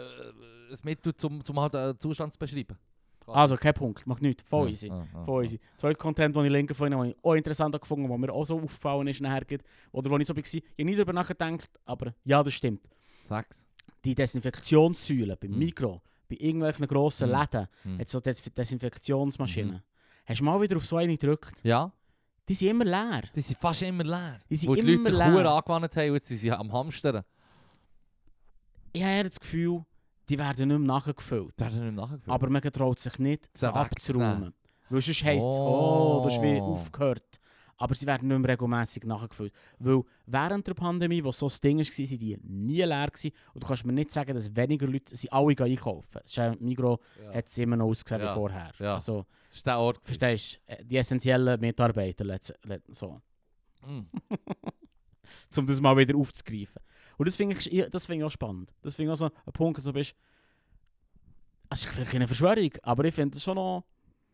[SPEAKER 1] ein Mittel, um zum halt den Zustand zu beschreiben.
[SPEAKER 2] also, kein Punkt, macht nichts, voll
[SPEAKER 1] Ja, Ah,
[SPEAKER 2] easy.
[SPEAKER 1] ja, ja,
[SPEAKER 2] Voll easy. Zweiter Content, den ich linken fand, den ich auch nou, oh, interessant gefunden habe, der mir auch so aufgefallen ist nachher, geht, oder wo ich so war, ich habe nie darüber nachgedacht, aber ja, das stimmt.
[SPEAKER 1] ja. Sag's.
[SPEAKER 2] Die Desinfektionssäule beim
[SPEAKER 1] Mhm.
[SPEAKER 2] Mikro, bei irgendwelchen grossen
[SPEAKER 1] Mhm.
[SPEAKER 2] Läden,
[SPEAKER 1] Mhm.
[SPEAKER 2] hat so Des Desinfektionsmaschinen. Hast du mal wieder auf so eine gedrückt?
[SPEAKER 1] Ja,
[SPEAKER 2] Die sind immer leer.
[SPEAKER 1] die sind fast immer leer.
[SPEAKER 2] Die sind
[SPEAKER 1] Wo die
[SPEAKER 2] immer
[SPEAKER 1] Leute sich
[SPEAKER 2] leer.
[SPEAKER 1] Huren angewandt haben und jetzt sind sie am Hamstern.
[SPEAKER 2] Ich habe eher das Gefühl, die werden nicht mehr nachgefüllt.
[SPEAKER 1] Da hat er nicht mehr nachgefüllt.
[SPEAKER 2] Aber man traut sich nicht, sie
[SPEAKER 1] wegzunehmen.
[SPEAKER 2] abzuräumen. Weil sonst heisst es, oh, du hast wie
[SPEAKER 1] Oh.
[SPEAKER 2] aufgehört. Aber sie werden nicht mehr regelmässig nachgefüllt. Weil während der Pandemie, wo so das Ding war, waren die nie leer. Gewesen. Und du kannst mir nicht sagen, dass weniger Leute, sie alle gehen einkaufen. Das ist ja- Migros
[SPEAKER 1] ja.
[SPEAKER 2] hat es immer noch ausgesehen wie
[SPEAKER 1] Ja.
[SPEAKER 2] vorher.
[SPEAKER 1] Ja.
[SPEAKER 2] Also,
[SPEAKER 1] das ist der Ort. gewesen.
[SPEAKER 2] Äh,
[SPEAKER 1] Hm.
[SPEAKER 2] verstehst du, die essentiellen Mitarbeiter, let's- let- so.
[SPEAKER 1] Mm.
[SPEAKER 2] um das mal wieder aufzugreifen. Und das finde ich, das find ich auch spannend. Das finde ich auch so ein Punkt, dass du bist, es ist vielleicht keine Verschwörung, aber ich finde das schon noch...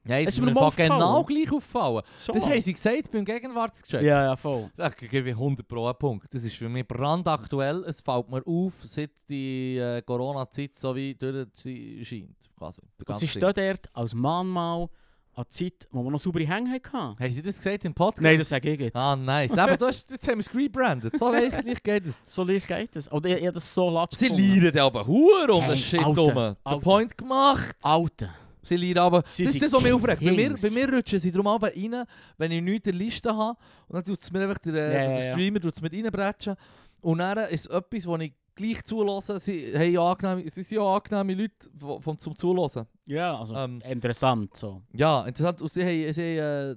[SPEAKER 1] Ja, jetzt
[SPEAKER 2] Ist
[SPEAKER 1] ist
[SPEAKER 2] mir
[SPEAKER 1] mir
[SPEAKER 2] mal
[SPEAKER 1] fucking genau
[SPEAKER 2] aufgefallen.
[SPEAKER 1] gleich auffallen.
[SPEAKER 2] Schon
[SPEAKER 1] Das
[SPEAKER 2] noch.
[SPEAKER 1] haben sie gesagt beim Gegenwartsgeschäft.
[SPEAKER 2] Ja, ja, voll.
[SPEAKER 1] Da gebe ich 100 Pro einen Punkt. Das ist für mich brandaktuell. Es fällt mir auf, seit die äh, Corona-Zeit so wie durchscheint. Quasi. Der
[SPEAKER 2] Und
[SPEAKER 1] ganze
[SPEAKER 2] sie
[SPEAKER 1] Ding.
[SPEAKER 2] steht dort als Mahnmal an die Zeit, wo wir noch saubere Hänge hatten.
[SPEAKER 1] Haben sie das gesagt im Podcast?
[SPEAKER 2] Nein, das sage ich jetzt.
[SPEAKER 1] Ah, nice. Aber du hast, jetzt haben wir es gebrandet. So leicht, leicht geht es.
[SPEAKER 2] So leicht geht das. Oder ich, ich hab das so latsch
[SPEAKER 1] Sie
[SPEAKER 2] gefunden.
[SPEAKER 1] leiden dann aber Huren um
[SPEAKER 2] Hey,
[SPEAKER 1] das Shit
[SPEAKER 2] Alter,
[SPEAKER 1] rum. Der
[SPEAKER 2] Alter.
[SPEAKER 1] Point gemacht.
[SPEAKER 2] Alter.
[SPEAKER 1] Sie leiden aber.
[SPEAKER 2] Sie
[SPEAKER 1] das ist
[SPEAKER 2] sind
[SPEAKER 1] das, was mich aufregt. Bei mir,
[SPEAKER 2] Kings.
[SPEAKER 1] bei mir rutschen sie drum runter rein, wenn ich nichts in der Liste habe. Und dann tut es mir einfach der, äh,
[SPEAKER 2] Ja, ja,
[SPEAKER 1] der
[SPEAKER 2] ja.
[SPEAKER 1] Streamer tut's mir reinbretschen. Und dann ist es etwas, wo ich gleich zulasse. Sie, haben ja angenehme, sie sind ja angenehme Leute vom, vom, zum Zulassen.
[SPEAKER 2] Ja, also
[SPEAKER 1] Ähm.
[SPEAKER 2] interessant so.
[SPEAKER 1] Ja, interessant. Und sie haben, sie haben äh,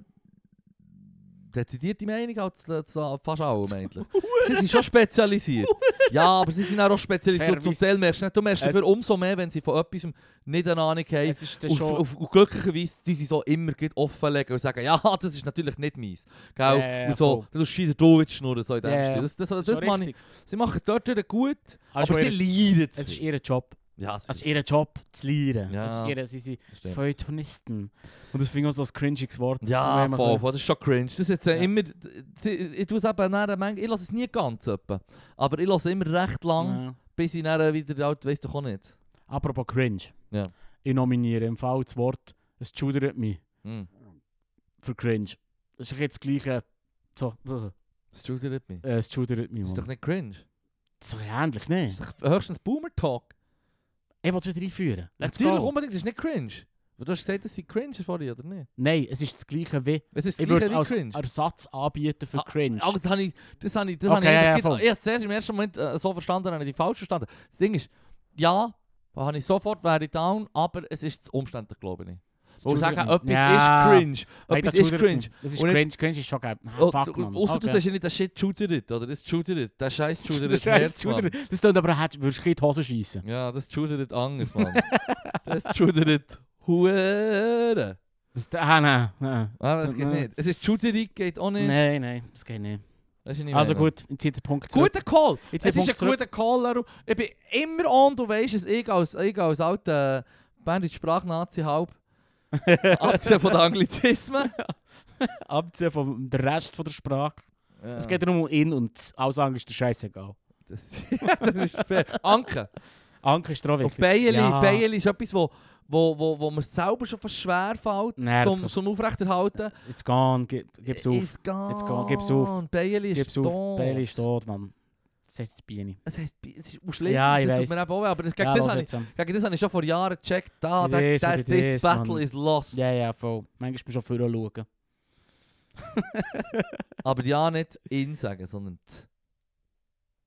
[SPEAKER 1] dezidierte Meinung als als- als fast alle, eigentlich. sie sind schon spezialisiert. ja, aber sie sind auch spezialisiert. Zum
[SPEAKER 2] Fairerweise-
[SPEAKER 1] Teil merkst du nicht. Du merkst
[SPEAKER 2] Es-
[SPEAKER 1] dafür umso mehr, wenn sie von etwas nicht eine Ahnung haben.
[SPEAKER 2] Es ist dann
[SPEAKER 1] Und,
[SPEAKER 2] schon...
[SPEAKER 1] und, und glücklicherweise, die sie so immer gleich offenlegen und sagen, ja, das ist natürlich nicht meins. Gell?
[SPEAKER 2] Ja, ja,
[SPEAKER 1] und so,
[SPEAKER 2] voll.
[SPEAKER 1] dann tust du scheiden durch die Schnur, so in dem
[SPEAKER 2] Ja, ja.
[SPEAKER 1] Stil. Das, das, das,
[SPEAKER 2] schon
[SPEAKER 1] meine ich.
[SPEAKER 2] richtig.
[SPEAKER 1] Sie machen es dort durch gut,
[SPEAKER 2] Aber,
[SPEAKER 1] aber sie
[SPEAKER 2] es, ist ihr,
[SPEAKER 1] leiden
[SPEAKER 2] es ist
[SPEAKER 1] es.
[SPEAKER 2] ihr Job.
[SPEAKER 1] Ja, es
[SPEAKER 2] Es ist
[SPEAKER 1] ist
[SPEAKER 2] ihr Job zu lehren.
[SPEAKER 1] Ja.
[SPEAKER 2] Es ist ihr, sie sind
[SPEAKER 1] stimmt.
[SPEAKER 2] Feuilletonisten. Und das finde ich auch so ein cringiges Wort. das tun wir
[SPEAKER 1] Ja,
[SPEAKER 2] immer
[SPEAKER 1] voll, voll, das ist schon cringe. Das ist jetzt äh,
[SPEAKER 2] Ja.
[SPEAKER 1] immer, ich, ich tue es eben nachher manchmal, ich lasse es nie ganz öppe, aber ich lasse immer recht lang,
[SPEAKER 2] Ja.
[SPEAKER 1] bis ich nachher wieder, halt, weißt du auch nicht.
[SPEAKER 2] Apropos cringe.
[SPEAKER 1] Ja.
[SPEAKER 2] Ich nominiere im Fall das Wort, es schudert mich
[SPEAKER 1] Hm,
[SPEAKER 2] für cringe. Das ist jetzt das gleiche, so,
[SPEAKER 1] das schudert mich.
[SPEAKER 2] äh, es schudert mich.
[SPEAKER 1] Das ist doch
[SPEAKER 2] Mann.
[SPEAKER 1] nicht cringe.
[SPEAKER 2] Das ist doch ähnlich,
[SPEAKER 1] Das
[SPEAKER 2] ne?
[SPEAKER 1] ist doch höchstens Boomer-Talk.
[SPEAKER 2] Ich will es wieder einführen. Let's
[SPEAKER 1] Natürlich
[SPEAKER 2] go.
[SPEAKER 1] unbedingt, das ist nicht cringe. Aber du hast gesagt, das sind cringe vorhin, oder nicht?
[SPEAKER 2] Nein, es ist das gleiche wie...
[SPEAKER 1] Es ist das
[SPEAKER 2] Ich würde
[SPEAKER 1] gleiche
[SPEAKER 2] es
[SPEAKER 1] wie
[SPEAKER 2] als
[SPEAKER 1] cringe.
[SPEAKER 2] Ersatz anbieten für
[SPEAKER 1] Ah,
[SPEAKER 2] cringe.
[SPEAKER 1] Aber das habe ich, das habe ich, das
[SPEAKER 2] Okay,
[SPEAKER 1] habe ich,
[SPEAKER 2] ja, ja,
[SPEAKER 1] eigentlich-
[SPEAKER 2] voll.
[SPEAKER 1] ich habe es zuerst im ersten Moment äh, so verstanden, habe ich die falsch verstanden. Das Ding ist, ja, da habe ich sofort, wäre ich down, aber es ist zu umständlich, glaube ich. Wo ich sage, etwas ist cringe. Etwas ist cringe.
[SPEAKER 2] Das ist
[SPEAKER 1] Und nicht-
[SPEAKER 2] cringe. Cringe ist schon geil. Ah,
[SPEAKER 1] Oh,
[SPEAKER 2] fuck,
[SPEAKER 1] du-
[SPEAKER 2] man.
[SPEAKER 1] Außer du sagst ja nicht, das Shit shootert, oder das shootert, das scheiß
[SPEAKER 2] Das
[SPEAKER 1] shootert.
[SPEAKER 2] ist ein Shooter. Das tut aber, hättest- würdest du in die Hose schiessen.
[SPEAKER 1] Ja, das shootert anders, Mann. das shootert Huere.
[SPEAKER 2] Das, ah, nein, nein.
[SPEAKER 1] Ah,
[SPEAKER 2] Das
[SPEAKER 1] das
[SPEAKER 2] tut-
[SPEAKER 1] geht
[SPEAKER 2] nein.
[SPEAKER 1] nicht. Es ist shooterig, geht auch nicht.
[SPEAKER 2] Nein, nein, das geht nicht.
[SPEAKER 1] Weisst du, was ich
[SPEAKER 2] Also
[SPEAKER 1] meine?
[SPEAKER 2] gut, ich ziehe den Punkt zurück.
[SPEAKER 1] Guter Call!
[SPEAKER 2] Jetzt
[SPEAKER 1] Es
[SPEAKER 2] den
[SPEAKER 1] ist ein
[SPEAKER 2] Punkt zurück.
[SPEAKER 1] guter Call, Leru. Ich bin immer on, du weißt es, ich als, ich als alter Bandit-Sprachnazi halb. Abgesehen von den Anglizismen.
[SPEAKER 2] Abziehen vom der Rest von der Sprache.
[SPEAKER 1] Ja,
[SPEAKER 2] Es geht nur um ihn und das- alles andere ist der Scheißegal.
[SPEAKER 1] das, das ist fair. Anke.
[SPEAKER 2] Anke ist drauf.
[SPEAKER 1] Und Beieli, Beieli ist etwas, wo, wo, wo, wo mir selber schon fast schwer fällt,
[SPEAKER 2] Nein, das
[SPEAKER 1] zum,
[SPEAKER 2] kann-
[SPEAKER 1] zum Aufrechterhalten.
[SPEAKER 2] Jetzt gehen, gib, gib's auf.
[SPEAKER 1] It's gone.
[SPEAKER 2] It's gone. Gib's auf.
[SPEAKER 1] Beieli ist
[SPEAKER 2] Gib's auf.
[SPEAKER 1] tot.
[SPEAKER 2] Bailey ist tot, Mann. Das heißt, das Biene.
[SPEAKER 1] Das heisst, es ist auch schlimm.
[SPEAKER 2] Ja, ich
[SPEAKER 1] das tut
[SPEAKER 2] weiss.
[SPEAKER 1] mir eben auch weh, aber das, gegen,
[SPEAKER 2] Ja,
[SPEAKER 1] das
[SPEAKER 2] los
[SPEAKER 1] habe ich,
[SPEAKER 2] jetzt. ähm.
[SPEAKER 1] gegen das habe ich schon vor Jahren gecheckt. Da,
[SPEAKER 2] It
[SPEAKER 1] that,
[SPEAKER 2] is what
[SPEAKER 1] that,
[SPEAKER 2] it
[SPEAKER 1] this
[SPEAKER 2] is,
[SPEAKER 1] battle
[SPEAKER 2] Mann.
[SPEAKER 1] is lost.
[SPEAKER 2] Ja, ja, voll. Manchmal bist du schon früher schauen.
[SPEAKER 1] Aber ja nicht in sagen, sondern z.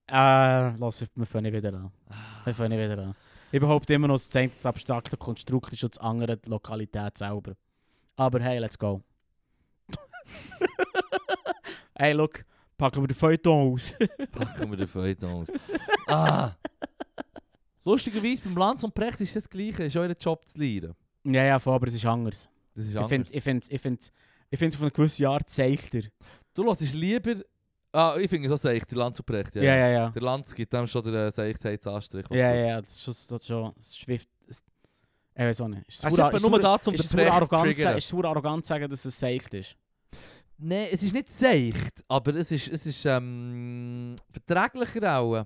[SPEAKER 2] Äh, lass, ich- wir fangen wieder an.
[SPEAKER 1] Ah,
[SPEAKER 2] Wir fangen wieder an. Ich behaupte immer noch, das eine das abstrakte Konstrukt ist und das andere die Lokalität selber. Aber hey, let's go. hey, look, packen wir den Feuilleton aus.
[SPEAKER 1] Packen wir den Feuilleton aus. ah. Lustigerweise, beim Lanz und Precht ist es das Gleiche. Es ist euer Job zu leiden.
[SPEAKER 2] ja, ja, voll, aber es ist anders.
[SPEAKER 1] Das ist
[SPEAKER 2] Ich
[SPEAKER 1] anders.
[SPEAKER 2] finde ich find's, ich find's, ich find's auf eine gewisse Art seichter.
[SPEAKER 1] du hörst lieber... Ah, ich finde es auch seicht, der Lanz und Precht. Ja.
[SPEAKER 2] Ja, ja, ja.
[SPEAKER 1] Der Lanz gibt dem schon den äh, Seichtheitsanstrich. was
[SPEAKER 2] Ja,
[SPEAKER 1] gut.
[SPEAKER 2] ja, ja, das ist schon, das ist schon, es schwifft. es- Ich weiß auch nicht. Ist
[SPEAKER 1] Es ist etwa
[SPEAKER 2] sauer- Also, ist
[SPEAKER 1] nur
[SPEAKER 2] sauer-
[SPEAKER 1] da, um den
[SPEAKER 2] ist es sauer
[SPEAKER 1] Precht zu
[SPEAKER 2] arrogant, zu sagen-
[SPEAKER 1] triggern.
[SPEAKER 2] ist es sauer arrogant zu sagen, dass es seicht ist.
[SPEAKER 1] Nein, es ist nicht seicht, aber es ist, es ist ähm, verträglicher auch.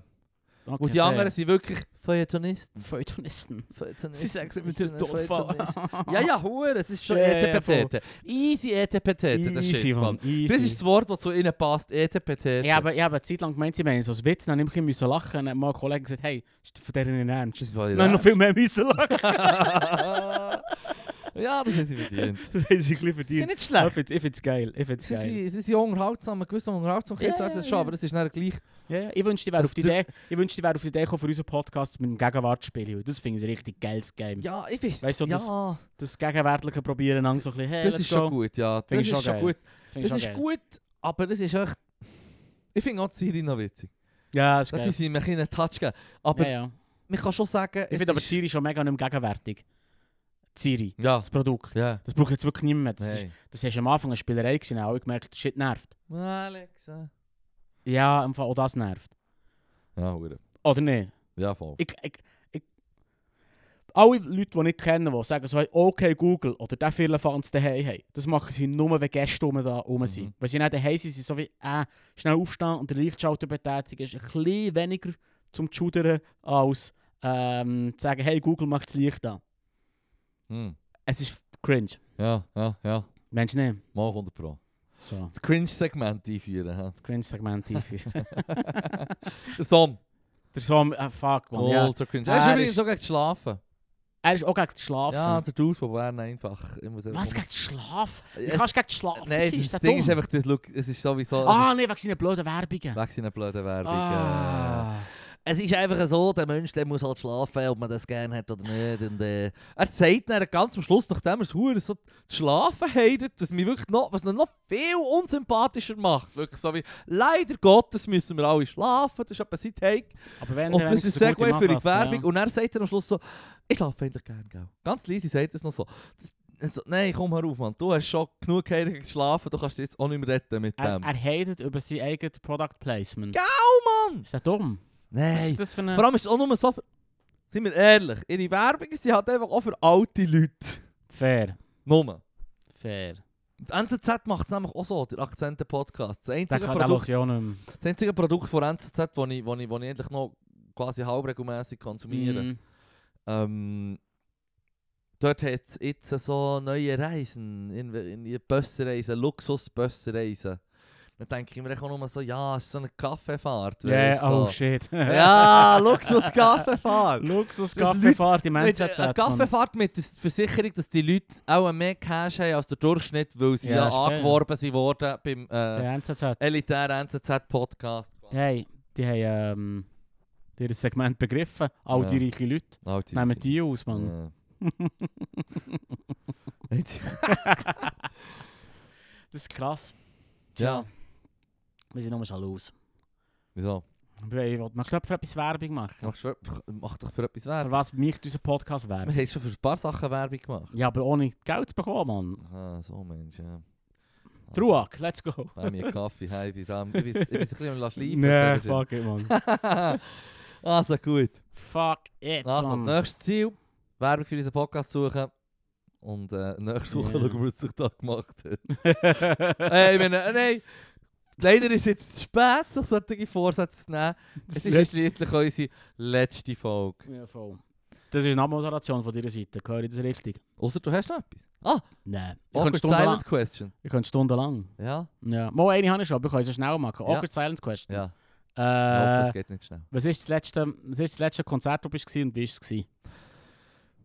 [SPEAKER 2] Okay,
[SPEAKER 1] Und die anderen sind wirklich Feuilletonisten.
[SPEAKER 2] Feuilletonisten.
[SPEAKER 1] Feuilletonisten.
[SPEAKER 2] Sie sagen es mit dem Tonfall.
[SPEAKER 1] Feuilletonisten. Ja, ja, Huren, es ist schon
[SPEAKER 2] Ja, ja,
[SPEAKER 1] ETPT. Easy ETPT, das
[SPEAKER 2] Easy,
[SPEAKER 1] Shit, Mann.
[SPEAKER 2] Mann, easy.
[SPEAKER 1] Das ist das Wort, das zu ihnen passt, ETPT.
[SPEAKER 2] ich habe, ich habe eine Zeit lang gemeint, sie meinen so einen Witz, dann musste ich ein bisschen lachen. Dann hat mal ein Kollege gesagt, hey, ist das von denen nicht ernst?
[SPEAKER 1] das war
[SPEAKER 2] Dann habe ich noch viel mehr müssen lachen.
[SPEAKER 1] Ja, das haben sie verdient.
[SPEAKER 2] Das haben sie ein bisschen
[SPEAKER 1] Sie sind
[SPEAKER 2] verdient.
[SPEAKER 1] nicht
[SPEAKER 2] Ja, Ich
[SPEAKER 1] schlecht.
[SPEAKER 2] finde es geil. Ich find's
[SPEAKER 1] Sie
[SPEAKER 2] geil.
[SPEAKER 1] sind, sie sind unterhaltsam, ein gewisser Unterhaltsamkeit,
[SPEAKER 2] Ja,
[SPEAKER 1] yeah, das
[SPEAKER 2] ja,
[SPEAKER 1] schon,
[SPEAKER 2] ja.
[SPEAKER 1] aber es ist nicht gleich.
[SPEAKER 2] Ja, ja. Ich wünschte, ich wäre
[SPEAKER 1] Auf
[SPEAKER 2] auf die
[SPEAKER 1] der-
[SPEAKER 2] Idee ich wünschte, ich wäre auf die Idee gekommen, für unseren Podcast mit dem Gegenwartspiel. spielen. Das finde ich ein richtig geiles Game.
[SPEAKER 1] Ja, ich weiß.
[SPEAKER 2] Weißt du,
[SPEAKER 1] ja,
[SPEAKER 2] das- Das Gegenwärtliche probieren, dann so ein bisschen, hey,
[SPEAKER 1] das
[SPEAKER 2] let's
[SPEAKER 1] ist
[SPEAKER 2] go.
[SPEAKER 1] schon gut, ja. Das
[SPEAKER 2] Finde ich
[SPEAKER 1] ist
[SPEAKER 2] schon
[SPEAKER 1] schon
[SPEAKER 2] geil.
[SPEAKER 1] gut.
[SPEAKER 2] Finde ich
[SPEAKER 1] Das
[SPEAKER 2] schon
[SPEAKER 1] ist
[SPEAKER 2] geil.
[SPEAKER 1] gut, aber das ist echt... Ich finde auch die Siri noch witzig.
[SPEAKER 2] Ja, ist
[SPEAKER 1] Dass die
[SPEAKER 2] geil.
[SPEAKER 1] sie mir ein bisschen einen Touch geben. Aber
[SPEAKER 2] Ja, ja.
[SPEAKER 1] man kann schon sagen...
[SPEAKER 2] Ich finde aber Ziri schon mega nicht mehr gegenwärtig. Ziri,
[SPEAKER 1] Ja,
[SPEAKER 2] das Produkt.
[SPEAKER 1] ja.
[SPEAKER 2] Das braucht jetzt wirklich niemand. Das ist
[SPEAKER 1] Nein.
[SPEAKER 2] nou, Das war am Anfang eine Spielerei, gewesen, dann habe ich gemerkt, shit nervt.
[SPEAKER 1] Alexa.
[SPEAKER 2] Ja, im Fall auch das nervt.
[SPEAKER 1] Ja, hure.
[SPEAKER 2] Oder nicht?
[SPEAKER 1] Ja, voll.
[SPEAKER 2] Ich, ich, ich, alle Leute, die ich kenne, die sagen so, hey, okay Google oder der viele Fans daheim haben, das machen sie nur, wenn Gäste rum da rum sind.
[SPEAKER 1] Mhm.
[SPEAKER 2] Weil sie nicht daheim sind, sind sie so wie, äh, schnell aufstehen und den Lichtschalter betätigen, ist ein bisschen weniger zum Schudern, als ähm, zu sagen, hey Google, mach das Licht an.
[SPEAKER 1] Hm.
[SPEAKER 2] Es ist cringe.
[SPEAKER 1] Ja, ja, ja.
[SPEAKER 2] Mensch, nicht?
[SPEAKER 1] Mal 100 Pro.
[SPEAKER 2] So,
[SPEAKER 1] Das Cringe-Segment einführen. hä?
[SPEAKER 2] das Cringe-Segment einführen.
[SPEAKER 1] Der Song.
[SPEAKER 2] Der Song, ah, fuck, man. Ja.
[SPEAKER 1] Ultra cringe. Er ist
[SPEAKER 2] Er
[SPEAKER 1] übrigens
[SPEAKER 2] ist-
[SPEAKER 1] so gegen das Schlafen.
[SPEAKER 2] Er ist auch gegen das Schlafen.
[SPEAKER 1] Ja, der Dude von Bern einfach. Ich muss
[SPEAKER 2] Was
[SPEAKER 1] einfach-
[SPEAKER 2] gegen das Schlafen? Wie
[SPEAKER 1] Es-
[SPEAKER 2] kannst du gegen das Schlafen
[SPEAKER 1] Nein,
[SPEAKER 2] sein? Ist
[SPEAKER 1] das
[SPEAKER 2] das
[SPEAKER 1] Ding ist
[SPEAKER 2] dumm?
[SPEAKER 1] einfach, das, look, es ist sowieso...
[SPEAKER 2] Ah, nee, wegen seinen blöden Werbungen.
[SPEAKER 1] Weg seiner blöden Werbung. äh.
[SPEAKER 2] Ah.
[SPEAKER 1] Es ist einfach so, der Mensch der muss halt schlafen, ob man das gerne hat oder nicht. Und, äh, er sagt dann ganz am Schluss, nachdem er es hure so zu schlafen heidet, dass mich wirklich noch, was ihn noch viel unsympathischer macht. Wirklich so wie, leider Gottes müssen wir alle schlafen, das ist etwa sein Take.
[SPEAKER 2] Aber wenn,
[SPEAKER 1] Und
[SPEAKER 2] dann
[SPEAKER 1] das
[SPEAKER 2] wenigstens
[SPEAKER 1] ist sehr
[SPEAKER 2] eine
[SPEAKER 1] gut
[SPEAKER 2] gute
[SPEAKER 1] für die
[SPEAKER 2] Matratze, ja.
[SPEAKER 1] Werbung. Und er sagt dann am Schluss so, ich schlafe eigentlich gerne, gell. Ganz leise sagt es noch so. Das, er so, Nein, komm, hör auf, Mann. Du hast schon genug Heilig geschlafen, du kannst dich jetzt auch nicht mehr retten mit
[SPEAKER 2] Er,
[SPEAKER 1] dem.
[SPEAKER 2] er hatet über sein eigenes Product Placement.
[SPEAKER 1] Geil, Mann!
[SPEAKER 2] Ist das dumm? Was
[SPEAKER 1] Nein.
[SPEAKER 2] ist das für eine...
[SPEAKER 1] Vor allem ist es auch nur so, für, sind wir ehrlich, ihre Werbung sie hat einfach auch für alte Leute.
[SPEAKER 2] Fair.
[SPEAKER 1] Nur.
[SPEAKER 2] Fair.
[SPEAKER 1] Die NZZ macht es nämlich auch so, der Akzente-Podcast. Das,
[SPEAKER 2] Den
[SPEAKER 1] einzige
[SPEAKER 2] kann der
[SPEAKER 1] Produkt-
[SPEAKER 2] muss ich auch nicht mehr.
[SPEAKER 1] das einzige Produkt von NZZ, das ich, wo ich, wo ich endlich noch quasi halb regelmässig konsumiere.
[SPEAKER 2] Mhm.
[SPEAKER 1] Ähm, dort hat es jetzt so neue Reisen, in, in die Busreisen, Luxusbusreisen. Dann denke ich mir echt auch nur so, ja, es ist so eine Kaffeefahrt.
[SPEAKER 2] Yeah,
[SPEAKER 1] weisst du,
[SPEAKER 2] oh
[SPEAKER 1] so.
[SPEAKER 2] shit.
[SPEAKER 1] Ja, Luxus-Kaffeefahrt.
[SPEAKER 2] Luxus-Kaffeefahrt im
[SPEAKER 1] Mit, äh,
[SPEAKER 2] NZZ.
[SPEAKER 1] Eine
[SPEAKER 2] Mann.
[SPEAKER 1] Kaffeefahrt mit der Versicherung, dass die Leute auch mehr Cash haben als der Durchschnitt, weil sie
[SPEAKER 2] Ja,
[SPEAKER 1] ja,
[SPEAKER 2] ist fair.
[SPEAKER 1] angeworben sind worden beim äh,
[SPEAKER 2] Der NZZ.
[SPEAKER 1] elitären NZZ-Podcast.
[SPEAKER 2] Hey, die haben ähm, die haben das Segment begriffen. All die
[SPEAKER 1] Ja.
[SPEAKER 2] reichen Leute.
[SPEAKER 1] Alte
[SPEAKER 2] Nehmen
[SPEAKER 1] Leute.
[SPEAKER 2] die aus, Mann.
[SPEAKER 1] Äh. Jetzt-
[SPEAKER 2] Das ist krass.
[SPEAKER 1] Ja.
[SPEAKER 2] Tja. Wir sind nur schon los.
[SPEAKER 1] Wieso?
[SPEAKER 2] Ich wollte noch für etwas Werbung machen.
[SPEAKER 1] Machst du für- Mach doch für etwas Werbung.
[SPEAKER 2] Für was mich unser Podcast
[SPEAKER 1] Wir
[SPEAKER 2] wäre.
[SPEAKER 1] haben schon für ein paar Sachen Werbung gemacht.
[SPEAKER 2] Ja, aber ohne Geld zu bekommen, Mann.
[SPEAKER 1] Ah, so Mensch, ja.
[SPEAKER 2] Truag, let's go.
[SPEAKER 1] Ah, mir Kaffee, hey, bis am... Ich bin ich bin ein bisschen am Lassen schleifen,
[SPEAKER 2] Nee,
[SPEAKER 1] aber-
[SPEAKER 2] fuck it, Mann.
[SPEAKER 1] also gut.
[SPEAKER 2] fuck it,
[SPEAKER 1] Also,
[SPEAKER 2] Mann.
[SPEAKER 1] nächstes Ziel: Werbung für unseren Podcast suchen. Und äh, nächste Woche
[SPEAKER 2] Ja.
[SPEAKER 1] schauen wir, was sich da gemacht hat. äh, ich meine, äh, nein, leider ist es jetzt zu spät, sich solche Vorsätze zu nehmen. Es ist ja schliesslich unsere letzte Folge.
[SPEAKER 2] Ja, voll. Das ist eine Abmoderation von deiner Seite. Höre ich das richtig?
[SPEAKER 1] Außer du hast noch etwas. Ah,
[SPEAKER 2] Nein. Ich
[SPEAKER 1] awkward
[SPEAKER 2] könnte stundenlang.
[SPEAKER 1] silent question.
[SPEAKER 2] Ich könnte stundenlang.
[SPEAKER 1] Ja,
[SPEAKER 2] Ja. Mal eine habe ich schon, aber ich kann es schnell machen.
[SPEAKER 1] Ja.
[SPEAKER 2] Awkward Silence Question.
[SPEAKER 1] ja. Ich hoffe,
[SPEAKER 2] Äh,
[SPEAKER 1] es geht nicht schnell.
[SPEAKER 2] was ist das letzte, was ist das letzte Konzert, wo du warst und wie war es? gewesen?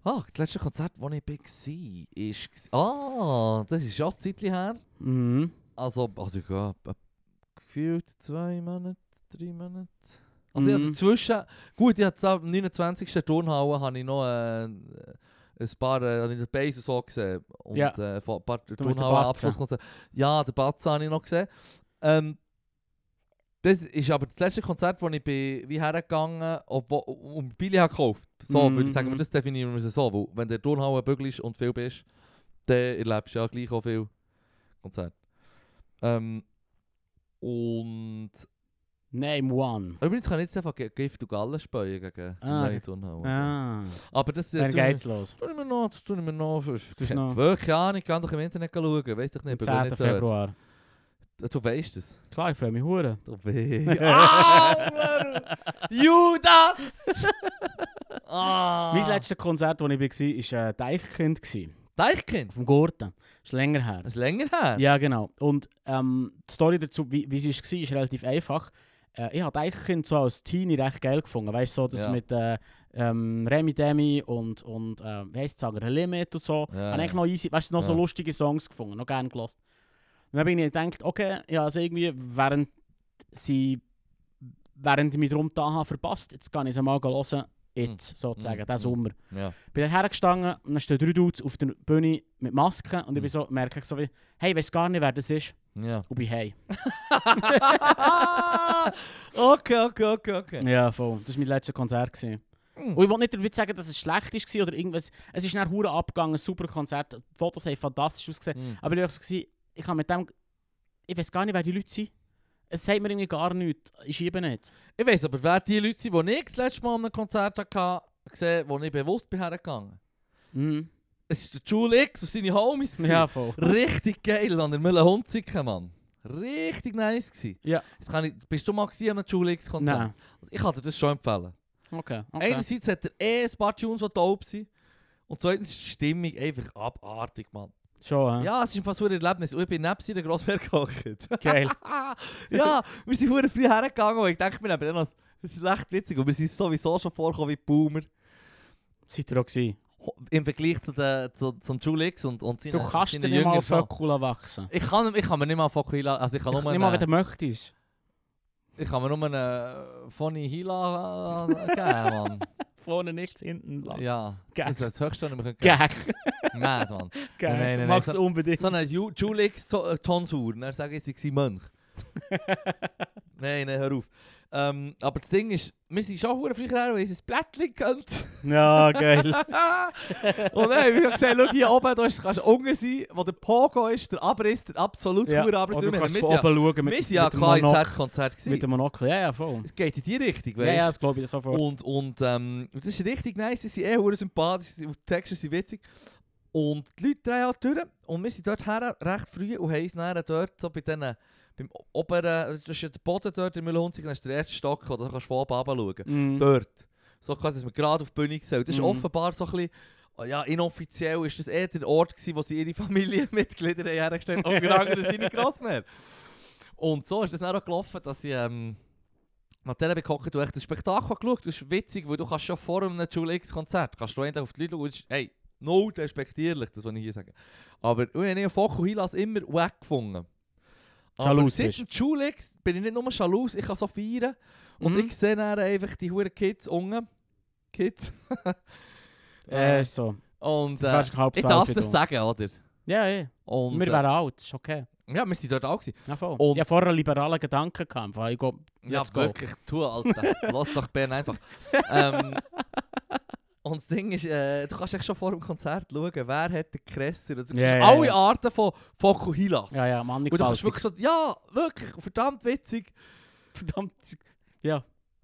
[SPEAKER 1] Ah, das letzte Konzert, das ich war, war... Ah, das ist schon ein Zeitchen her.
[SPEAKER 2] Mhm.
[SPEAKER 1] Also, also ich glaube, äh, gefühlt zwei Monate, drei Monate. Also ich
[SPEAKER 2] Mhm.
[SPEAKER 1] hatte dazwischen, gut, ich hatte am 29. Turnhauen, habe ich noch äh, ein paar, äh, habe ich den Bass und so gesehen. Und
[SPEAKER 2] Ja.
[SPEAKER 1] äh, von- ein paar
[SPEAKER 2] den
[SPEAKER 1] Turnhauen
[SPEAKER 2] Batzen.
[SPEAKER 1] Abschlusskonzert. Ja, den Batzen habe ich noch gesehen. Ähm, das ist aber das letzte Konzert, wo ich bin, wie hergegangen obwohl und Billy habe gekauft. So würde ich sagen,
[SPEAKER 2] Mhm.
[SPEAKER 1] das definieren wir es so. Weil wenn der Turnhauen bügelst und viel bist, dann erlebst du ja gleich auch viel Konzert. Ähm, und
[SPEAKER 2] Name one.
[SPEAKER 1] übrigens kann ich jetzt einfach G- Gift und Gallen speien gegen die
[SPEAKER 2] Ah,
[SPEAKER 1] neue Turnhalle.
[SPEAKER 2] Ah,
[SPEAKER 1] Aber das
[SPEAKER 2] dann
[SPEAKER 1] tun wir-
[SPEAKER 2] geht's los.
[SPEAKER 1] tun wir noch, das tun wir noch.
[SPEAKER 2] ist noch-
[SPEAKER 1] Wirklich, ja, ich kann doch im Internet schauen, weiss doch
[SPEAKER 2] Am
[SPEAKER 1] nicht, bin ich
[SPEAKER 2] 10.
[SPEAKER 1] nicht dort.
[SPEAKER 2] Februar.
[SPEAKER 1] Du weißt es.
[SPEAKER 2] Klar, ich freue mich hure.
[SPEAKER 1] Du Ah, weißt.
[SPEAKER 2] Ah,
[SPEAKER 1] Alter! Judas! ah.
[SPEAKER 2] Mein letztes Konzert, das ich war, war äh, Deichkind. gsi.
[SPEAKER 1] Deichkind.
[SPEAKER 2] Auf dem Gurten. Das ist länger her.
[SPEAKER 1] Das ist länger her.
[SPEAKER 2] Ja, genau. Und ähm, die Story dazu, wie, wie sie war, ist relativ einfach. Äh, ich habe Deichkind so als Teenie recht geil gefunden. Weißt du, so, das
[SPEAKER 1] Ja.
[SPEAKER 2] mit äh, ähm, Remi Demi und, und äh, wie heisst es, Limit und so.
[SPEAKER 1] Ja,
[SPEAKER 2] Habe Ah, ich
[SPEAKER 1] Ah, ja.
[SPEAKER 2] noch, easy, weißt, du, noch so
[SPEAKER 1] Ja.
[SPEAKER 2] lustige Songs gefunden, noch gerne gelost. Und dann bin ich gedacht, okay, ja, also irgendwie, während sie während ich mich drum da habe verpasst, jetzt kann ich es mal hören, jetzt sozusagen,
[SPEAKER 1] Mhm.
[SPEAKER 2] diesen Sommer
[SPEAKER 1] Ja.
[SPEAKER 2] bin dann hergestanden und dann stehen drei Dudes auf der Bühne mit Masken und
[SPEAKER 1] Mhm.
[SPEAKER 2] ich bin so, merke ich so wie, hey, ich weiß gar nicht, wer das ist.
[SPEAKER 1] ja.
[SPEAKER 2] Und bin hey.
[SPEAKER 1] okay, okay, okay, okay.
[SPEAKER 2] Ja, voll. Das war mein letztes Konzert. Gewesen.
[SPEAKER 1] Mhm.
[SPEAKER 2] Und ich wollte nicht damit sagen, dass es schlecht war oder irgendwas. Es ist nach Hure abgegangen, ein super Konzert. Die Fotos haben fantastisch ausgesehen.
[SPEAKER 1] Mhm.
[SPEAKER 2] Aber ich war so, gewesen, ich kann mit dem, ich weiß gar nicht, wer die Leute sind. Es sagt mir irgendwie gar nichts. Ich schiebe nicht.
[SPEAKER 1] Ich weiß aber, wer die Leute sind, die ich das letzte Mal an einem Konzert hatte, gesehen, wo ich bewusst bin hergegangen.
[SPEAKER 2] Mhm.
[SPEAKER 1] Es war der Jule X und seine Homies. gewesen.
[SPEAKER 2] Ja, voll.
[SPEAKER 1] Richtig geil an der Müller-Hunziken, Mann. Richtig nice gsi.
[SPEAKER 2] Ja.
[SPEAKER 1] Jetzt kann ich, bist du mal gewesen an einem Jule X-Konzert?
[SPEAKER 2] Nein.
[SPEAKER 1] Ich kann dir das schon empfehlen.
[SPEAKER 2] Okay. okay.
[SPEAKER 1] Einerseits hat er eh ein paar Tunes, die dope sind. Und zweitens ist die Stimmung einfach abartig, Mann.
[SPEAKER 2] Schon, hä?
[SPEAKER 1] Ja, es ist fast ein Erlebnis. Und ich bin neben seiner Grossberg gekocht.
[SPEAKER 2] Geil.
[SPEAKER 1] ja, wir sind hure früh hergegangen und ich denke mir eben, das ist echt witzig. Und wir sind sowieso schon vorgekommen wie Boomer.
[SPEAKER 2] Seid ihr auch gewesen?
[SPEAKER 1] Ho- Im Vergleich zu den, zu, zum Julix und, und seinen
[SPEAKER 2] Du kannst dir
[SPEAKER 1] seinen
[SPEAKER 2] nicht mal
[SPEAKER 1] jüngeren Fan.
[SPEAKER 2] Fökula wachsen.
[SPEAKER 1] ich kann, ich kann mir nicht mal Fokuhila... Also ich kann
[SPEAKER 2] Ich,
[SPEAKER 1] nur
[SPEAKER 2] nicht mal, wenn du
[SPEAKER 1] einen,
[SPEAKER 2] möchtest.
[SPEAKER 1] ich kann mir nur einen äh, Fonny Hila äh, geben, Mann.
[SPEAKER 2] Vorne nichts, hinten lang.
[SPEAKER 1] Ja,
[SPEAKER 2] Gag.
[SPEAKER 1] das ist das Höchste, was wir können geben.
[SPEAKER 2] Gag.
[SPEAKER 1] Mad, Mann.
[SPEAKER 2] Gag.
[SPEAKER 1] nein, nein,
[SPEAKER 2] Mach's
[SPEAKER 1] so-
[SPEAKER 2] unbedingt.
[SPEAKER 1] So eine Ju- eh, Julix-Tonsur. Dann sage ich, sie sei Mönch. nein, nein, hör auf. Ähm, aber das Ding ist, wir sind schon hure früher her, weil es ein Blättchen könnt.
[SPEAKER 2] Ja, geil.
[SPEAKER 1] und dann haben wir gesehen, schau hier oben, da ist, kannst du unten sein, wo der Pogo ist, der Abriss, der absolut
[SPEAKER 2] ja.
[SPEAKER 1] hure
[SPEAKER 2] Oder
[SPEAKER 1] Abriss.
[SPEAKER 2] du
[SPEAKER 1] Wir
[SPEAKER 2] kannst
[SPEAKER 1] sind
[SPEAKER 2] von
[SPEAKER 1] ja-
[SPEAKER 2] oben schauen
[SPEAKER 1] wir
[SPEAKER 2] mit,
[SPEAKER 1] sind ja
[SPEAKER 2] mit dem
[SPEAKER 1] kein
[SPEAKER 2] Monokel.
[SPEAKER 1] konzert
[SPEAKER 2] Mit dem Monokel, ja, ja, voll.
[SPEAKER 1] Es geht in die Richtung,
[SPEAKER 2] Ja,
[SPEAKER 1] weißt
[SPEAKER 2] ja, das glaube ich dir sofort.
[SPEAKER 1] Und, und ähm, das ist richtig nice, sie sind eh hure sympathisch, sie- und die Texte sind witzig. Und die Leute drehen halt durch und wir sind dort her, recht früh und haben uns dann dort so bei denen, beim o- oberen, das ist ja der Boden dort in Müllhunzig, dann ist der erste Stock, oder da kannst du von oben runter schauen.
[SPEAKER 2] Mhm.
[SPEAKER 1] Dort. So quasi, dass man gerade auf die Bühne gesehen Das ist
[SPEAKER 2] Mhm.
[SPEAKER 1] offenbar so ein bisschen, oh ja, inoffiziell ist das eher der Ort gewesen, wo sie ihre Familienmitglieder haben hergestellt haben, Oh, unter anderem seine Grossmär. Und so ist das dann auch gelaufen, dass ich... Ähm, nach dieser Bekocken, du echt ein Spektakel geschaut, das ist witzig, weil du kannst schon vor einem Julix-Konzert, kannst du endlich auf die Leute schauen und das ist, hey, null despektierlich, das, was ich hier sage. Aber ich habe Foco Hilas immer wack gefunden. Aber
[SPEAKER 2] Schalus
[SPEAKER 1] seit dem Julix bin ich nicht nur schalus, ich kann so feiern. Und
[SPEAKER 2] Mhm.
[SPEAKER 1] ich sehe dann einfach die huren Kids unten. Kids.
[SPEAKER 2] Äh, so.
[SPEAKER 1] und
[SPEAKER 2] Das
[SPEAKER 1] äh,
[SPEAKER 2] wärst du halb
[SPEAKER 1] ich
[SPEAKER 2] so
[SPEAKER 1] darf
[SPEAKER 2] alt wie
[SPEAKER 1] das
[SPEAKER 2] du.
[SPEAKER 1] sagen, oder?
[SPEAKER 2] Ja, ja.
[SPEAKER 1] Und,
[SPEAKER 2] Wir wären alt, ist okay.
[SPEAKER 1] äh, ja, wir sind dort auch. Gewesen.
[SPEAKER 2] Ja, voll.
[SPEAKER 1] und-
[SPEAKER 2] ich habe vorher liberale Gedanken gehabt. im Fall. Ich glaub,
[SPEAKER 1] Ja,
[SPEAKER 2] Let's go.
[SPEAKER 1] wirklich, tu, Alter. Lass doch Bern einfach. ähm, und das Ding ist, äh, du kannst echt schon vor dem Konzert schauen, wer hat den Kresser. Also, Du
[SPEAKER 2] Ja,
[SPEAKER 1] siehst
[SPEAKER 2] ja,
[SPEAKER 1] alle
[SPEAKER 2] ja.
[SPEAKER 1] Arten von Fokuhilas.
[SPEAKER 2] ja, ja, Mann, ich
[SPEAKER 1] Und du kannst wirklich so, ja, wirklich, verdammt witzig,
[SPEAKER 2] verdammt.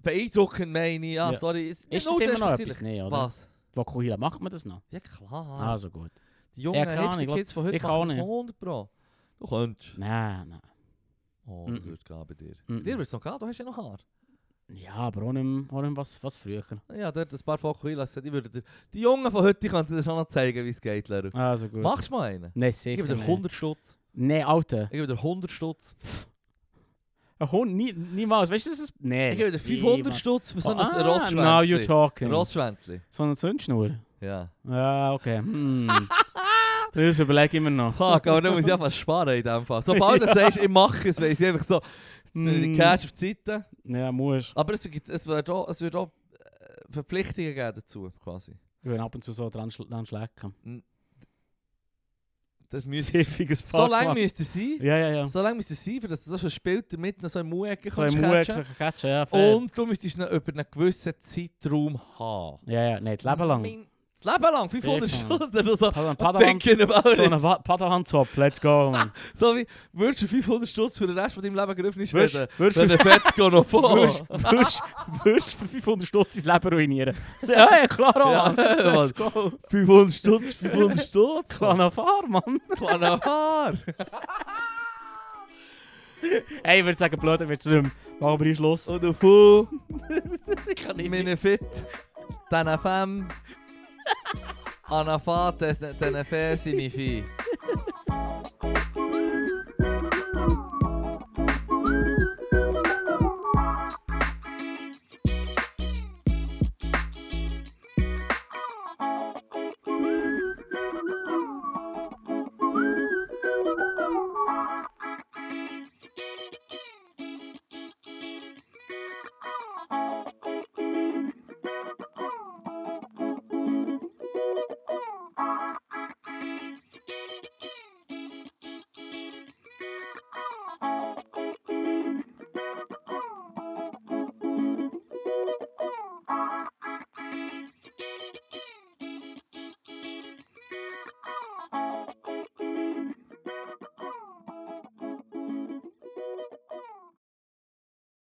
[SPEAKER 1] beeindruckend meine ich. Ja,
[SPEAKER 2] Ja.
[SPEAKER 1] sorry. Ist,
[SPEAKER 2] Ist das
[SPEAKER 1] nur
[SPEAKER 2] immer noch
[SPEAKER 1] despektierlich.
[SPEAKER 2] etwas? Nee, oder?
[SPEAKER 1] Was?
[SPEAKER 2] Vokuhila, macht man das noch?
[SPEAKER 1] Ja, klar.
[SPEAKER 2] Also gut.
[SPEAKER 1] Die jungen
[SPEAKER 2] Ja, keine Ahnung,
[SPEAKER 1] hipster Kids von heute
[SPEAKER 2] ich auch
[SPEAKER 1] machen das
[SPEAKER 2] nicht.
[SPEAKER 1] 100 Pro. Du könntest.
[SPEAKER 2] Nein, nein.
[SPEAKER 1] Oh, das
[SPEAKER 2] Mhm.
[SPEAKER 1] würde gehen bei dir.
[SPEAKER 2] Mhm.
[SPEAKER 1] Dir würde es noch gehen, du hast ja noch Haar.
[SPEAKER 2] Ja, aber auch nicht, mehr, auch nicht mehr was, was früher.
[SPEAKER 1] Ja, dort ein paar Fokuhilas. Die, würden dir- die Jungen von heute die könnten dir schon noch zeigen, wie es geht, Leru.
[SPEAKER 2] Also gut.
[SPEAKER 1] Machst du mal einen?
[SPEAKER 2] Nein,
[SPEAKER 1] Ich
[SPEAKER 2] sicher
[SPEAKER 1] gebe dir
[SPEAKER 2] nicht.
[SPEAKER 1] 100 Stutz.
[SPEAKER 2] Nein, Alter.
[SPEAKER 1] Ich gebe dir 100 Stutz.
[SPEAKER 2] Ein Hund, nie, niemals. Weißt du, das ist... Nein.
[SPEAKER 1] Ich gebe dir
[SPEAKER 2] sieh,
[SPEAKER 1] 500
[SPEAKER 2] Mann.
[SPEAKER 1] Stutz für so ein
[SPEAKER 2] Ah, Now you're
[SPEAKER 1] Rossschwänzli.
[SPEAKER 2] talking.
[SPEAKER 1] Rossschwänzli.
[SPEAKER 2] So eine Zündschnur.
[SPEAKER 1] Ja.
[SPEAKER 2] Ja, okay. Hm. das überlege ich immer noch.
[SPEAKER 1] Fuck, oh, aber dann muss ich einfach sparen in dem Fall. Sobald du sagst, ich mache es, weiss ich einfach so, die
[SPEAKER 2] Mm.
[SPEAKER 1] Cash auf die Seite.
[SPEAKER 2] Ja, musst.
[SPEAKER 1] Aber es, gibt, es wird auch, es wird auch äh, Verpflichtungen geben dazu, quasi.
[SPEAKER 2] Ich will ab und zu so dran, schl dran schlecken.
[SPEAKER 1] Das müsste,
[SPEAKER 2] Siffiges
[SPEAKER 1] so lange müsste es sein.
[SPEAKER 2] Ja, ja, ja.
[SPEAKER 1] So lange müsste es sein, für dass du so verspielt damit noch so im Muecke
[SPEAKER 2] So ein
[SPEAKER 1] kannst catchen.
[SPEAKER 2] mucklicher Catch, ja, fair.
[SPEAKER 1] Und du müsstest noch über einen gewissen Zeitraum haben.
[SPEAKER 2] Ja, ja, nein, das Leben lang.
[SPEAKER 1] Mein- Das Leben lang, 500
[SPEAKER 2] Wirklich.
[SPEAKER 1] Stunden oder so. I'm
[SPEAKER 2] Padawan, Padawan,
[SPEAKER 1] Thinking about
[SPEAKER 2] so
[SPEAKER 1] it.
[SPEAKER 2] ein Wa- Padawan-Zopf, let's go, man.
[SPEAKER 1] So wie, würdest du 500 Stutz für den Rest von deinem Leben gegriffen nicht
[SPEAKER 2] Würdest
[SPEAKER 1] reden?
[SPEAKER 2] würdest
[SPEAKER 1] Wenn
[SPEAKER 2] du
[SPEAKER 1] der Fetzko noch vor.
[SPEAKER 2] würdest- würdest- würdest für 500 Stutz sein Leben ruinieren? Ja, ja, klar,
[SPEAKER 1] Ja,
[SPEAKER 2] Mann. Let's
[SPEAKER 1] Mann.
[SPEAKER 2] go.
[SPEAKER 1] 500 Stutz, 500 Stutz.
[SPEAKER 2] Kleiner Fahr, Mann.
[SPEAKER 1] Kleiner Haar.
[SPEAKER 2] Ey, ich würde sagen, blöd, dann wird's nicht mehr. Machen wir hier Schluss.
[SPEAKER 1] Und auf U,
[SPEAKER 2] Ich kann nicht mehr.
[SPEAKER 1] meine Fit, den FM, Anafat, den Fe, seine Vieh.